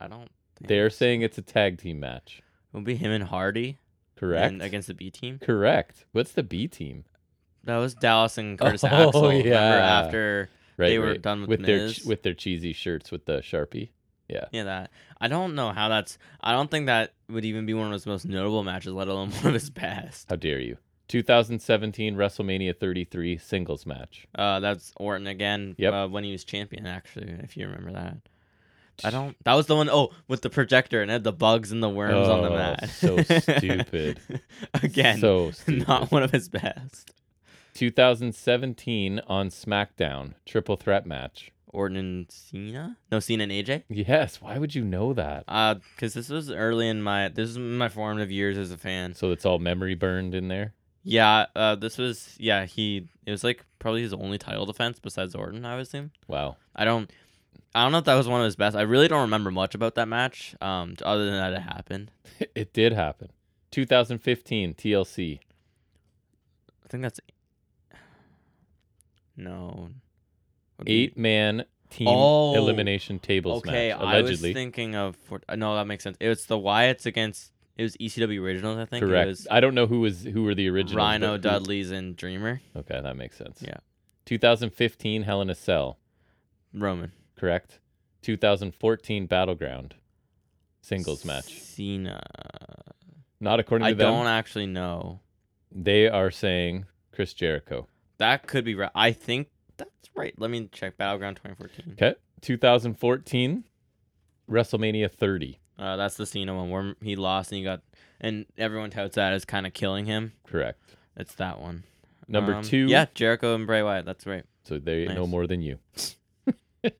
S2: i don't think
S1: They're saying it's a tag team match.
S2: it would be him and hardy
S1: Correct.
S2: and against the b team
S1: Correct. What's the B team?
S2: that was
S1: <laughs>
S2: dallas and curtis
S1: Oh,
S2: axel remember
S1: yeah.
S2: after
S1: Right.
S2: They were
S1: right.
S2: done with
S1: their
S2: Miz.
S1: with their cheesy shirts with the sharpie.
S2: yeah that i don't know how that's i don't think that would even be <laughs> one of his most notable matches let alone one of his best
S1: How dare you? 2017 WrestleMania 33 singles match.
S2: Uh, that's Orton again.
S1: Yep.
S2: Uh, when he was champion, actually, if you remember that.
S1: <sighs>
S2: I don't. That was the one oh with the projector and it had the bugs and the worms on the
S1: Oh,
S2: mat.
S1: so stupid.
S2: <laughs> again,
S1: so stupid.
S2: <laughs> not one of his best.
S1: 2017 on SmackDown triple threat match.
S2: Orton and Cena? No, Cena and AJ.
S1: Yes, why would you know that?
S2: Uh, because this was early in my this is my formative years as a fan.
S1: So it's all memory burned in there.
S2: Yeah, uh, this was yeah he it was like probably his only title defense besides Orton. I would assume.
S1: Wow. <laughs>
S2: I don't. I don't know if that was one of his best. I really don't remember much about that match. Um, other than that, it happened.
S1: It did happen. 2015 TLC.
S2: I think that's no Would be-
S1: Eight man team
S2: Oh,
S1: elimination tables
S2: Okay,
S1: match.
S2: I was
S1: Allegedly.
S2: thinking of for, uh, no, that makes sense. It was the Wyatts against it was ECW originals. I think
S1: Correct.
S2: It was
S1: I don't know who was who were the original.
S2: Rhino, Dudley's, and Dreamer.
S1: Okay, that makes sense.
S2: Yeah.
S1: 2015 Hell in a Cell.
S2: Roman
S1: Correct. 2014 Battleground singles match.
S2: Cena.
S1: Not according
S2: I
S1: to them.
S2: don't actually know.
S1: They are saying Chris Jericho.
S2: That could be right. I think that's right. Let me check Battleground 2014.
S1: Okay. 2014 WrestleMania 30.
S2: Uh, that's the Cena one where he lost and he got and everyone touts that as kind of killing him.
S1: Correct.
S2: It's that one.
S1: Number
S2: Um,
S1: 2.
S2: Yeah, Jericho and Bray Wyatt. That's right.
S1: So they know
S2: Nice.
S1: more than you. <laughs>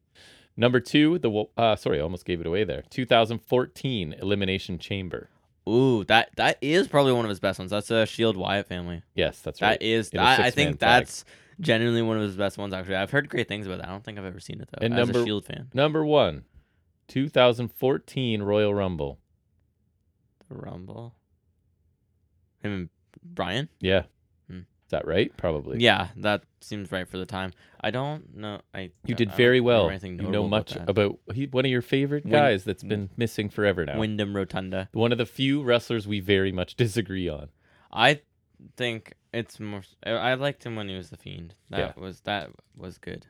S1: Number 2, the wo- uh sorry, I almost gave it away there. 2014 Elimination Chamber.
S2: Ooh, that that is probably one of his best ones. That's a Shield E Wyatt family.
S1: Yes, that's right.
S2: That is
S1: In a
S2: that, I
S1: six-man
S2: think
S1: tag.
S2: that's genuinely one of his best ones. Actually, I've heard great things about that. I don't think I've ever seen it though.
S1: And
S2: as
S1: number-
S2: a Shield E fan,
S1: Number 1, 2014 Royal Rumble.
S2: the Rumble, him and Brian.
S1: Yeah.
S2: Hmm.
S1: Is that right? Probably.
S2: Yeah, that seems right for the time. I don't know. I
S1: You
S2: I
S1: did
S2: don't
S1: very
S2: remember
S1: well.
S2: anything
S1: You know
S2: notable
S1: much
S2: about,
S1: about,
S2: that.
S1: he, one of your favorite
S2: Win-
S1: guys that's been missing forever now.
S2: Wyndham Rotunda.
S1: one of the few wrestlers we very much disagree on.
S2: I think it's more. I- I liked him when he was the Fiend. That was that was good.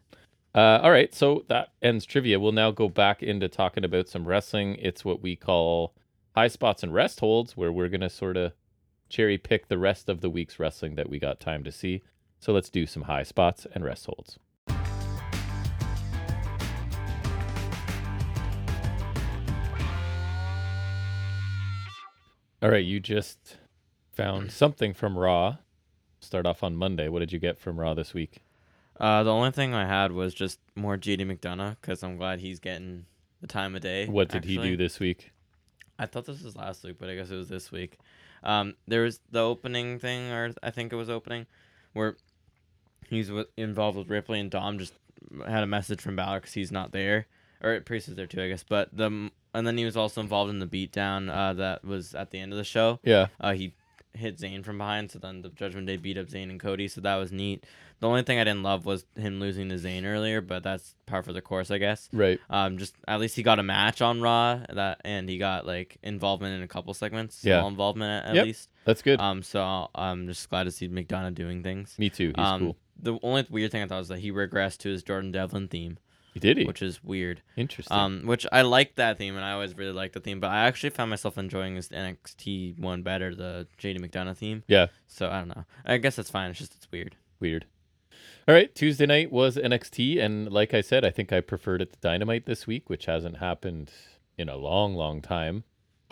S1: Uh, all right, so that ends trivia. We'll now go back into talking about some wrestling. It's what we call high spots and rest holds, where we're gonna sort of cherry pick the rest of the week's wrestling that we got time to see. So let's do some high spots and rest holds. All right, you just found something from Raw. Start off on Monday. What did you get from Raw this week?
S2: Uh, the only thing I had was just more JD McDonough because I'm glad he's getting the time of day.
S1: What did he
S2: actually.
S1: do this week?
S2: I thought this was last week, but I guess it was this week. Um, there was the opening thing, or I think it was opening, where he's with, involved with Ripley and Dom. Just had a message from Balor because he's not there, or Priest is there too, I guess. But the and then he was also involved in the beatdown uh, that was at the end of the show.
S1: Yeah.
S2: Uh, he hit Zayn from behind, so then the Judgment Day beat up Zayn and Cody, so that was neat. The only thing I didn't love was him losing to Zayn earlier, but that's par for the course, I guess.
S1: Right.
S2: Um, just at least he got a match on Raw that, and he got like involvement in a couple segments,
S1: Yeah.
S2: small involvement at, at
S1: Yep.
S2: least.
S1: That's good.
S2: Um, so I'm just glad to see McDonough doing things.
S1: Me too. He's
S2: um,
S1: cool.
S2: the only weird thing I thought was that he regressed to his Jordan Devlin theme,
S1: Did he?
S2: which is weird.
S1: Interesting.
S2: Um, which I like that theme, and I always really liked the theme, but I actually found myself enjoying this NXT one better, the JD McDonough theme.
S1: yeah.
S2: So I don't know. I guess that's fine. It's just it's weird.
S1: Weird. All right. Tuesday night was NXT, and like I said, I think I preferred it to Dynamite this week, which hasn't happened in a long, long time.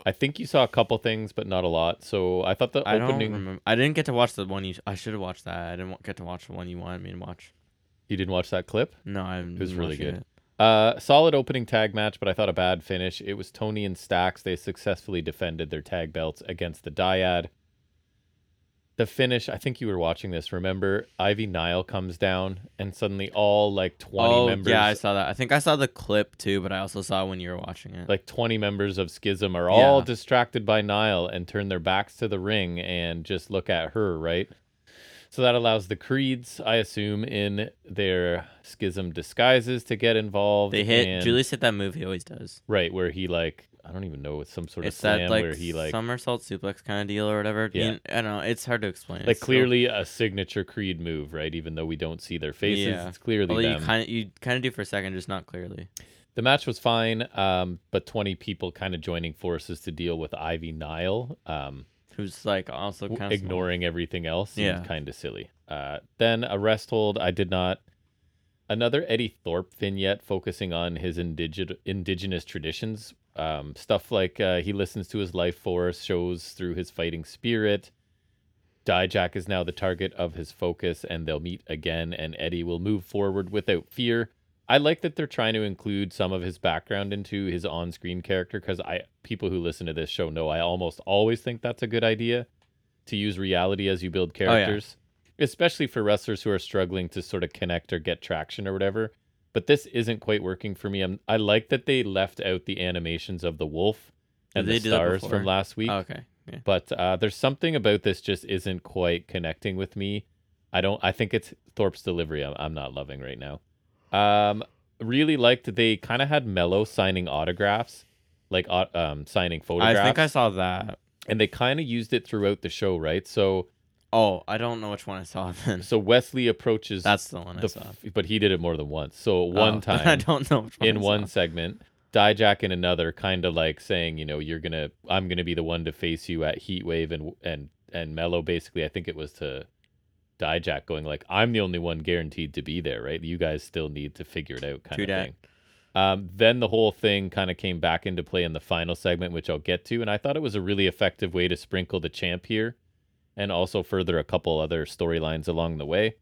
S1: I think you saw a couple things, but not a lot. So I thought the
S2: I
S1: opening
S2: don't remember. I didn't get to watch the one you. I should have watched that. I didn't wa- get to watch the one you wanted me to watch.
S1: you didn't watch that clip.
S2: No, I it
S1: was really good. Uh, solid opening tag match, but I thought a bad finish. It was Tony and Stacks. They successfully defended their tag belts against the Dyad. The finish, I think you were watching this, remember? Ivy Nile comes down and suddenly all like 20
S2: oh
S1: members
S2: yeah, I saw that. I think I saw the clip too, but I also saw when you were watching it.
S1: like 20 members of Schism are all
S2: Yeah.
S1: distracted by Nile and turn their backs to the ring and just look at her, right? So that allows the creeds, I assume, in their Schism disguises to get involved.
S2: they hit.
S1: and-
S2: Julius hit that move he always does.
S1: Right, where he like I don't even know it's some sort of
S2: It's
S1: slam
S2: that like,
S1: where he like
S2: somersault suplex kind of deal or whatever.
S1: Yeah.
S2: You- I don't know. It's hard to explain.
S1: like
S2: It's so-
S1: clearly a signature creed move, right? Even though we don't see their faces,
S2: Yeah.
S1: it's clearly
S2: although you
S1: them.
S2: kind of you kind of do for a second, just not clearly.
S1: the match was fine, um, but 20 people kind of joining forces to deal with Ivy Nile. Um,
S2: who's like also
S1: w-
S2: kind of
S1: ignoring everything else seemed
S2: Yeah.
S1: kind of silly. Uh, then a rest hold. I did not. Another Eddie Thorpe vignette focusing on his indigid, indigenous traditions. Um, stuff like uh, he listens to his life force, shows through his fighting spirit. Dijak is now the target of his focus, and they'll meet again, and Eddie will move forward without fear. I like that they're trying to include some of his background into his on-screen character because I people who listen to this show know I almost always think that's a good idea to use reality as you build
S2: Oh, yeah.
S1: characters, especially for wrestlers who are struggling to sort of connect or get traction or whatever. But this isn't quite working for me. I'm, I like that they left out the animations of the wolf and
S2: They
S1: the
S2: did that
S1: stars
S2: before.
S1: from last week
S2: Oh, okay. Yeah.
S1: but uh, there's something about this just isn't quite connecting with me. I don't. I think it's Thorpe's delivery. I'm, I'm not loving right now. Um, really liked that they kind of had Mello signing autographs, like au- um signing
S2: I
S1: photographs,
S2: think I saw that.
S1: and they kind of used it throughout the show, right? So
S2: Oh, I don't know which one I saw <laughs> then.
S1: so Wesley approaches
S2: That's the one I
S1: the,
S2: saw.
S1: f- but he did it more than once. So one
S2: Oh, <laughs>
S1: time
S2: I don't know which one I
S1: in
S2: saw.
S1: one segment, Dijak in another, kind of like saying, you know, you're gonna, I'm gonna be the one to face you at Heatwave and and and Mello. Basically, I think it was to Dijak going like, I'm the only one guaranteed to be there, right? You guys still need to figure it out, kind
S2: True
S1: of
S2: dat.
S1: thing. Um, then the whole thing kind of came back into play in the final segment, which I'll get to, and I thought it was a really effective way to sprinkle the champ here, and also further a couple other storylines along the way.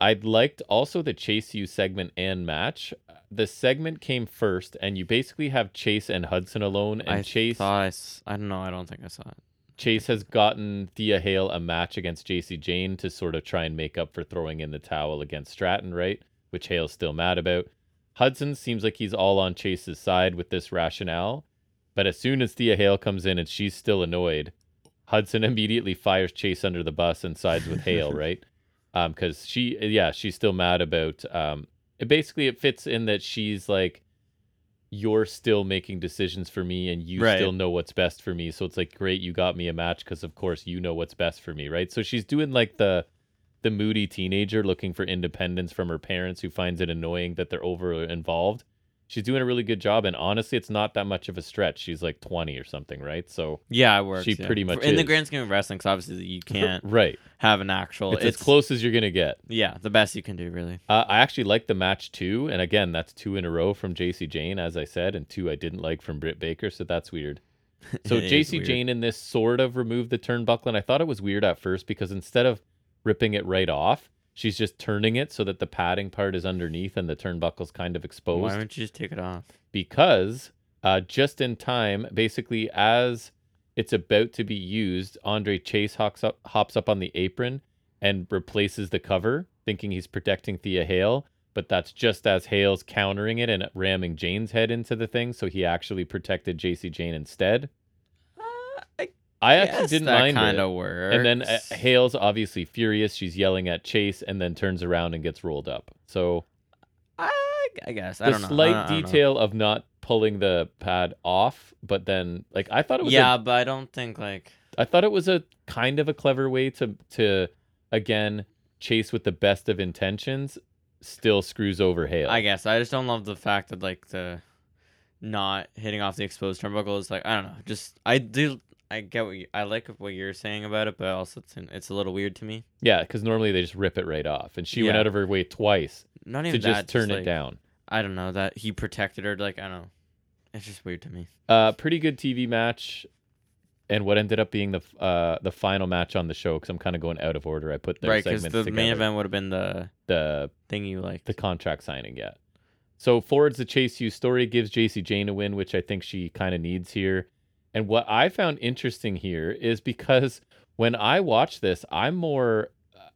S1: I liked also the Chase You segment and match. The segment came first, and you basically have Chase and Hudson alone, and
S2: I
S1: Chase
S2: Thought I, s- I don't know. I don't think I saw it.
S1: Chase has gotten Thea Hale a match against JC Jane to sort of try and make up for throwing in the towel against Stratton, right? Which Hale's still mad about. Hudson seems like he's all on Chase's side with this rationale, but as soon as Thea Hale comes in and she's still annoyed, Hudson immediately fires Chase under the bus and sides with Hale, right? Um, because she, yeah, she's still mad about. Um, it basically it fits in that she's like, you're still making decisions for me, and you
S2: Right.
S1: still know what's best for me. So it's like, great, you got me a match because of course you know what's best for me, right? So she's doing like the the moody teenager looking for independence from her parents who finds it annoying that they're over involved. She's doing a really good job, and honestly, it's not that much of a stretch. She's like 20 or something, right? So,
S2: Yeah, it works.
S1: She
S2: yeah.
S1: pretty
S2: For-
S1: much
S2: in the
S1: is.
S2: grand scheme of wrestling, 'cause
S1: <laughs>
S2: obviously you can't
S1: right.
S2: have an actual.
S1: it's, as close as you're gonna get.
S2: Yeah, the best you can do, really.
S1: <laughs> Uh, I actually liked the match too, and again, that's two in a row from JC Jane, as I said, and two I didn't like from Britt Baker, so that's
S2: <laughs>
S1: weird. So
S2: It is
S1: JC
S2: weird.
S1: Jane in this sort of removed the turnbuckle, and I thought it was weird at first because instead of ripping it right off, she's just turning it so that the padding part is underneath and the turnbuckle's kind of exposed
S2: Why don't you just take it off?
S1: because uh, just in time, basically as it's about to be used, Andre Chase hops up, hops up on the apron and replaces the cover, thinking he's protecting Thea Hale. But that's just as Hale's countering it and ramming Jane's head into the thing, so he actually protected JC Jane instead. I actually didn't
S2: Uh, that
S1: mind
S2: kind
S1: it.
S2: of works.
S1: And then uh, Hale's obviously furious. She's yelling at Chase and then turns around and gets rolled up. So
S2: I, I guess I
S1: the
S2: don't know. I
S1: slight
S2: don't- I don't know.
S1: detail of not pulling the pad off, but then like I thought it was a-
S2: Yeah, but I don't think like
S1: I thought it was a kind of a clever way to to again chase with the best of intentions, still screws over Hale.
S2: I guess I just don't love the fact that like the not hitting off the exposed turnbuckle is like I don't know. Just I do I get what you, I like what you're saying about it, but also it's, it's a little weird to me.
S1: yeah, because normally they just rip it right off, and she went
S2: Yeah.
S1: out of her way twice
S2: Not
S1: to
S2: even
S1: just
S2: that,
S1: turn it
S2: like,
S1: down.
S2: I don't know that he protected her. Like I don't know. It's just weird to me.
S1: Uh, pretty good TV match, and what ended up being the f- uh the final match on the show because I'm kind of going out of order. I put their
S2: right, because
S1: segments
S2: the
S1: together.
S2: main event would have been the
S1: the
S2: thing you like.
S1: the contract signing yet. So forwards the Chase U story, gives JC Jane a win, which I think she kind of needs here. And what I found interesting here is because when I watch this, I'm more uh,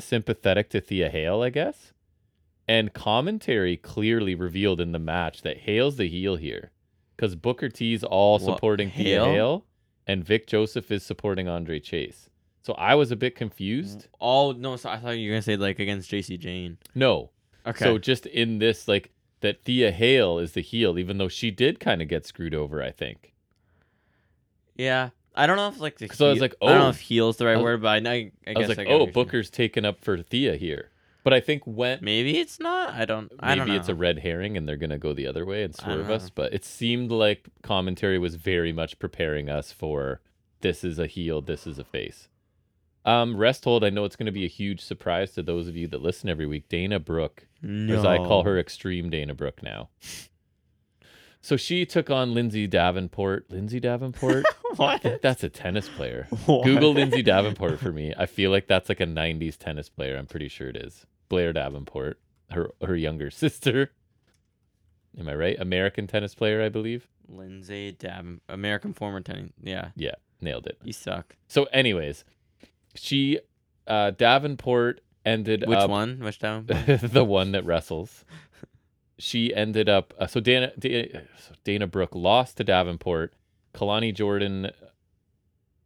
S1: sympathetic to Thea Hale, I guess. And commentary clearly revealed in the match that Hale's the heel here because Booker T's all
S2: Wha-
S1: supporting Thea
S2: Hale?
S1: Hale and Vic Joseph is supporting Andre Chase. So I was a bit confused.
S2: Oh no! So I thought you were gonna say like against JC Jane.
S1: No,
S2: Okay.
S1: so just in this, like that Thea Hale is the heel, even though she did kind of get screwed over, I think.
S2: yeah, I don't know if like the
S1: 'Cause I was
S2: heel-
S1: like,
S2: I don't
S1: oh.
S2: know if heel's the right
S1: I was-
S2: word, but I, know- I, I
S1: I,
S2: guess
S1: was like,
S2: I get
S1: oh,
S2: what you're saying.
S1: Booker's taken up for Thea here. But I think when
S2: Maybe it's not. I don't. I don't
S1: maybe it's a
S2: know.
S1: red herring and they're gonna go the other way and
S2: I don't
S1: swerve
S2: know.
S1: us, but it seemed like commentary was very much preparing us for this is a heel, this is a face. Um, rest hold. I know it's going to be a huge surprise to those of you that listen every week. Dana Brooke,
S2: No.
S1: as I call her, Extreme Dana Brooke now. So she took on Lindsay Davenport. Lindsay Davenport.
S2: <laughs> what?
S1: <laughs> That's a tennis player.
S2: What?
S1: Google Lindsay Davenport for me. I feel like that's like a 90s tennis player. I'm pretty sure it is. Blair Davenport, her her younger <laughs> sister. Am I right? American tennis player, I believe.
S2: Lindsay Daven, American former tennis. Yeah,
S1: Yeah, nailed it.
S2: you suck.
S1: So anyways, she uh Davenport ended
S2: Which
S1: up
S2: one? Which
S1: <laughs>
S2: down?
S1: the one that wrestles. She ended up uh, so Dana, Dana so Dana Brooke lost to Davenport. Kalani Jordan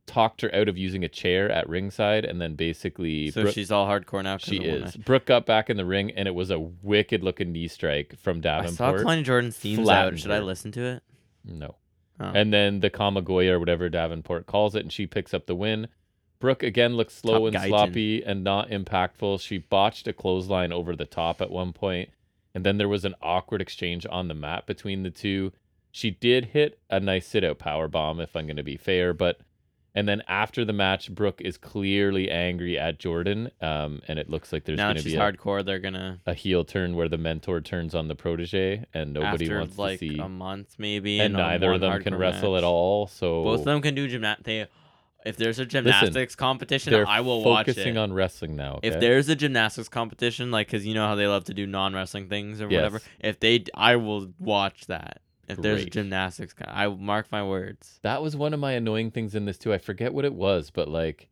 S1: talked her out of using a chair at ringside, and then basically
S2: so
S1: Brooke,
S2: she's all hardcore now. 'cause
S1: she
S2: of one
S1: is
S2: eye.
S1: Brooke got back in the ring, and it was a wicked looking knee strike from
S2: I saw
S1: Davenport.
S2: Klein Jordan's themes out.
S1: flattened
S2: Should I
S1: her.
S2: listen to it?
S1: no,
S2: Oh.
S1: and then the Kamagoya or whatever Davenport calls it, and she picks up the win. Brooke again looks slow
S2: Top
S1: and
S2: Gaijin.
S1: sloppy and not impactful. She botched a clothesline over the top at one point, and then there was an awkward exchange on the mat between the two. She did hit a nice sit out power bomb, if I'm going to be fair, but and then after the match, Brooke is clearly angry at Jordan, um, and it looks like there's
S2: now
S1: going to
S2: she's
S1: be a,
S2: hardcore. They're gonna
S1: a heel turn where the mentor turns on the protege, and nobody
S2: after
S1: wants
S2: like
S1: to see.
S2: a month maybe,
S1: and
S2: on
S1: neither
S2: one
S1: of them can
S2: hardcore
S1: wrestle
S2: match.
S1: at all. So
S2: Both of them can do gymnastics. They, if there's a gymnastics competition,
S1: they're
S2: I will watch it.
S1: focusing on wrestling now.
S2: If
S1: okay?
S2: there's a gymnastics competition, like, cause you know how they love to do non wrestling things or whatever.
S1: Yes.
S2: If they, d- I will watch that. If there's
S1: Great.
S2: gymnastics, co- I mark my words.
S1: that was one of my annoying things in this too. I forget what it was, but like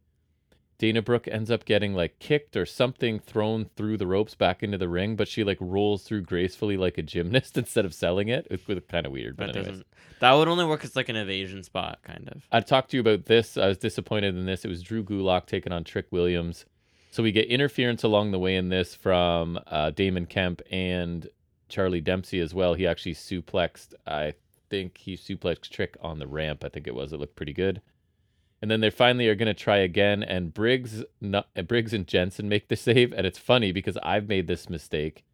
S1: Dana Brooke ends up getting like kicked or something thrown through the ropes back into the ring, but she like rolls through gracefully like a gymnast <laughs> instead of selling it. It was kind of weird, but
S2: That
S1: anyways.
S2: doesn't. That would only work as like an evasion spot, kind of.
S1: I talked to you about this. I was disappointed in this. It was Drew Gulak taking on Trick Williams. So we get interference along the way in this from uh, Damon Kemp and Charlie Dempsey as well. He actually suplexed, I think he suplexed Trick on the ramp. I think it was. It looked pretty good. And then they finally are going to try again. And Briggs, no, Briggs and Jensen make the save. And it's funny because I've made this mistake.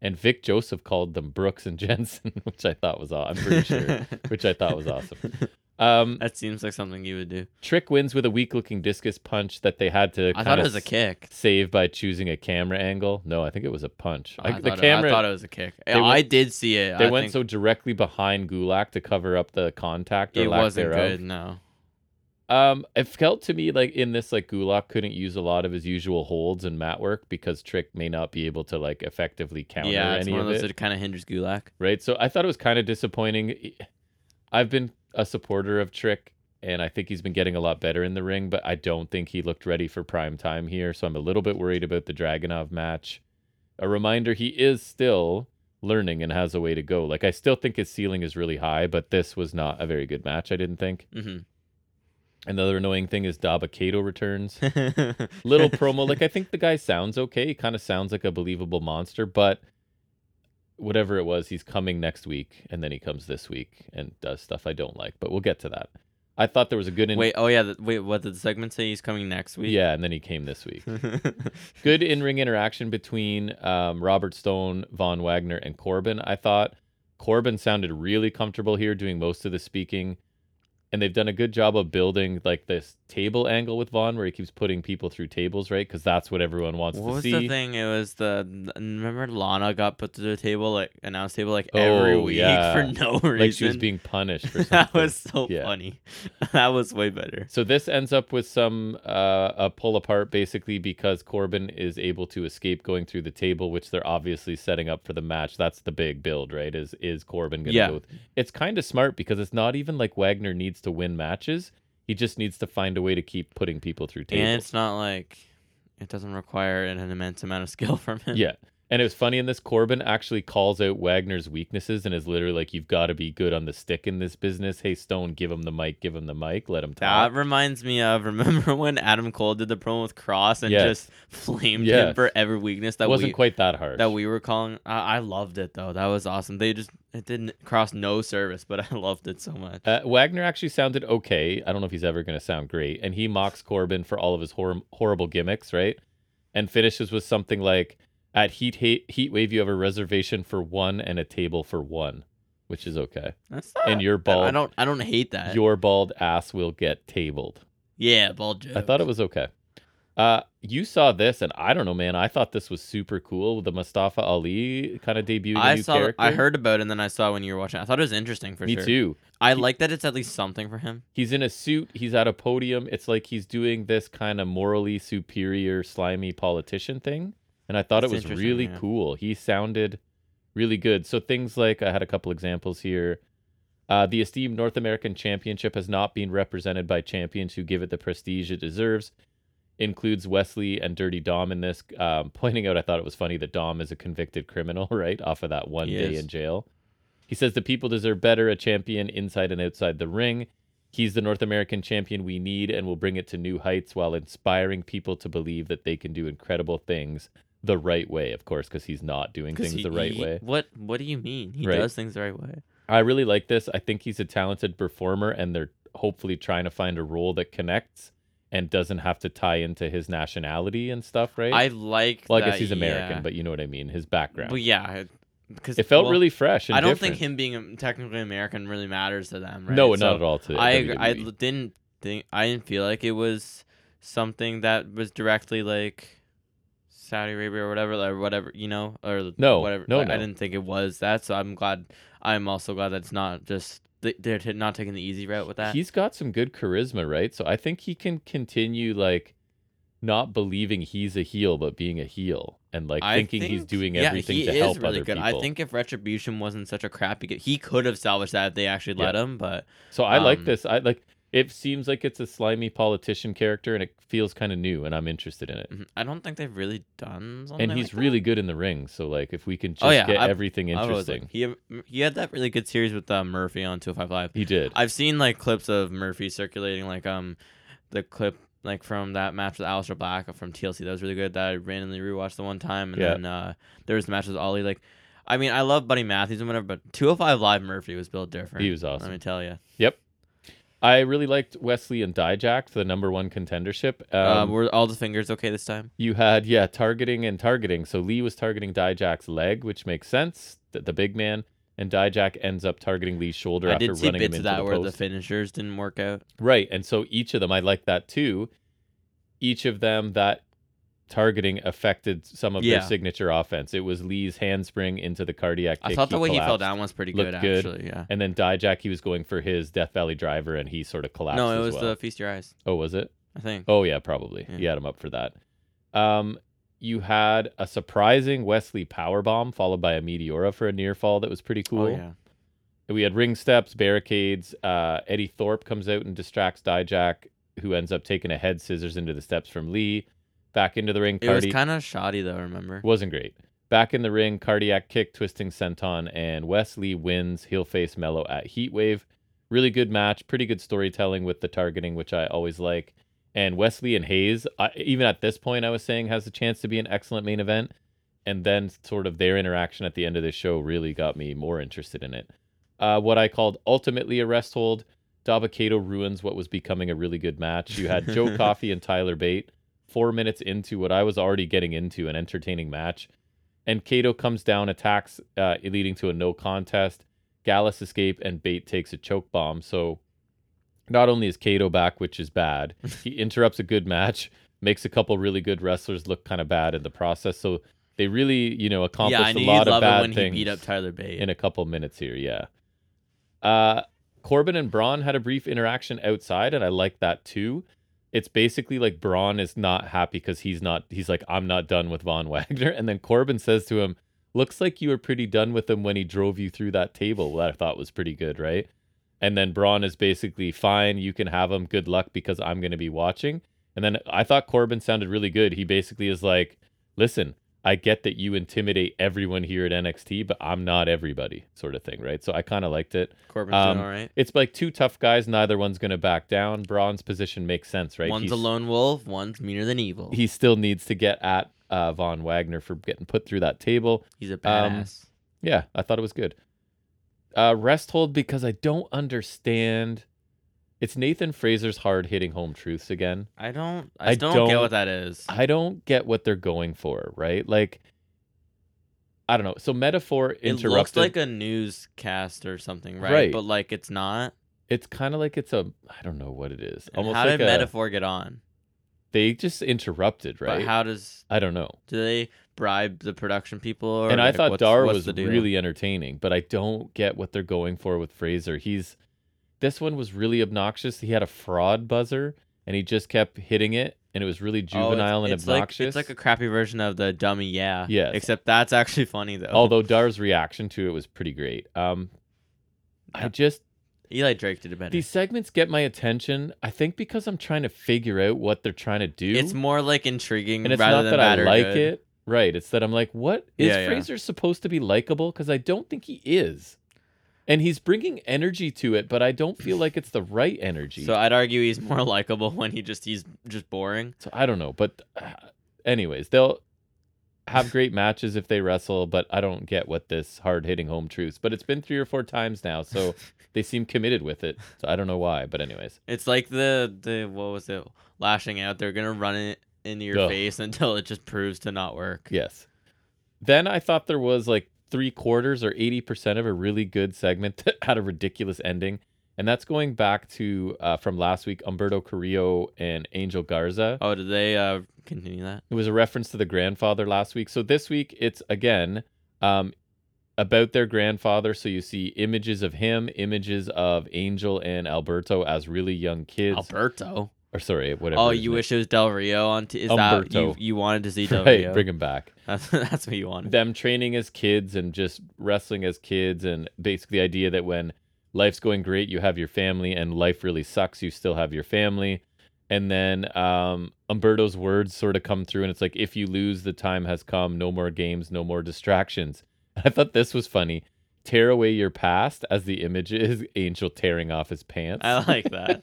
S1: And Vic Joseph called them Brooks and <laughs> Jensen, which I thought was awesome. I'm pretty
S2: <laughs>
S1: sure, which I thought was awesome. Um,
S2: That seems like something you would do.
S1: Trick wins with a weak looking discus punch that they had to
S2: I
S1: kinda
S2: thought it was a
S1: s-
S2: kick.
S1: save by choosing a camera angle. No, I think it was a punch. I, the
S2: thought it-
S1: camera
S2: I thought it was a kick.
S1: went-
S2: I did see it.
S1: they
S2: I
S1: went
S2: think
S1: so directly behind Gulak to cover up the contact or
S2: it
S1: lack
S2: wasn't
S1: thereof.
S2: good. No.
S1: Um, it felt to me like in this, like Gulak couldn't use a lot of his usual holds and mat work because Trick may not be able to like effectively counter
S2: Yeah, it's
S1: any
S2: one of
S1: of
S2: those
S1: it.
S2: that kind of hinders Gulak.
S1: right? So I thought it was kind of disappointing. E, I've been a supporter of Trick, and I think he's been getting a lot better in the ring, but I don't think he looked ready for prime time here. So I'm a little bit worried about the Dragonov match. A reminder he is still learning and has a way to go. Like, I still think his ceiling is really high, but this was not a very good match, I didn't think.
S2: Mm-hmm.
S1: Another annoying thing is Daba Kato returns Mm-hmm.
S2: <laughs>
S1: little promo. Like I think the guy sounds okay. He kind of sounds like a believable monster, but whatever it was, he's coming next week, and then he comes this week and does stuff I don't like. But we'll get to that. I thought there was a good in-
S2: Wait, oh yeah, the, wait, what did the segment say? He's coming next week. <laughs>
S1: Yeah, and then he came this week.
S2: Good.
S1: Good in ring interaction between um, Robert Stone, Von Wagner, and Corbin. I thought Corbin sounded really comfortable here, doing most of the speaking. And they've done a good job of building like this table angle with Von, where he keeps putting people through tables, right? Because that's what everyone wants
S2: What
S1: to
S2: was
S1: see.
S2: the thing? It was the n- remember Lana got put to the table like announce table like every
S1: Oh,
S2: week
S1: yeah.
S2: for no reason.
S1: like she was
S2: <laughs>
S1: being punished for something.
S2: that was so
S1: Yeah.
S2: funny. <laughs> that was way better.
S1: So this ends up with some uh, a pull apart basically because Corbin is able to escape going through the table, which they're obviously setting up for the match. That's the big build, right? Is is Corbin gonna
S2: Yeah.
S1: go? It's kind of smart because it's not even like Wagner needs to win matches. He just needs to find a way to keep putting people through
S2: And
S1: tables.
S2: it's not like it doesn't require an, an immense amount of skill from <laughs> him.
S1: yeah. And it was funny in this Corbin actually calls out Wagner's weaknesses and is literally like, "You've got to be good on the stick in this business." Hey Stone, give him the mic, give him the mic, let him talk.
S2: That reminds me of <laughs> remember when Adam Cole did the promo with Cross and
S1: Yes.
S2: just flamed him
S1: Yes.
S2: for every weakness that
S1: wasn't
S2: we
S1: quite that hard.
S2: that we were calling. I, I loved it though. That was awesome. They just it didn't cross no service, but <laughs> I loved it so much.
S1: Uh, Wagner actually sounded okay. I don't know if he's ever going to sound great. And he mocks Corbin for all of his hor- horrible gimmicks, right? And finishes with something like, "At Heat ha- Heat Wave, you have a reservation for one and a table for one." which is okay.
S2: That's not,
S1: And your
S2: Uh, I- I
S1: bald,
S2: don't. I don't hate that.
S1: your bald ass will get tabled.
S2: yeah, bald joke.
S1: I thought it was okay. Uh, you saw this, and I don't know, man. I thought this was super cool. The Mustafa Ali kind of debuted a
S2: I
S1: new
S2: saw.
S1: character.
S2: I heard about it, and then I saw when you were watching. I thought it was interesting for
S1: Me
S2: sure.
S1: too.
S2: I like that it's at least something for him.
S1: He's in a suit. He's at a podium. It's like he's doing this kind of morally superior, slimy politician thing. And I thought
S2: That's
S1: it was
S2: interesting,
S1: really
S2: yeah.
S1: cool. He sounded really good. So things like I had a couple examples here. Uh, the esteemed North American Championship has not been represented by champions who give it the prestige it deserves. Includes Wesley and Dirty Dom in this. Um, <laughs> pointing out, I thought it was funny that Dom is a convicted criminal, <laughs> right? Off of that one
S2: He
S1: day
S2: is.
S1: in jail. He says the people deserve better, a champion inside and outside the ring. He's the North American champion we need and will bring it to new heights while inspiring people to believe that they can do incredible things the right way, of course, because he's not doing
S2: 'Cause
S1: things
S2: he-
S1: the right
S2: he-
S1: way.
S2: What What do you mean? He
S1: Right.
S2: does things the right way.
S1: I really like this. I think he's a talented performer, and they're hopefully trying to find a role that connects and doesn't have to tie into his nationality and stuff, right?
S2: I like.
S1: well, I
S2: that,
S1: guess he's American,
S2: yeah.
S1: but you know what I mean. His background.
S2: Well, yeah, because
S1: it felt really fresh. And
S2: I don't
S1: different.
S2: think him being um, technically American really matters to them, right?
S1: No,
S2: So
S1: not at all. To
S2: I agree. I
S1: WWE.
S2: l- didn't think I didn't feel like it was something that was directly like Saudi Arabia or whatever or whatever you know or
S1: No,
S2: whatever.
S1: no,
S2: I, I
S1: no.
S2: didn't think it was that, so I'm glad. I'm also glad that it's not just th- they're t- not taking the easy route with that.
S1: He's got some good charisma, right? So I think he can continue like not believing he's a heel, but being a heel and like
S2: I
S1: thinking he's
S2: think-
S1: doing
S2: yeah,
S1: everything
S2: he
S1: to
S2: is
S1: help
S2: really
S1: other
S2: good.
S1: people.
S2: I think if Retribution wasn't such a crappy, g- he could have salvaged that if they actually let him. But
S1: so I like
S2: um,
S1: this. I like it seems like it's a slimy politician character and it feels kind of new and I'm interested in it.
S2: mhm, I don't think they've really done something.
S1: And he's
S2: like that.
S1: really good in the ring. So like if we can just
S2: Oh, yeah,
S1: get
S2: I-
S1: everything
S2: I was like-
S1: interesting.
S2: he he had that really good series with uh, Murphy on 205 Live.
S1: He did.
S2: I've seen like clips of Murphy circulating, like um, the clip like from that match with Alistair Black from TLC. That was really good. That I randomly rewatched the one time, and
S1: Yeah.
S2: then uh, there was the match with Ollie. Like, I mean, I love Buddy Matthews and whatever, but 205 Live Murphy was built different.
S1: He was awesome.
S2: Let me tell you.
S1: I really liked Wesley and Dijak, the number one contendership.
S2: uh,
S1: Um,
S2: were all the fingers okay this time?
S1: You had yeah, targeting and targeting. So Lee was targeting Dijak's leg, which makes sense. The, the big man and Dijak ends up targeting Lee's shoulder
S2: I
S1: after
S2: did see
S1: running him
S2: bits
S1: into
S2: of that
S1: the
S2: where
S1: post.
S2: the finishers didn't work out.
S1: right, and so each of them, I like that too. Each of them that targeting affected some of
S2: Yeah.
S1: their signature offense. It was Lee's handspring into the cardiac.
S2: I
S1: kick,
S2: thought the way he fell
S1: collapsed.
S2: down was pretty good,
S1: Looked good.
S2: actually. Yeah.
S1: And then Dijak, he was going for his Death Valley driver, and he sort of collapsed.
S2: No, it
S1: as
S2: was
S1: well.
S2: the feast your eyes.
S1: Oh, was it?
S2: I think.
S1: Oh yeah, probably.
S2: Yeah.
S1: You had him up for that. Um, you had a surprising Wesley power bomb followed by a Meteora for a near fall that was pretty cool.
S2: Oh, yeah.
S1: We had ring steps, barricades. Uh, Eddie Thorpe comes out and distracts Dijak, who ends up taking a head scissors into the steps from Lee. Back into the ring,
S2: It was
S1: Cardi
S2: kind of shoddy though. Remember?
S1: wasn't great. Back in the ring, cardiac kick, twisting senton, and Wesley wins. Heel face Mello at Heatwave. Really good match. Pretty good storytelling with the targeting, which I always like. And Wesley and Hayes, I, even at this point, I was saying has a chance to be an excellent main event. And then sort of their interaction at the end of the show really got me more interested in it. Uh, what I called ultimately a rest hold. Dabakato ruins what was becoming a really good match. You had Joe Coffey and Tyler Bate four minutes into what I was already getting into an entertaining match. And Cato comes down, attacks, uh, leading to a no contest. Gallus escape, and Bate takes a choke bomb. So not only is Cato back, which is
S2: <laughs>
S1: bad, he interrupts a good match, makes a couple really good wrestlers look kind of bad in the process. So they really, you know, accomplished
S2: yeah, I knew
S1: a
S2: you'd
S1: lot of
S2: love it
S1: bad
S2: when
S1: things
S2: he beat up Tyler Bate.
S1: in a couple minutes here. Yeah. Uh, Corbin and Braun had a brief interaction outside, and I like that too. It's basically like Braun is not happy because he's not, he's like, I'm not done with Von <laughs> Wagner. And then Corbin says to him, Looks like you were pretty done with him when he drove you through that table. That I thought was pretty good, right? And then Braun is basically fine. You can have him. Good luck because I'm going to be watching. And then I thought Corbin sounded really good. He basically is like, listen, I get that you intimidate everyone here at NXT, but I'm not everybody, sort of thing, right? So I kind of liked it.
S2: Corbin's
S1: um,
S2: doing all right.
S1: It's like two tough guys. Neither one's going to back down. Braun's position makes sense, right?
S2: one's
S1: He's-
S2: a lone wolf. One's meaner than evil.
S1: He still needs to get at uh, Von Wagner for getting put through that table.
S2: He's a badass.
S1: Yeah, I thought it was good. Uh, rest hold because I don't understand. It's Nathan Fraser's hard hitting home truths again.
S2: I don't. I,
S1: I
S2: still don't, get what that is.
S1: I don't get what they're going for, right? Like I don't know. So metaphor
S2: It
S1: interrupted.
S2: looks like a newscast or something, right?
S1: Right.
S2: But like it's not.
S1: it's kind of like it's a I don't know what it is.
S2: And
S1: Almost
S2: how
S1: like
S2: did
S1: a,
S2: metaphor get on?
S1: they just interrupted, right?
S2: But how does
S1: I don't know.
S2: do they bribe the production people? Or
S1: and I
S2: like,
S1: thought
S2: what's,
S1: Dar
S2: what's
S1: was
S2: the deal?
S1: really entertaining, but I don't get what they're going for with Fraser. He's this one was really obnoxious. He had a fraud buzzer and he just kept hitting it and it was really
S2: Oh, it's-
S1: juvenile and
S2: it's like-
S1: obnoxious.
S2: it's like a crappy version of the dummy yeah.
S1: Yes.
S2: Except that's actually funny though.
S1: Although Dar's reaction to it was pretty great. Um I
S2: Yeah.
S1: just
S2: Eli Drake did it better.
S1: these segments get my attention. I think because I'm trying to figure out what they're trying to do.
S2: It's more like intriguing
S1: and it's
S2: rather
S1: not
S2: than
S1: that
S2: bad
S1: I
S2: or
S1: like
S2: good.
S1: it. Right. It's that I'm like, what is
S2: Yeah, yeah.
S1: Fraser supposed to be likable? Because I don't think he is, and he's bringing energy to it, but I don't feel like it's the right energy.
S2: So
S1: So,
S2: I'd argue he's more <laughs> likable when he just he's just boring.
S1: I don't know. But, uh, anyways, they'll have great matches if they wrestle, but I don't get what this hard hitting home truths. But it's been three or four times now,
S2: <laughs>
S1: so they seem committed with it. So I don't know why, but anyways,
S2: It's like the the what was it? Lashing out. They're gonna run it into your
S1: Ugh.
S2: face until it just proves to not work.
S1: yes. Then I thought there was like three quarters or 80% of a really good segment <laughs> that had a ridiculous ending. And that's going back to uh, from last week, Umberto Carrillo and Angel Garza.
S2: Oh, did they uh continue that?
S1: It was a reference to the grandfather last week. So this week, it's again um, about their grandfather. So you see images of him, images of Angel and Alberto as really young kids.
S2: Alberto.
S1: or sorry, whatever.
S2: Oh,
S1: his
S2: you
S1: name-
S2: wish it was Del Rio on. T- is that you,
S1: Umberto.
S2: you wanted to see
S1: <laughs>
S2: Del
S1: Right,
S2: Rio?
S1: bring him back.
S2: <laughs> That's that's what you wanted.
S1: them training as kids and just wrestling as kids and basically the idea that when life's going great you have your family and life really sucks you still have your family and then um, umberto's words sort of come through and it's like if you lose the time has come no more games no more distractions <laughs> i thought this was funny tear away your past as the image is <laughs> angel tearing off his pants
S2: <laughs> I
S1: <laughs>
S2: like that.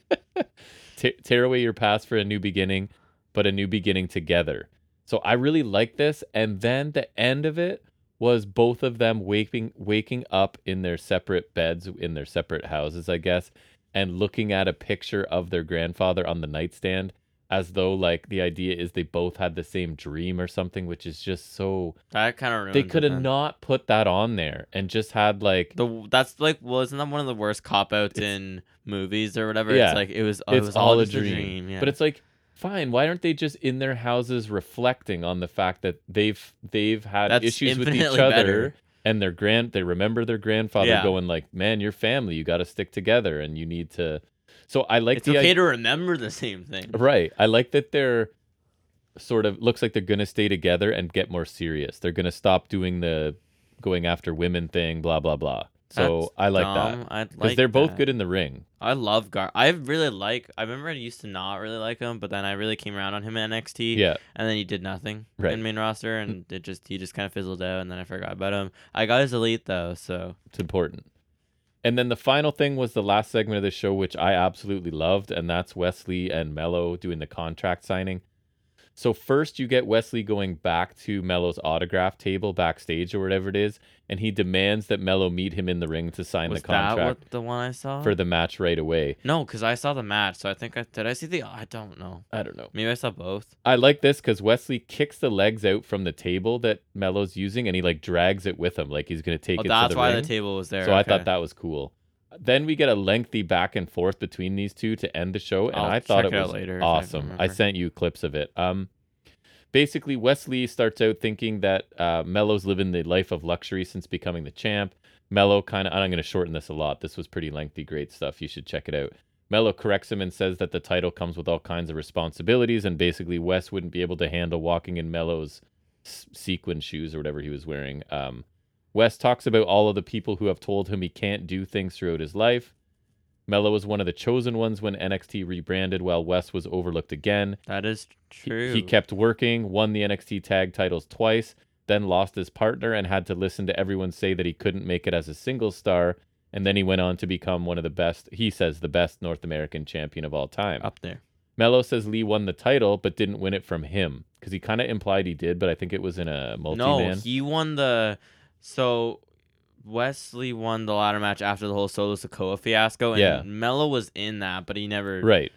S1: Te tear away your past for a new beginning, but a new beginning together. So I really like this. And then the end of it was both of them waking waking up in their separate beds in their separate houses, I guess, and looking at a picture of their grandfather on the nightstand as though like the idea is they both had the same dream or something, which is just so
S2: That kind of ruins.
S1: they
S2: it
S1: could have
S2: then.
S1: not put that on there and just had like
S2: The that's like well, isn't that one of the worst cop outs in movies or whatever?
S1: Yeah.
S2: It's like it was. oh, it
S1: it's
S2: was
S1: all a
S2: just
S1: dream.
S2: yeah.
S1: But it's like, fine. Why aren't they just in their houses reflecting on the fact that they've they've had
S2: That's
S1: issues with each
S2: infinitely
S1: other
S2: better.
S1: and their grand they remember their grandfather
S2: Yeah.
S1: going like, "Man, your family, you got to stick together, and you need to." So I like
S2: it's
S1: the
S2: okay
S1: idea,
S2: to remember the same thing.
S1: right. I like that they're sort of looks like they're gonna stay together and get more serious. They're gonna stop doing the going after women thing, blah blah blah. So
S2: That's
S1: I like that
S2: Dumb. I like
S1: because they're both
S2: that.
S1: good in the ring.
S2: I love Gar. I really like. I remember I used to not really like him, but then I really came around on him in NXT.
S1: Yeah,
S2: And then he did nothing
S1: Right. Mm.
S2: in main roster, and it just he just kind of fizzled out, and then I forgot about him. I got his elite though, so
S1: It's important. And then the final thing was the last segment of the show, which I absolutely loved, and that's Wesley and Mello doing the contract signing. So first you get Wesley going back to Mello's autograph table backstage or whatever it is, and he demands that Mello meet him in the ring to sign
S2: was
S1: the
S2: that
S1: contract
S2: what the one I saw?
S1: for the match right away.
S2: no, because I saw the match, so I think I did. I see the. I don't know.
S1: I don't know.
S2: Maybe I saw both.
S1: I like this because Wesley kicks the legs out from the table that Mello's using, and he like drags it with him, like he's gonna take
S2: Oh,
S1: it. to
S2: that's
S1: the
S2: why
S1: ring.
S2: the table was there.
S1: So I
S2: okay.
S1: thought that was cool. Then we get a lengthy back and forth between these two to end the show, and
S2: I'll
S1: I thought
S2: check
S1: it
S2: it out
S1: was
S2: later if I
S1: awesome. I,
S2: remember.
S1: sent you clips of it. Um, basically, Wesley starts out thinking that uh, Mello's living the life of luxury since becoming the champ. Mello kind of, I'm going to shorten this a lot. This was pretty lengthy, great stuff. You should check it out. Mello corrects him and says that the title comes with all kinds of responsibilities, and basically, Wes wouldn't be able to handle walking in Mello's s- sequin shoes or whatever he was wearing. Um, Wes talks about all of the people who have told him he can't do things throughout his life. Mello was one of the chosen ones when NXT rebranded, while Wes was overlooked again.
S2: that is
S1: He-
S2: true.
S1: He kept working, won the NXT tag titles twice, then lost his partner and had to listen to everyone say that he couldn't make it as a single star. And then he went on to become one of the best, he says, the best North American champion of all time.
S2: up there.
S1: Mello says Lee won the title, but didn't win it from him because he kind of implied he did, but I think it was in a multi
S2: No,
S1: man.
S2: he won the. So Wesley won the ladder match after the whole Solo Sokoa fiasco, and
S1: Yeah.
S2: Mello was in that, but he never.
S1: right.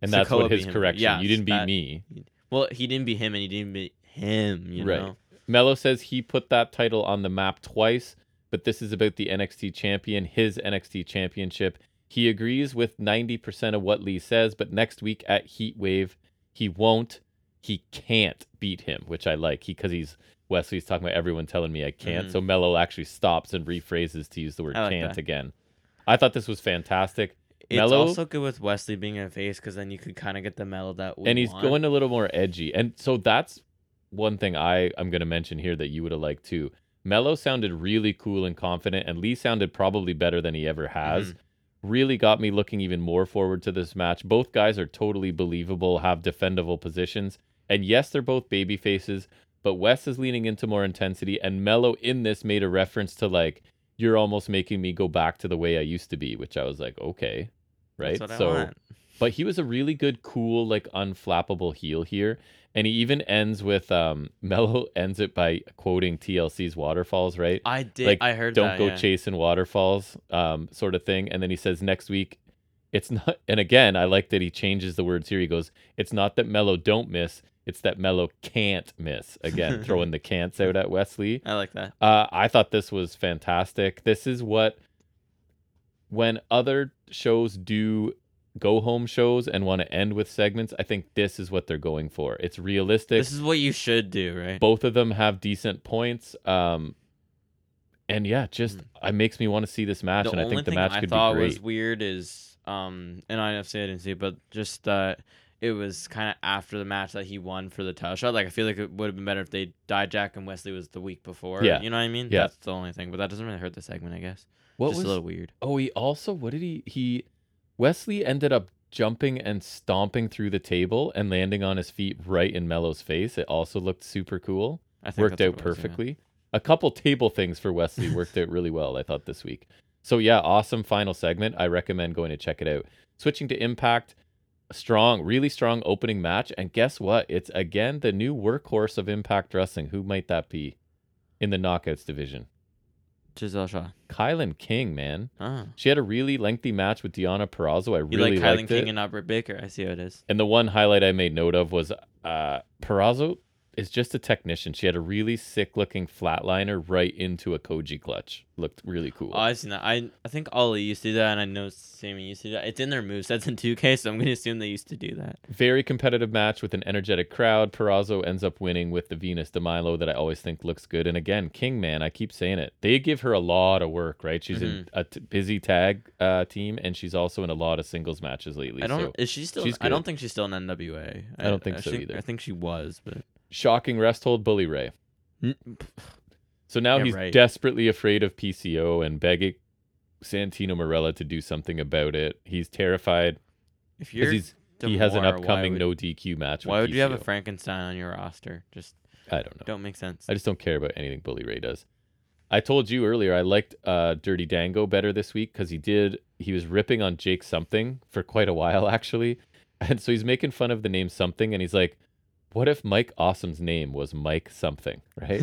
S1: And that's
S2: Sokoa
S1: what
S2: beat
S1: his
S2: him.
S1: correction.
S2: Yes,
S1: you didn't beat
S2: that-
S1: me.
S2: Well, he didn't beat him, and he didn't beat him. You
S1: Right.
S2: know.
S1: Mello says he put that title on the map twice, but this is about the NXT champion, his NXT championship. He agrees with 90% of what Lee says, but next week at Heat Wave, he won't, he can't beat him, which I like because he's Wesley's talking about everyone telling me I can't.
S2: Mhm.
S1: So Mello actually stops and rephrases to use the word
S2: I like
S1: can't
S2: that.
S1: again. I thought this was fantastic.
S2: It's
S1: Mello-
S2: also good with Wesley being a face because then you could kind of get the mellow that we
S1: and he's
S2: want.
S1: going a little more edgy. And so that's one thing I I'm gonna mention here that you would have liked too. Mello sounded really cool and confident, and Lee sounded probably better than he ever has.
S2: Mm-hmm.
S1: Really got me looking even more forward to this match. Both guys are totally believable, have defendable positions, and yes, they're both baby faces. But Wes is leaning into more intensity, and Mello in this made a reference to like, "You're almost making me go back to the way I used to be," which I was like, "Okay, right?"
S2: That's what
S1: so
S2: I want.
S1: but he was a really good cool like unflappable heel here and he even ends with um <laughs> mello ends it by quoting tlc's waterfalls right
S2: I did.
S1: like,
S2: I heard
S1: don't
S2: that,
S1: go
S2: yeah.
S1: chasing waterfalls um sort of thing and then he says next week it's not <laughs> and again i like that he changes the words here he goes it's not that mello don't miss it's that mello can't miss
S2: <laughs>
S1: again throwing the can'ts out at wesley
S2: I like that.
S1: uh, I thought this was fantastic. This is what when other shows do go home shows and want to end with segments, I think this is what they're going for. It's realistic.
S2: This is what you should do, right?
S1: Both of them have decent points. Um, and yeah, just
S2: Hmm.
S1: it makes me want to see this match, and I think the match
S2: I
S1: could be
S2: thought
S1: great.
S2: was weird is, um, and I obviously I didn't see it, but just that it was kind of after the match that he won for the title shot. Like I feel like it would have been better if they died Jack and Wesley was the week before.
S1: Yeah.
S2: you know what I mean.
S1: Yeah.
S2: that's the only thing, but that doesn't really hurt the segment, I guess.
S1: what
S2: just
S1: was?
S2: a little weird.
S1: Oh, he also what did he he Wesley ended up jumping and stomping through the table and landing on his feet right in Mello's face. It also looked super cool.
S2: I think
S1: worked
S2: that's
S1: out
S2: what it was, yeah.
S1: perfectly. A couple table things for
S2: <laughs>
S1: Wesley worked out really well, I thought, this week. So, yeah, awesome final segment. I recommend going to check it out. Switching to Impact, strong, really strong opening match. And guess what? It's again the new workhorse of Impact Wrestling. Who might that be in the knockouts division?
S2: Giselle Shaw.
S1: Kylan King, man.
S2: Oh.
S1: She had a really lengthy match with Deanna Perrazzo. I
S2: You
S1: really
S2: like
S1: liked
S2: Kylan
S1: it.
S2: King and Albert Baker. I see how it is.
S1: And the one highlight I made note of was uh Perazzo is just a technician. She had a really sick looking flatliner right into a Koji clutch. Looked really cool.
S2: Oh, I've seen that. I, I think Ollie used to do that, and I know Sammy used to do that. It's in their movesets in 2K, so I'm going to assume they used to do that.
S1: Very competitive match with an energetic crowd. Perazzo ends up winning with the Venus de Milo that I always think looks good. And again, King Man, I keep saying it. They give her a lot of work, right? She's in
S2: Mm-hmm.
S1: a t- busy tag uh, team, and she's also in a lot of singles matches lately.
S2: I don't.
S1: so
S2: is she still?
S1: she's
S2: I don't
S1: good.
S2: think she's still in NWA.
S1: I don't think so either.
S2: I think she was, but
S1: shocking rest hold bully Ray. <laughs> So now
S2: Hmm. Yeah,
S1: he's
S2: right.
S1: desperately afraid of PCO and begging Santino Morella to do something about it. He's terrified
S2: if you're
S1: because he's he has an
S2: DeMar, why
S1: upcoming
S2: would-
S1: no DQ match. With
S2: Why would you have a
S1: PCO.
S2: Frankenstein on your roster? Just
S1: I don't know.
S2: don't make sense.
S1: Oh. I
S2: <laughs>
S1: just don't care about anything Bully Ray does. I told you earlier I liked uh, Dirty Dango better this week because he did he was ripping on Jake something for quite a while <laughs> actually, and so he's making fun of the name something and he's like, "What if Mike Awesome's name was Mike something?" <laughs> Right?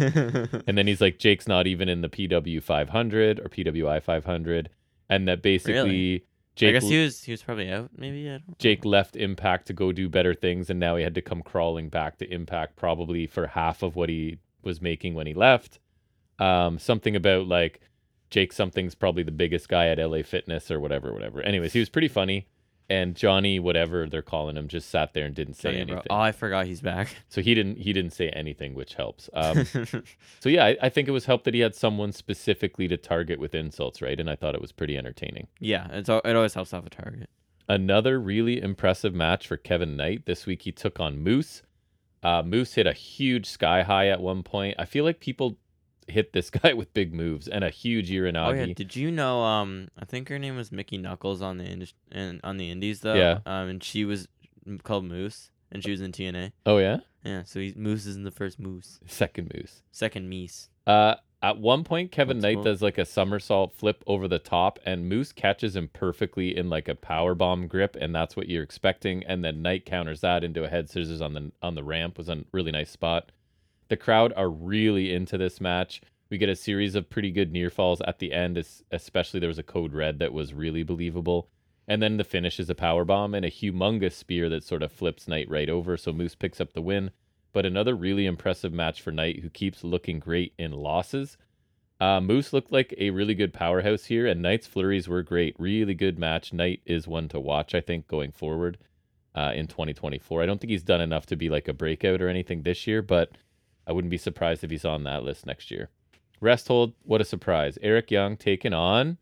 S1: And then he's like, Jake's not even in the PW 500 or PWI 500. And that basically
S2: Really? I
S1: Jake,
S2: guess he was he was probably out. Maybe I don't.
S1: Jake left Impact to go do better things. And now he had to come crawling back to Impact, probably for half of what he was making when he left. Um, something about like Jake something's probably the biggest guy at LA Fitness or whatever, whatever. Anyways, he was pretty funny. And Johnny, whatever they're calling him, just sat there and didn't say
S2: Johnny Bro-
S1: anything.
S2: Oh, I forgot he's back.
S1: So he didn't he didn't say anything, which helps. Um, So yeah, I, I think it was helped that he had someone specifically to target with insults, right? And I thought it was pretty entertaining.
S2: <laughs> yeah, it's al- it always helps to have a target.
S1: Another really impressive match for Kevin Knight this week. He took on Moose. Uh, Moose hit a huge sky high at one point. I feel like people hit this <laughs> guy with big moves and a huge Uranagi.
S2: Oh yeah, did you know? Um, I think her name was Mickey Knuckles on the indus- and on the Indies though.
S1: Yeah.
S2: Um, and she was m- called Moose, and she was in TNA.
S1: Oh, yeah?
S2: Yeah, so he's Moose isn't the first Moose,
S1: Second Moose.
S2: second Meese.
S1: Uh, at one point, Kevin
S2: That's
S1: Knight
S2: cool.
S1: does like a somersault flip over the top, and Moose catches him perfectly in like a power bomb grip, and that's what you're expecting. And then Knight counters that into a head scissors on the on the ramp was a really nice spot. The crowd are really into this match. We get a series of pretty good near falls at the end, es- especially there was a code red that was really believable. And then the finish is a power bomb and a humongous spear that sort of flips Knight right over. So Moose picks up the win. but another really impressive match for Knight, who keeps looking great in losses. Uh, Moose looked like a really good powerhouse here, and Knight's flurries were great. Really good match. Knight is one to watch, I think, going forward uh, in 2024. I don't think he's done enough to be like a breakout or anything this year, but I wouldn't be surprised if he's on that list next year. Rest hold, what a surprise. Eric Young taking on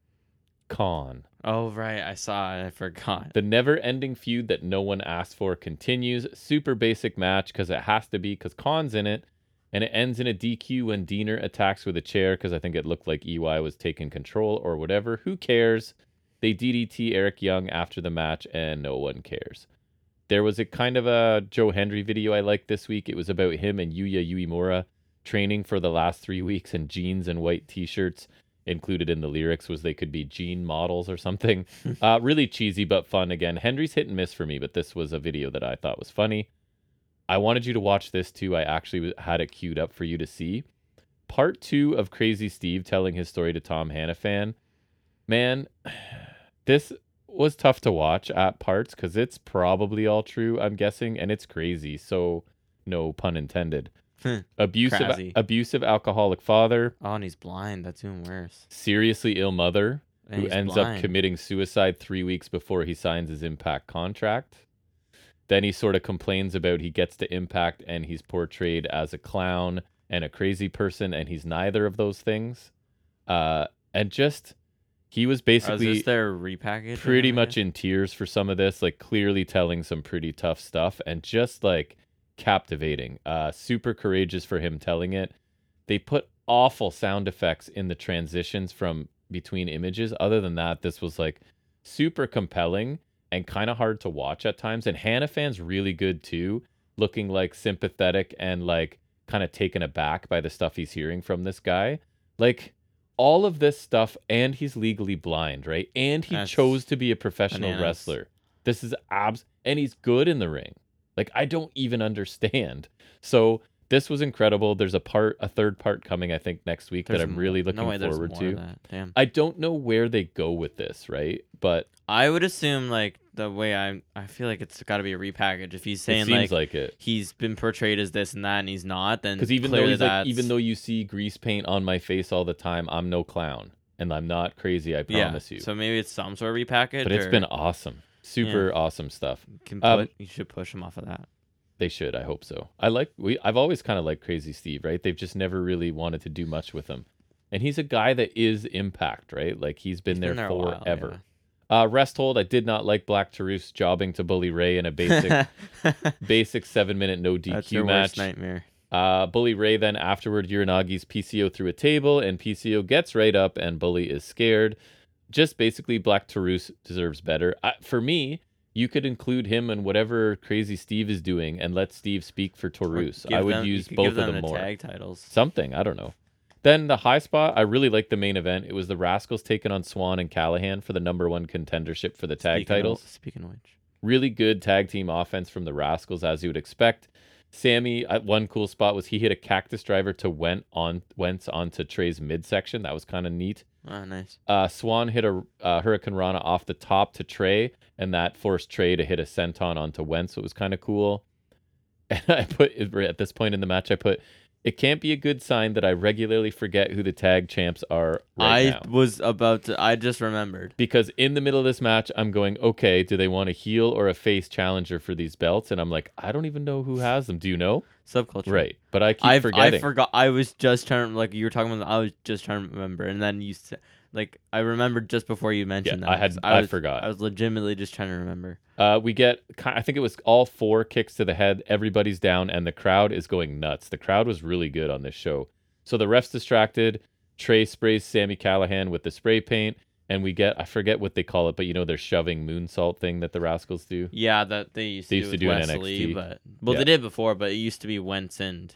S1: Khan.
S2: Oh right, I saw it. I forgot.
S1: The never ending feud that no one asked for continues. Super basic match because it has to be because Khan's in it. And it ends in a DQ when Diener attacks with a chair because I think it looked like EY was taking control or whatever. Who cares? They DDT Eric Young after the match and no one cares. There was a kind of a Joe Hendry video I liked this week. It was about him and Yuya Uemura training for the last three weeks in jeans and white t shirts included in the lyrics was they could be gene models or something. uh, really cheesy but fun again. Henry's hit and miss for me, but this was a video that I thought was funny. I wanted you to watch this too. I actually w- had it queued up for you to see. Part two of Crazy Steve telling his story to Tom Hannafan. Man, <sighs> this was tough to watch at parts because it's probably all true, I'm guessing, and it's crazy. So, no pun intended. abusive,
S2: Crazy.
S1: abusive alcoholic father,
S2: <laughs> Oh, and he's blind. That's even worse.
S1: seriously ill mother,
S2: And
S1: who
S2: he's
S1: ends up
S2: blind. Oh,
S1: committing suicide three weeks before he signs his impact contract. Then he sort of complains about he gets to impact and he's portrayed as a clown and a crazy person, and he's neither of those things. Uh, and just he was
S2: Oh, is
S1: basically
S2: this their repackage?
S1: pretty much in tears for some of this, like clearly telling some pretty tough stuff and just like captivating. Uh super courageous for him telling it. They put awful sound effects in the transitions from between images. Other than that, this was like super compelling and kind of hard to watch at times. And Hannah fans really good too, looking like sympathetic and like kind of taken aback by the stuff he's hearing from this guy. Like all of this stuff, and he's legally blind, right? And he
S2: That's
S1: chose to be a professional
S2: bananas.
S1: wrestler. This is abs, and he's good in the ring. Like I don't even <laughs> understand. So this was incredible. There's a part, a third part coming, I think, next week that I'm really looking forward to.
S2: Damn.
S1: I don't know where they go with this, right? But
S2: I would assume like the way I I feel like it's got to be a repackage. If he's
S1: it
S2: saying
S1: seems
S2: like,
S1: like it.
S2: he's been portrayed as this and that, and he's not, then
S1: Because even though
S2: clearly
S1: he's like,
S2: that's-
S1: even though you see grease paint on my face all the time, I'm no clown and I'm not crazy. I
S2: yeah,
S1: promise you.
S2: So maybe it's some sort of repackage.
S1: but it's
S2: or
S1: been awesome, super awesome stuff.
S2: can
S1: um,
S2: put- you should push him off of that.
S1: They should. I hope so. I like. We. I've always kind of liked Crazy Steve. Right. They've just never really wanted to do much with him. And he's a guy that is impact. Right. Like he's been,
S2: He's
S1: there,
S2: been there a while, <laughs>
S1: forever. Uh, rest hold. I did not like Black Tarus jobbing to Bully Ray in a
S2: <laughs>
S1: basic basic seven minute no DQ
S2: That's your
S1: match.
S2: worst nightmare.
S1: Uh, Bully Ray then afterward Uranagi's PCO through a table, and PCO gets right up, and Bully is scared. Just basically, Black Tarus deserves better. I, for me, you could include him in whatever Crazy Steve is doing, and let Steve speak for
S2: Or
S1: Tarus.
S2: give
S1: I would
S2: them- you
S1: use
S2: could give
S1: both of
S2: them
S1: them
S2: the
S1: more.
S2: Tag titles.
S1: Something I don't know. Then the high spot. I really liked the main event. It was the Rascals taking on Swan and Callahan for the number one contendership for the tag
S2: Speaking of-
S1: titles
S2: speaking of which,
S1: really good tag team offense from the Rascals, as you would expect. Sammy, at one cool spot was he hit a cactus driver to Went on Wentz onto Trey's midsection. That was kind of neat.
S2: oh nice.
S1: Uh, Swan hit a uh, Hurricane Rana off the top to Trey, and that forced Trey to hit a senton onto Wentz. So it was kind of cool. <laughs> And I put at this point in the match, I put it can't be a good sign that I regularly forget who the tag champs are right
S2: I
S1: now
S2: was about to. I just remembered.
S1: because in the middle of this match, I'm going, okay, do they want a heel or a face challenger for these belts? And I'm like, I don't even know who has them. Do you know?
S2: Subculture.
S1: Right. But I keep
S2: I
S1: forgetting.
S2: I forgot. I was just trying to like you were talking about. I was just trying to remember, and then you said like I remembered just before you mentioned
S1: Yeah,
S2: that.
S1: I had-
S2: 'cause
S1: I
S2: was-
S1: forgot.
S2: I was legitimately just trying to remember.
S1: uh, we get, ki- I think it was all four kicks to the head. Everybody's down, and the crowd is going nuts. The crowd was really good on this show. So the ref's distracted. Trey sprays Sammy Callahan with the spray paint. And we get, I forget what they call it, but you know, their shoving moonsault thing that the Rascals do.
S2: Yeah, that they used to
S1: They
S2: do,
S1: used to
S2: with
S1: do in
S2: Wesley,
S1: NXT.
S2: but well,
S1: Yeah.
S2: they did before, but it used to be Wentz and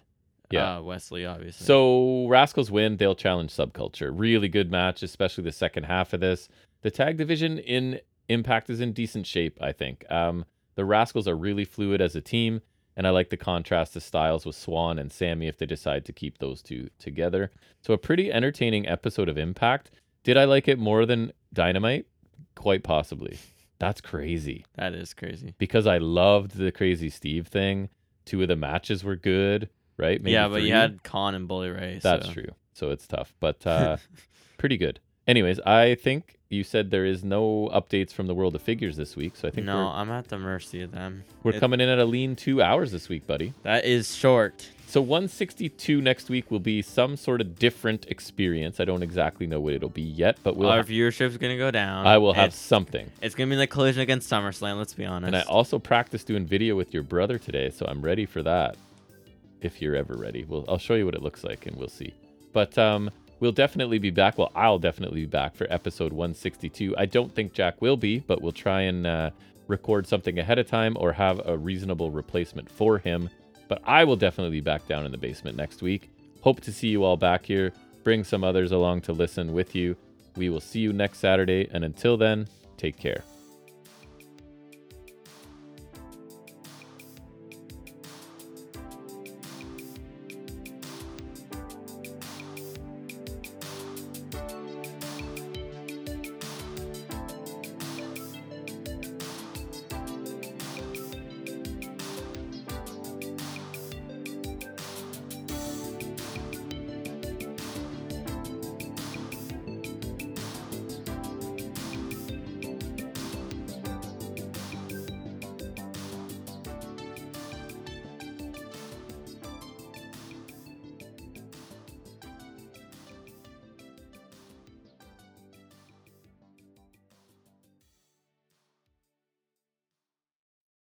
S1: Yeah.
S2: uh, Wesley, obviously.
S1: So Rascals win. They'll challenge Subculture. Really good match, especially the second half of this. The tag division in Impact is in decent shape, I think. Um, the Rascals are really fluid as a team, and I like the contrast to styles with Swan and Sammy if they decide to keep those two together. So a pretty entertaining episode of Impact. Did I like it more than Dynamite? Quite possibly. That's crazy
S2: that is crazy.
S1: because I loved the crazy Steve thing. two of the matches were good, right?
S2: yeah, but
S1: three.
S2: you had Khan and Bully Ray.
S1: That's
S2: so-
S1: true. So it's tough, but
S2: <laughs>
S1: uh, pretty good. Anyways, I think you said there is no updates from the world of figures this week, so I think
S2: no, I'm at the mercy of them.
S1: we're, we're
S2: It-
S1: coming in at a lean two hours this week, buddy.
S2: That is short.
S1: So 162 next week will be some sort of different experience. I don't exactly know what it'll be yet, but we'll ha-
S2: Our viewership's gonna go down.
S1: I will have
S2: It's,
S1: something.
S2: it's gonna be the collision against SummerSlam. Let's be honest.
S1: And I also practiced doing video with your brother today, so I'm ready for that. If you're ever ready, we'll I'll show you what it looks like and we'll see. But um, we'll definitely be back. Well, I'll definitely be back for episode 162. I don't think Jack will be, but we'll try and uh, record something ahead of time or have a reasonable replacement for him. But I will definitely be back down in the basement next week. Hope to see you all back here. Bring some others along to listen with you. We will see you next Saturday. And until then, take care.